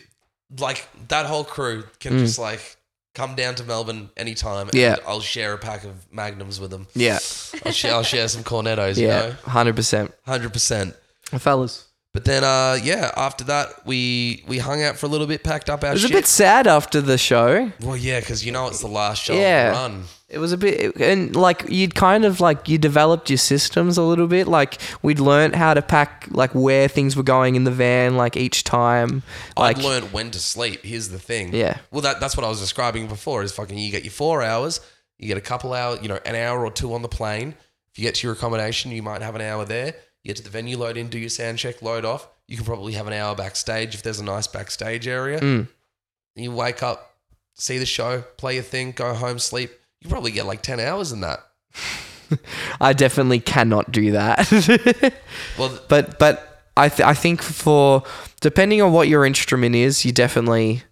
Speaker 1: like that whole crew can just like come down to Melbourne anytime. and
Speaker 2: Mm. Yeah.
Speaker 1: I'll share a pack of magnums with them.
Speaker 2: Yeah,
Speaker 1: I'll, share, I'll share some cornetos. you
Speaker 2: yeah,
Speaker 1: know,
Speaker 2: hundred percent,
Speaker 1: hundred percent.
Speaker 2: fellas.
Speaker 1: But then, uh, yeah, after that, we we hung out for a little bit, packed up our
Speaker 2: It was a
Speaker 1: shit.
Speaker 2: bit sad after the show.
Speaker 1: well, yeah, because you know it's the last show
Speaker 2: Yeah.
Speaker 1: of the run.
Speaker 2: It was a bit, and like you'd kind of like you developed your systems a little bit. Like we'd learnt how to pack, like where things were going in the van, like each time. Like
Speaker 1: I'd learned when to sleep. Here's the thing.
Speaker 2: Yeah.
Speaker 1: Well, that that's what I was describing before. Is fucking you get your four hours, you get a couple hours, you know, an hour or two on the plane. If you get to your accommodation, you might have an hour there. You get to the venue, load in, do your sound check, load off. You can probably have an hour backstage if there's a nice backstage area.
Speaker 2: Mm.
Speaker 1: You wake up, see the show, play your thing, go home, sleep. You probably get like ten hours in that.
Speaker 2: I definitely cannot do that.
Speaker 1: Well, th-
Speaker 2: but but I th- I think for depending on what your instrument is, you definitely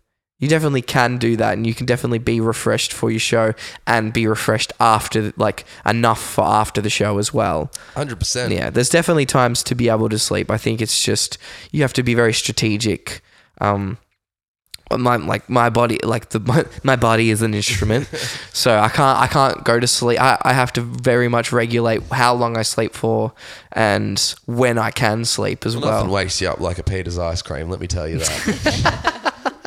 Speaker 2: you definitely can do that, and you can definitely be refreshed for your show and be refreshed after like enough for after the show as well.
Speaker 1: hundred percent.
Speaker 2: Yeah, there's definitely times to be able to sleep. I think it's just you have to be very strategic. Um, my like my body, like the my, my body is an instrument, so I can't I can't go to sleep. I, I have to very much regulate how long I sleep for and when I can sleep as
Speaker 1: Nothing
Speaker 2: well.
Speaker 1: wakes you up like a Peter's ice cream. Let me tell you that.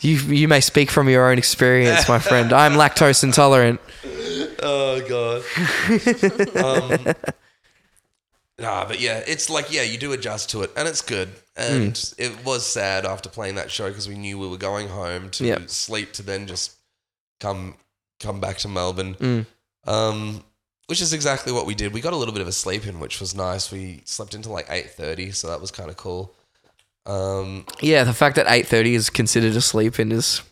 Speaker 2: You you may speak from your own experience, my friend. I'm lactose intolerant.
Speaker 1: Oh god. um, nah, but yeah, it's like yeah, you do adjust to it, and it's good.
Speaker 2: Mm.
Speaker 1: And it was sad after playing that show because we knew we were going home to
Speaker 2: Yep.
Speaker 1: sleep to then just come come back to Melbourne.
Speaker 2: Mm.
Speaker 1: Um, which is exactly what we did. We got a little bit of a sleep in, which was nice. We slept until like eight thirty, so that was kind of cool. Um,
Speaker 2: Yeah, the fact that 8:30 is considered a sleep in is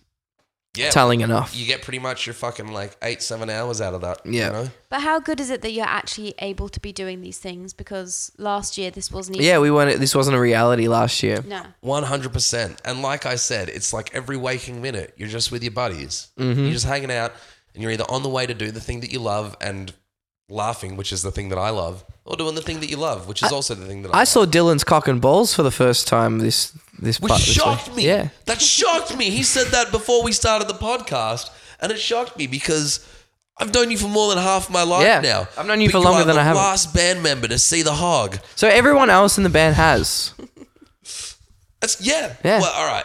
Speaker 1: yeah,
Speaker 2: telling enough.
Speaker 1: you get pretty much your fucking like eight seven hours out of that.
Speaker 2: Yeah.
Speaker 1: you know?
Speaker 3: But how good is it that you're actually able to be doing these things? Because last year this wasn't even.
Speaker 2: Yeah, we weren't. This wasn't a reality last year.
Speaker 3: No.
Speaker 1: One hundred percent. And like I said, it's like every waking minute, you're just with your buddies.
Speaker 2: Mm-hmm.
Speaker 1: You're just hanging out, and you're either on the way to do the thing that you love and laughing, which is the thing that I love, or doing the thing that you love, which is also the thing that I,
Speaker 2: I
Speaker 1: love.
Speaker 2: saw Dylan's cock and balls for the first time this this
Speaker 1: Which
Speaker 2: part- this
Speaker 1: shocked
Speaker 2: week.
Speaker 1: me.
Speaker 2: Yeah.
Speaker 1: that shocked me. He said that before we started the podcast, and it shocked me because. I've known you for more than half my life
Speaker 2: Yeah.
Speaker 1: now.
Speaker 2: I've known you
Speaker 1: But
Speaker 2: for longer
Speaker 1: are
Speaker 2: than
Speaker 1: the
Speaker 2: I haven't.
Speaker 1: Last band member to see the hog.
Speaker 2: So everyone else in the band has.
Speaker 1: That's yeah.
Speaker 2: Yeah.
Speaker 1: Well, all right.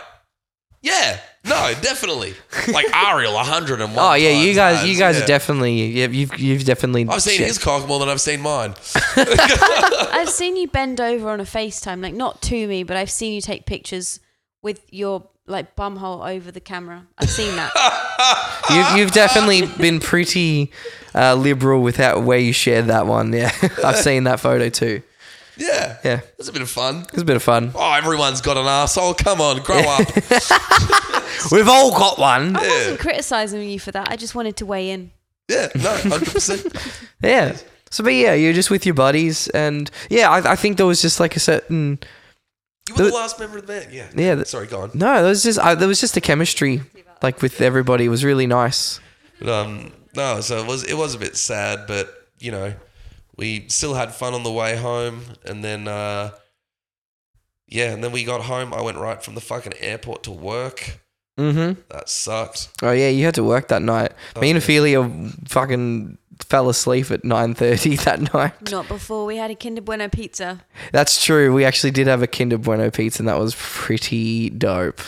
Speaker 1: Yeah. No, definitely. Like Ariel, hundred and one.
Speaker 2: Oh yeah, you
Speaker 1: times
Speaker 2: guys,
Speaker 1: has,
Speaker 2: you guys
Speaker 1: yeah.
Speaker 2: are definitely yeah, you've you've definitely.
Speaker 1: I've seen
Speaker 2: shit.
Speaker 1: his cock more than I've seen mine.
Speaker 3: I've seen you bend over on a FaceTime, like not to me, but I've seen you take pictures with your like bumhole over the camera. I've seen that.
Speaker 2: You've, you've definitely been pretty uh, liberal with that where you shared that one. Yeah, I've seen that photo too.
Speaker 1: Yeah.
Speaker 2: Yeah, it
Speaker 1: That's a bit of fun.
Speaker 2: was a bit of fun.
Speaker 1: Oh, everyone's got an asshole. Come on, grow up.
Speaker 2: We've all got one.
Speaker 3: I wasn't criticizing you for that. I just wanted to weigh in.
Speaker 1: Yeah. No, hundred percent.
Speaker 2: Yeah. So, but yeah, you're just with your buddies, and yeah, I, I think there was just like a certain
Speaker 1: You were the
Speaker 2: The-
Speaker 1: last member of the band. Yeah.
Speaker 2: yeah. th-
Speaker 1: Sorry, go on.
Speaker 2: No, there was just I, there was just the chemistry, like with everybody, it was really nice.
Speaker 1: But, um, no, so it was it was a bit sad, but you know, we still had fun on the way home, and then uh, Yeah, and then we got home. I went right from the fucking airport to work.
Speaker 2: Mm-hmm.
Speaker 1: That sucked.
Speaker 2: Oh yeah, you had to work that night.
Speaker 1: Oh,
Speaker 2: Me and
Speaker 1: yeah.
Speaker 2: Ophelia fucking fell asleep at nine thirty that night.
Speaker 3: Not before we had a Kinder Bueno pizza.
Speaker 2: That's true. We actually did have a Kinder Bueno pizza, and that was pretty dope.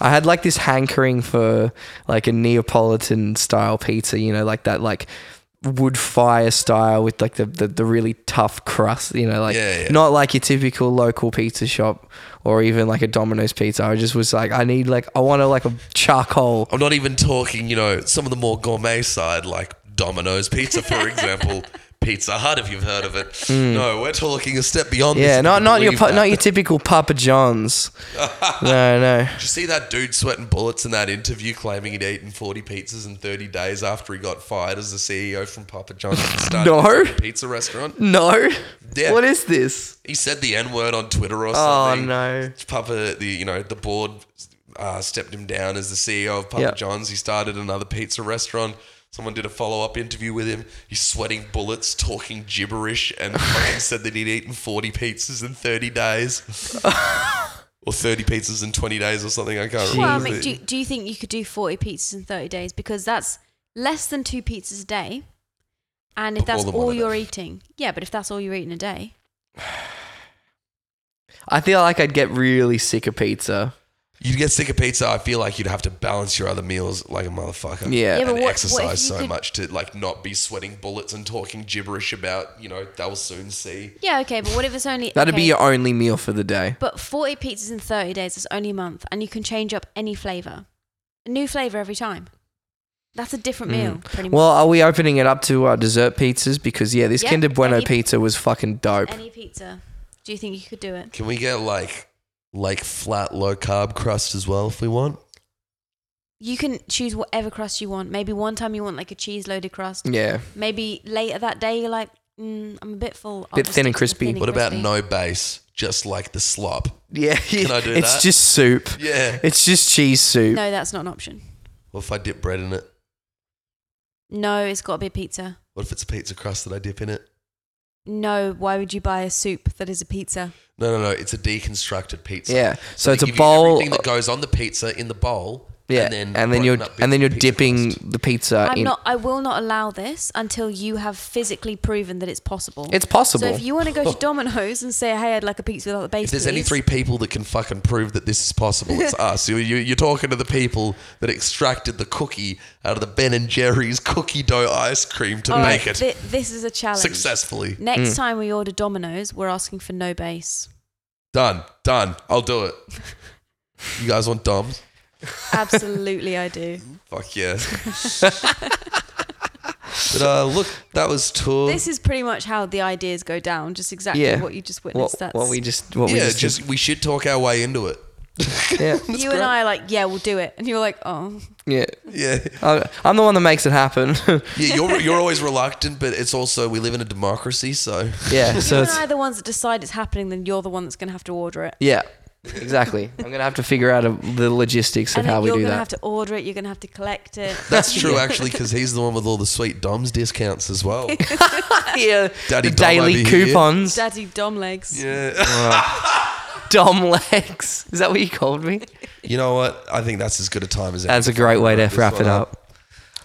Speaker 2: I had like this hankering for like a Neapolitan style pizza, you know, like that like wood fire style with like the, the, the really tough crust, you know, like
Speaker 1: Yeah, yeah.
Speaker 2: not like your typical local pizza shop or even like a Domino's pizza. I just was like, I need like I want to like a charcoal.
Speaker 1: I'm not even talking, you know, some of the more gourmet side, like Domino's Pizza, for example, Pizza Hut, if you've heard of it. No, we're talking a step beyond. this,
Speaker 2: Hmm. Yeah,
Speaker 1: if
Speaker 2: not
Speaker 1: you
Speaker 2: not your
Speaker 1: believe
Speaker 2: pa-
Speaker 1: that.
Speaker 2: not your typical Papa John's. no, no.
Speaker 1: Did you see that dude sweating bullets in that interview claiming he'd eaten 40 pizzas in 30 days after he got fired as the CEO from Papa John's and started
Speaker 2: No.
Speaker 1: his own pizza restaurant?
Speaker 2: No.
Speaker 1: Yeah.
Speaker 2: What is this?
Speaker 1: He said the N word on Twitter or
Speaker 2: Oh
Speaker 1: something.
Speaker 2: no.
Speaker 1: Papa, the you know the board uh, stepped him down as the CEO of Papa
Speaker 2: Yeah.
Speaker 1: John's. He started another pizza restaurant. Someone did a follow up interview with him. He's sweating bullets, talking gibberish, and fucking said that he'd eaten forty pizzas in thirty days, or thirty pizzas in twenty days, or something. I can't
Speaker 3: Well, I
Speaker 1: remember.
Speaker 3: mean, do, do you think you could do 40 pizzas in 30 days? Because that's less than two pizzas a day. And if
Speaker 1: But
Speaker 3: that's
Speaker 1: more than one
Speaker 3: all
Speaker 1: a
Speaker 3: you're
Speaker 1: day.
Speaker 3: eating, yeah, but if that's all you're eating a day,
Speaker 2: I feel like I'd get really sick of pizza.
Speaker 1: You'd get sick of pizza. I feel like you'd have to balance your other meals like a motherfucker.
Speaker 2: Yeah.
Speaker 3: Yeah,
Speaker 1: and
Speaker 3: but what- what if
Speaker 1: exercise
Speaker 3: you
Speaker 1: so
Speaker 3: could-
Speaker 1: much to like not be sweating bullets and talking gibberish about you know they'll soon see.
Speaker 3: yeah, okay, but what if it's only.
Speaker 2: That'd be
Speaker 3: okay,
Speaker 2: your only meal for the day.
Speaker 3: But 40 pizzas in 30 days is only a month, and you can change up any flavor. A new flavor every time. That's a different meal, pretty much.
Speaker 2: Mm. Well, are we opening it up to our dessert pizzas? Because yeah, this
Speaker 3: Yeah,
Speaker 2: Kinder Bueno
Speaker 3: any-
Speaker 2: pizza was fucking dope.
Speaker 3: any pizza. Do you think you could do it?
Speaker 1: Can we get like like flat low carb crust as well if we want?
Speaker 3: You can choose whatever crust you want. Maybe one time you want like a cheese loaded crust.
Speaker 2: yeah.
Speaker 3: Maybe later that day you're like, mm, I'm a bit full. I'll
Speaker 2: Bit
Speaker 3: just
Speaker 2: thin and
Speaker 3: stick to the
Speaker 2: crispy.
Speaker 3: thin and
Speaker 1: What about
Speaker 3: crispy.
Speaker 1: no base, just like the slop?
Speaker 2: Yeah.
Speaker 1: Can I do
Speaker 2: it's
Speaker 1: that?
Speaker 2: just soup.
Speaker 1: Yeah.
Speaker 2: It's just cheese soup.
Speaker 3: No, that's not an option.
Speaker 1: What if I dip bread in it?
Speaker 3: No, it's got to be a pizza.
Speaker 1: What if it's a pizza crust that I dip in it?
Speaker 3: No, why would you buy a soup that is a pizza?
Speaker 1: No, no, no. It's a deconstructed pizza.
Speaker 2: Yeah. So
Speaker 1: They
Speaker 2: it's a
Speaker 1: give you
Speaker 2: bowl.
Speaker 1: Everything that goes on the pizza in the bowl.
Speaker 2: yeah.
Speaker 1: And then,
Speaker 2: you're
Speaker 1: broken up bits
Speaker 2: and then
Speaker 1: of
Speaker 2: you're
Speaker 1: pizza
Speaker 2: dipping
Speaker 1: crust.
Speaker 2: the pizza
Speaker 3: I'm
Speaker 2: Uh, in.
Speaker 3: not. I will not allow this until you have physically proven that it's possible.
Speaker 2: it's possible.
Speaker 3: So if you want to go to Domino's and say, "Hey, I'd like a pizza without the base,"
Speaker 1: If there's any
Speaker 3: please."
Speaker 1: three people that can fucking prove that this is possible, it's us. You, you, you're talking to the people that extracted the cookie out of the Ben and Jerry's cookie dough ice cream to
Speaker 3: All right,
Speaker 1: make it
Speaker 3: thi- this is a challenge.
Speaker 1: successfully.
Speaker 2: Mm.
Speaker 3: Next time we order Domino's, we're asking for no base.
Speaker 1: Done. Done. I'll do it. You guys want Doms?
Speaker 3: Absolutely, I do.
Speaker 1: Fuck yeah. but uh, look, that was tour.
Speaker 3: This is pretty much how the ideas go down. Just exactly
Speaker 2: Yeah.
Speaker 3: what you just
Speaker 2: what,
Speaker 3: witnessed. That's
Speaker 2: what we just what we
Speaker 1: yeah,
Speaker 2: just,
Speaker 1: just we should talk our way into it.
Speaker 2: yeah
Speaker 3: you and I are like, yeah, we'll do it, and you're like, oh,
Speaker 2: yeah.
Speaker 1: Yeah,
Speaker 2: I- I'm the one that makes it happen.
Speaker 1: yeah. You're you're always reluctant, but it's also we live in a democracy, so
Speaker 2: yeah. So
Speaker 3: you
Speaker 2: it's
Speaker 3: and I are the ones that decide it's happening. Then you're the one that's going to have to order it.
Speaker 2: yeah. Exactly. I'm gonna have to figure out a, the logistics of
Speaker 3: and then
Speaker 2: how we
Speaker 3: you're
Speaker 2: do
Speaker 3: gonna
Speaker 2: that.
Speaker 3: have to order it. You're gonna have to collect it.
Speaker 1: that's true actually because he's the one with all the sweet Dom's discounts as well.
Speaker 2: yeah,
Speaker 1: Daddy
Speaker 2: the
Speaker 1: Dom
Speaker 2: daily
Speaker 1: over here.
Speaker 2: coupons.
Speaker 3: Daddy Dom legs.
Speaker 1: Yeah,
Speaker 2: Dom legs. Is that what you called me?
Speaker 1: you know what? I think that's as good a time as
Speaker 2: That's a
Speaker 1: any.
Speaker 2: great way to
Speaker 1: This
Speaker 2: wrap it
Speaker 1: one
Speaker 2: up.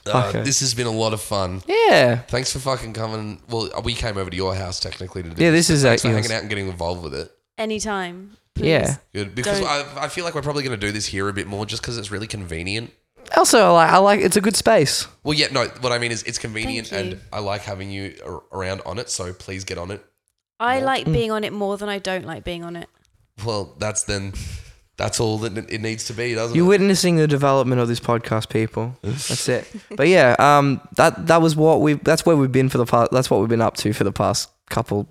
Speaker 1: Uh,
Speaker 2: Okay.
Speaker 1: This has been a lot of fun.
Speaker 2: Yeah.
Speaker 1: Thanks for fucking coming. Well, we came over to your house technically to do.
Speaker 2: Yeah, this is
Speaker 1: Thanks for
Speaker 2: actually-
Speaker 1: hanging out and getting involved with it.
Speaker 3: Anytime. Please.
Speaker 2: Yeah.
Speaker 1: Good because
Speaker 3: Don't-
Speaker 1: I, I feel like we're probably going to do this here a bit more just because it's really convenient.
Speaker 2: Also, I like, I like it's a good space.
Speaker 1: Well, yeah, no, what I mean is it's convenient
Speaker 3: Thank you.
Speaker 1: and I like having you ar- around on it. So please get on it.
Speaker 3: I like
Speaker 2: Mm.
Speaker 3: being on it more than I don't like being on it.
Speaker 1: Well, that's then. That's all that it needs to be, doesn't
Speaker 2: You're
Speaker 1: it?
Speaker 2: witnessing the development of this podcast, people. That's it. But yeah, um, that that was what we. That's where we've been for the past. That's what we've been up to for the past couple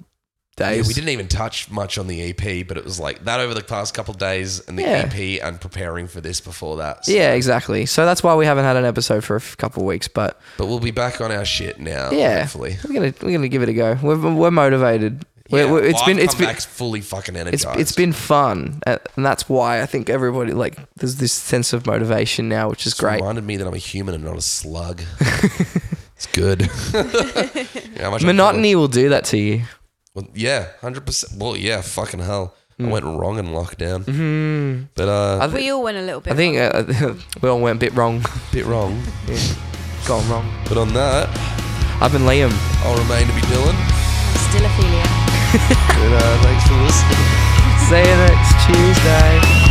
Speaker 1: Yeah,
Speaker 2: days.
Speaker 1: we didn't even touch much on the EP, but it was like that over the past couple of days and the
Speaker 2: Yeah.
Speaker 1: EP and preparing for this before that. So-
Speaker 2: Yeah, exactly. So that's why we haven't had an episode for a f- couple weeks. But
Speaker 1: But we'll be back on our shit now.
Speaker 2: Yeah.
Speaker 1: Hopefully.
Speaker 2: we're gonna we're gonna give it a go. We're we're motivated. We're,
Speaker 1: Yeah,
Speaker 2: we're,
Speaker 1: well,
Speaker 2: it's
Speaker 1: I've
Speaker 2: been it's
Speaker 1: come
Speaker 2: been
Speaker 1: back fully fucking
Speaker 2: it's
Speaker 1: energized.
Speaker 2: it's been fun, uh, and that's why I think everybody like there's this sense of motivation now, which is
Speaker 1: It's
Speaker 2: great.
Speaker 1: Reminded me that I'm a human and not a slug. it's good. Yeah, how much I
Speaker 2: Monotony will do that to you.
Speaker 1: Well, yeah, hundred percent. Well, yeah, fucking hell. I
Speaker 2: Mm.
Speaker 1: went wrong in lockdown,
Speaker 2: Mm-hmm.
Speaker 1: but uh,
Speaker 2: I, th-
Speaker 3: we all went a little bit.
Speaker 2: I think
Speaker 3: wrong.
Speaker 2: uh, we all went a bit wrong.
Speaker 1: a bit wrong.
Speaker 2: Gone wrong.
Speaker 1: But on that,
Speaker 2: I've been Liam.
Speaker 1: I'll remain to be Dylan.
Speaker 3: still a failure.
Speaker 1: And uh, thanks for uh, listening.
Speaker 2: See you next Tuesday.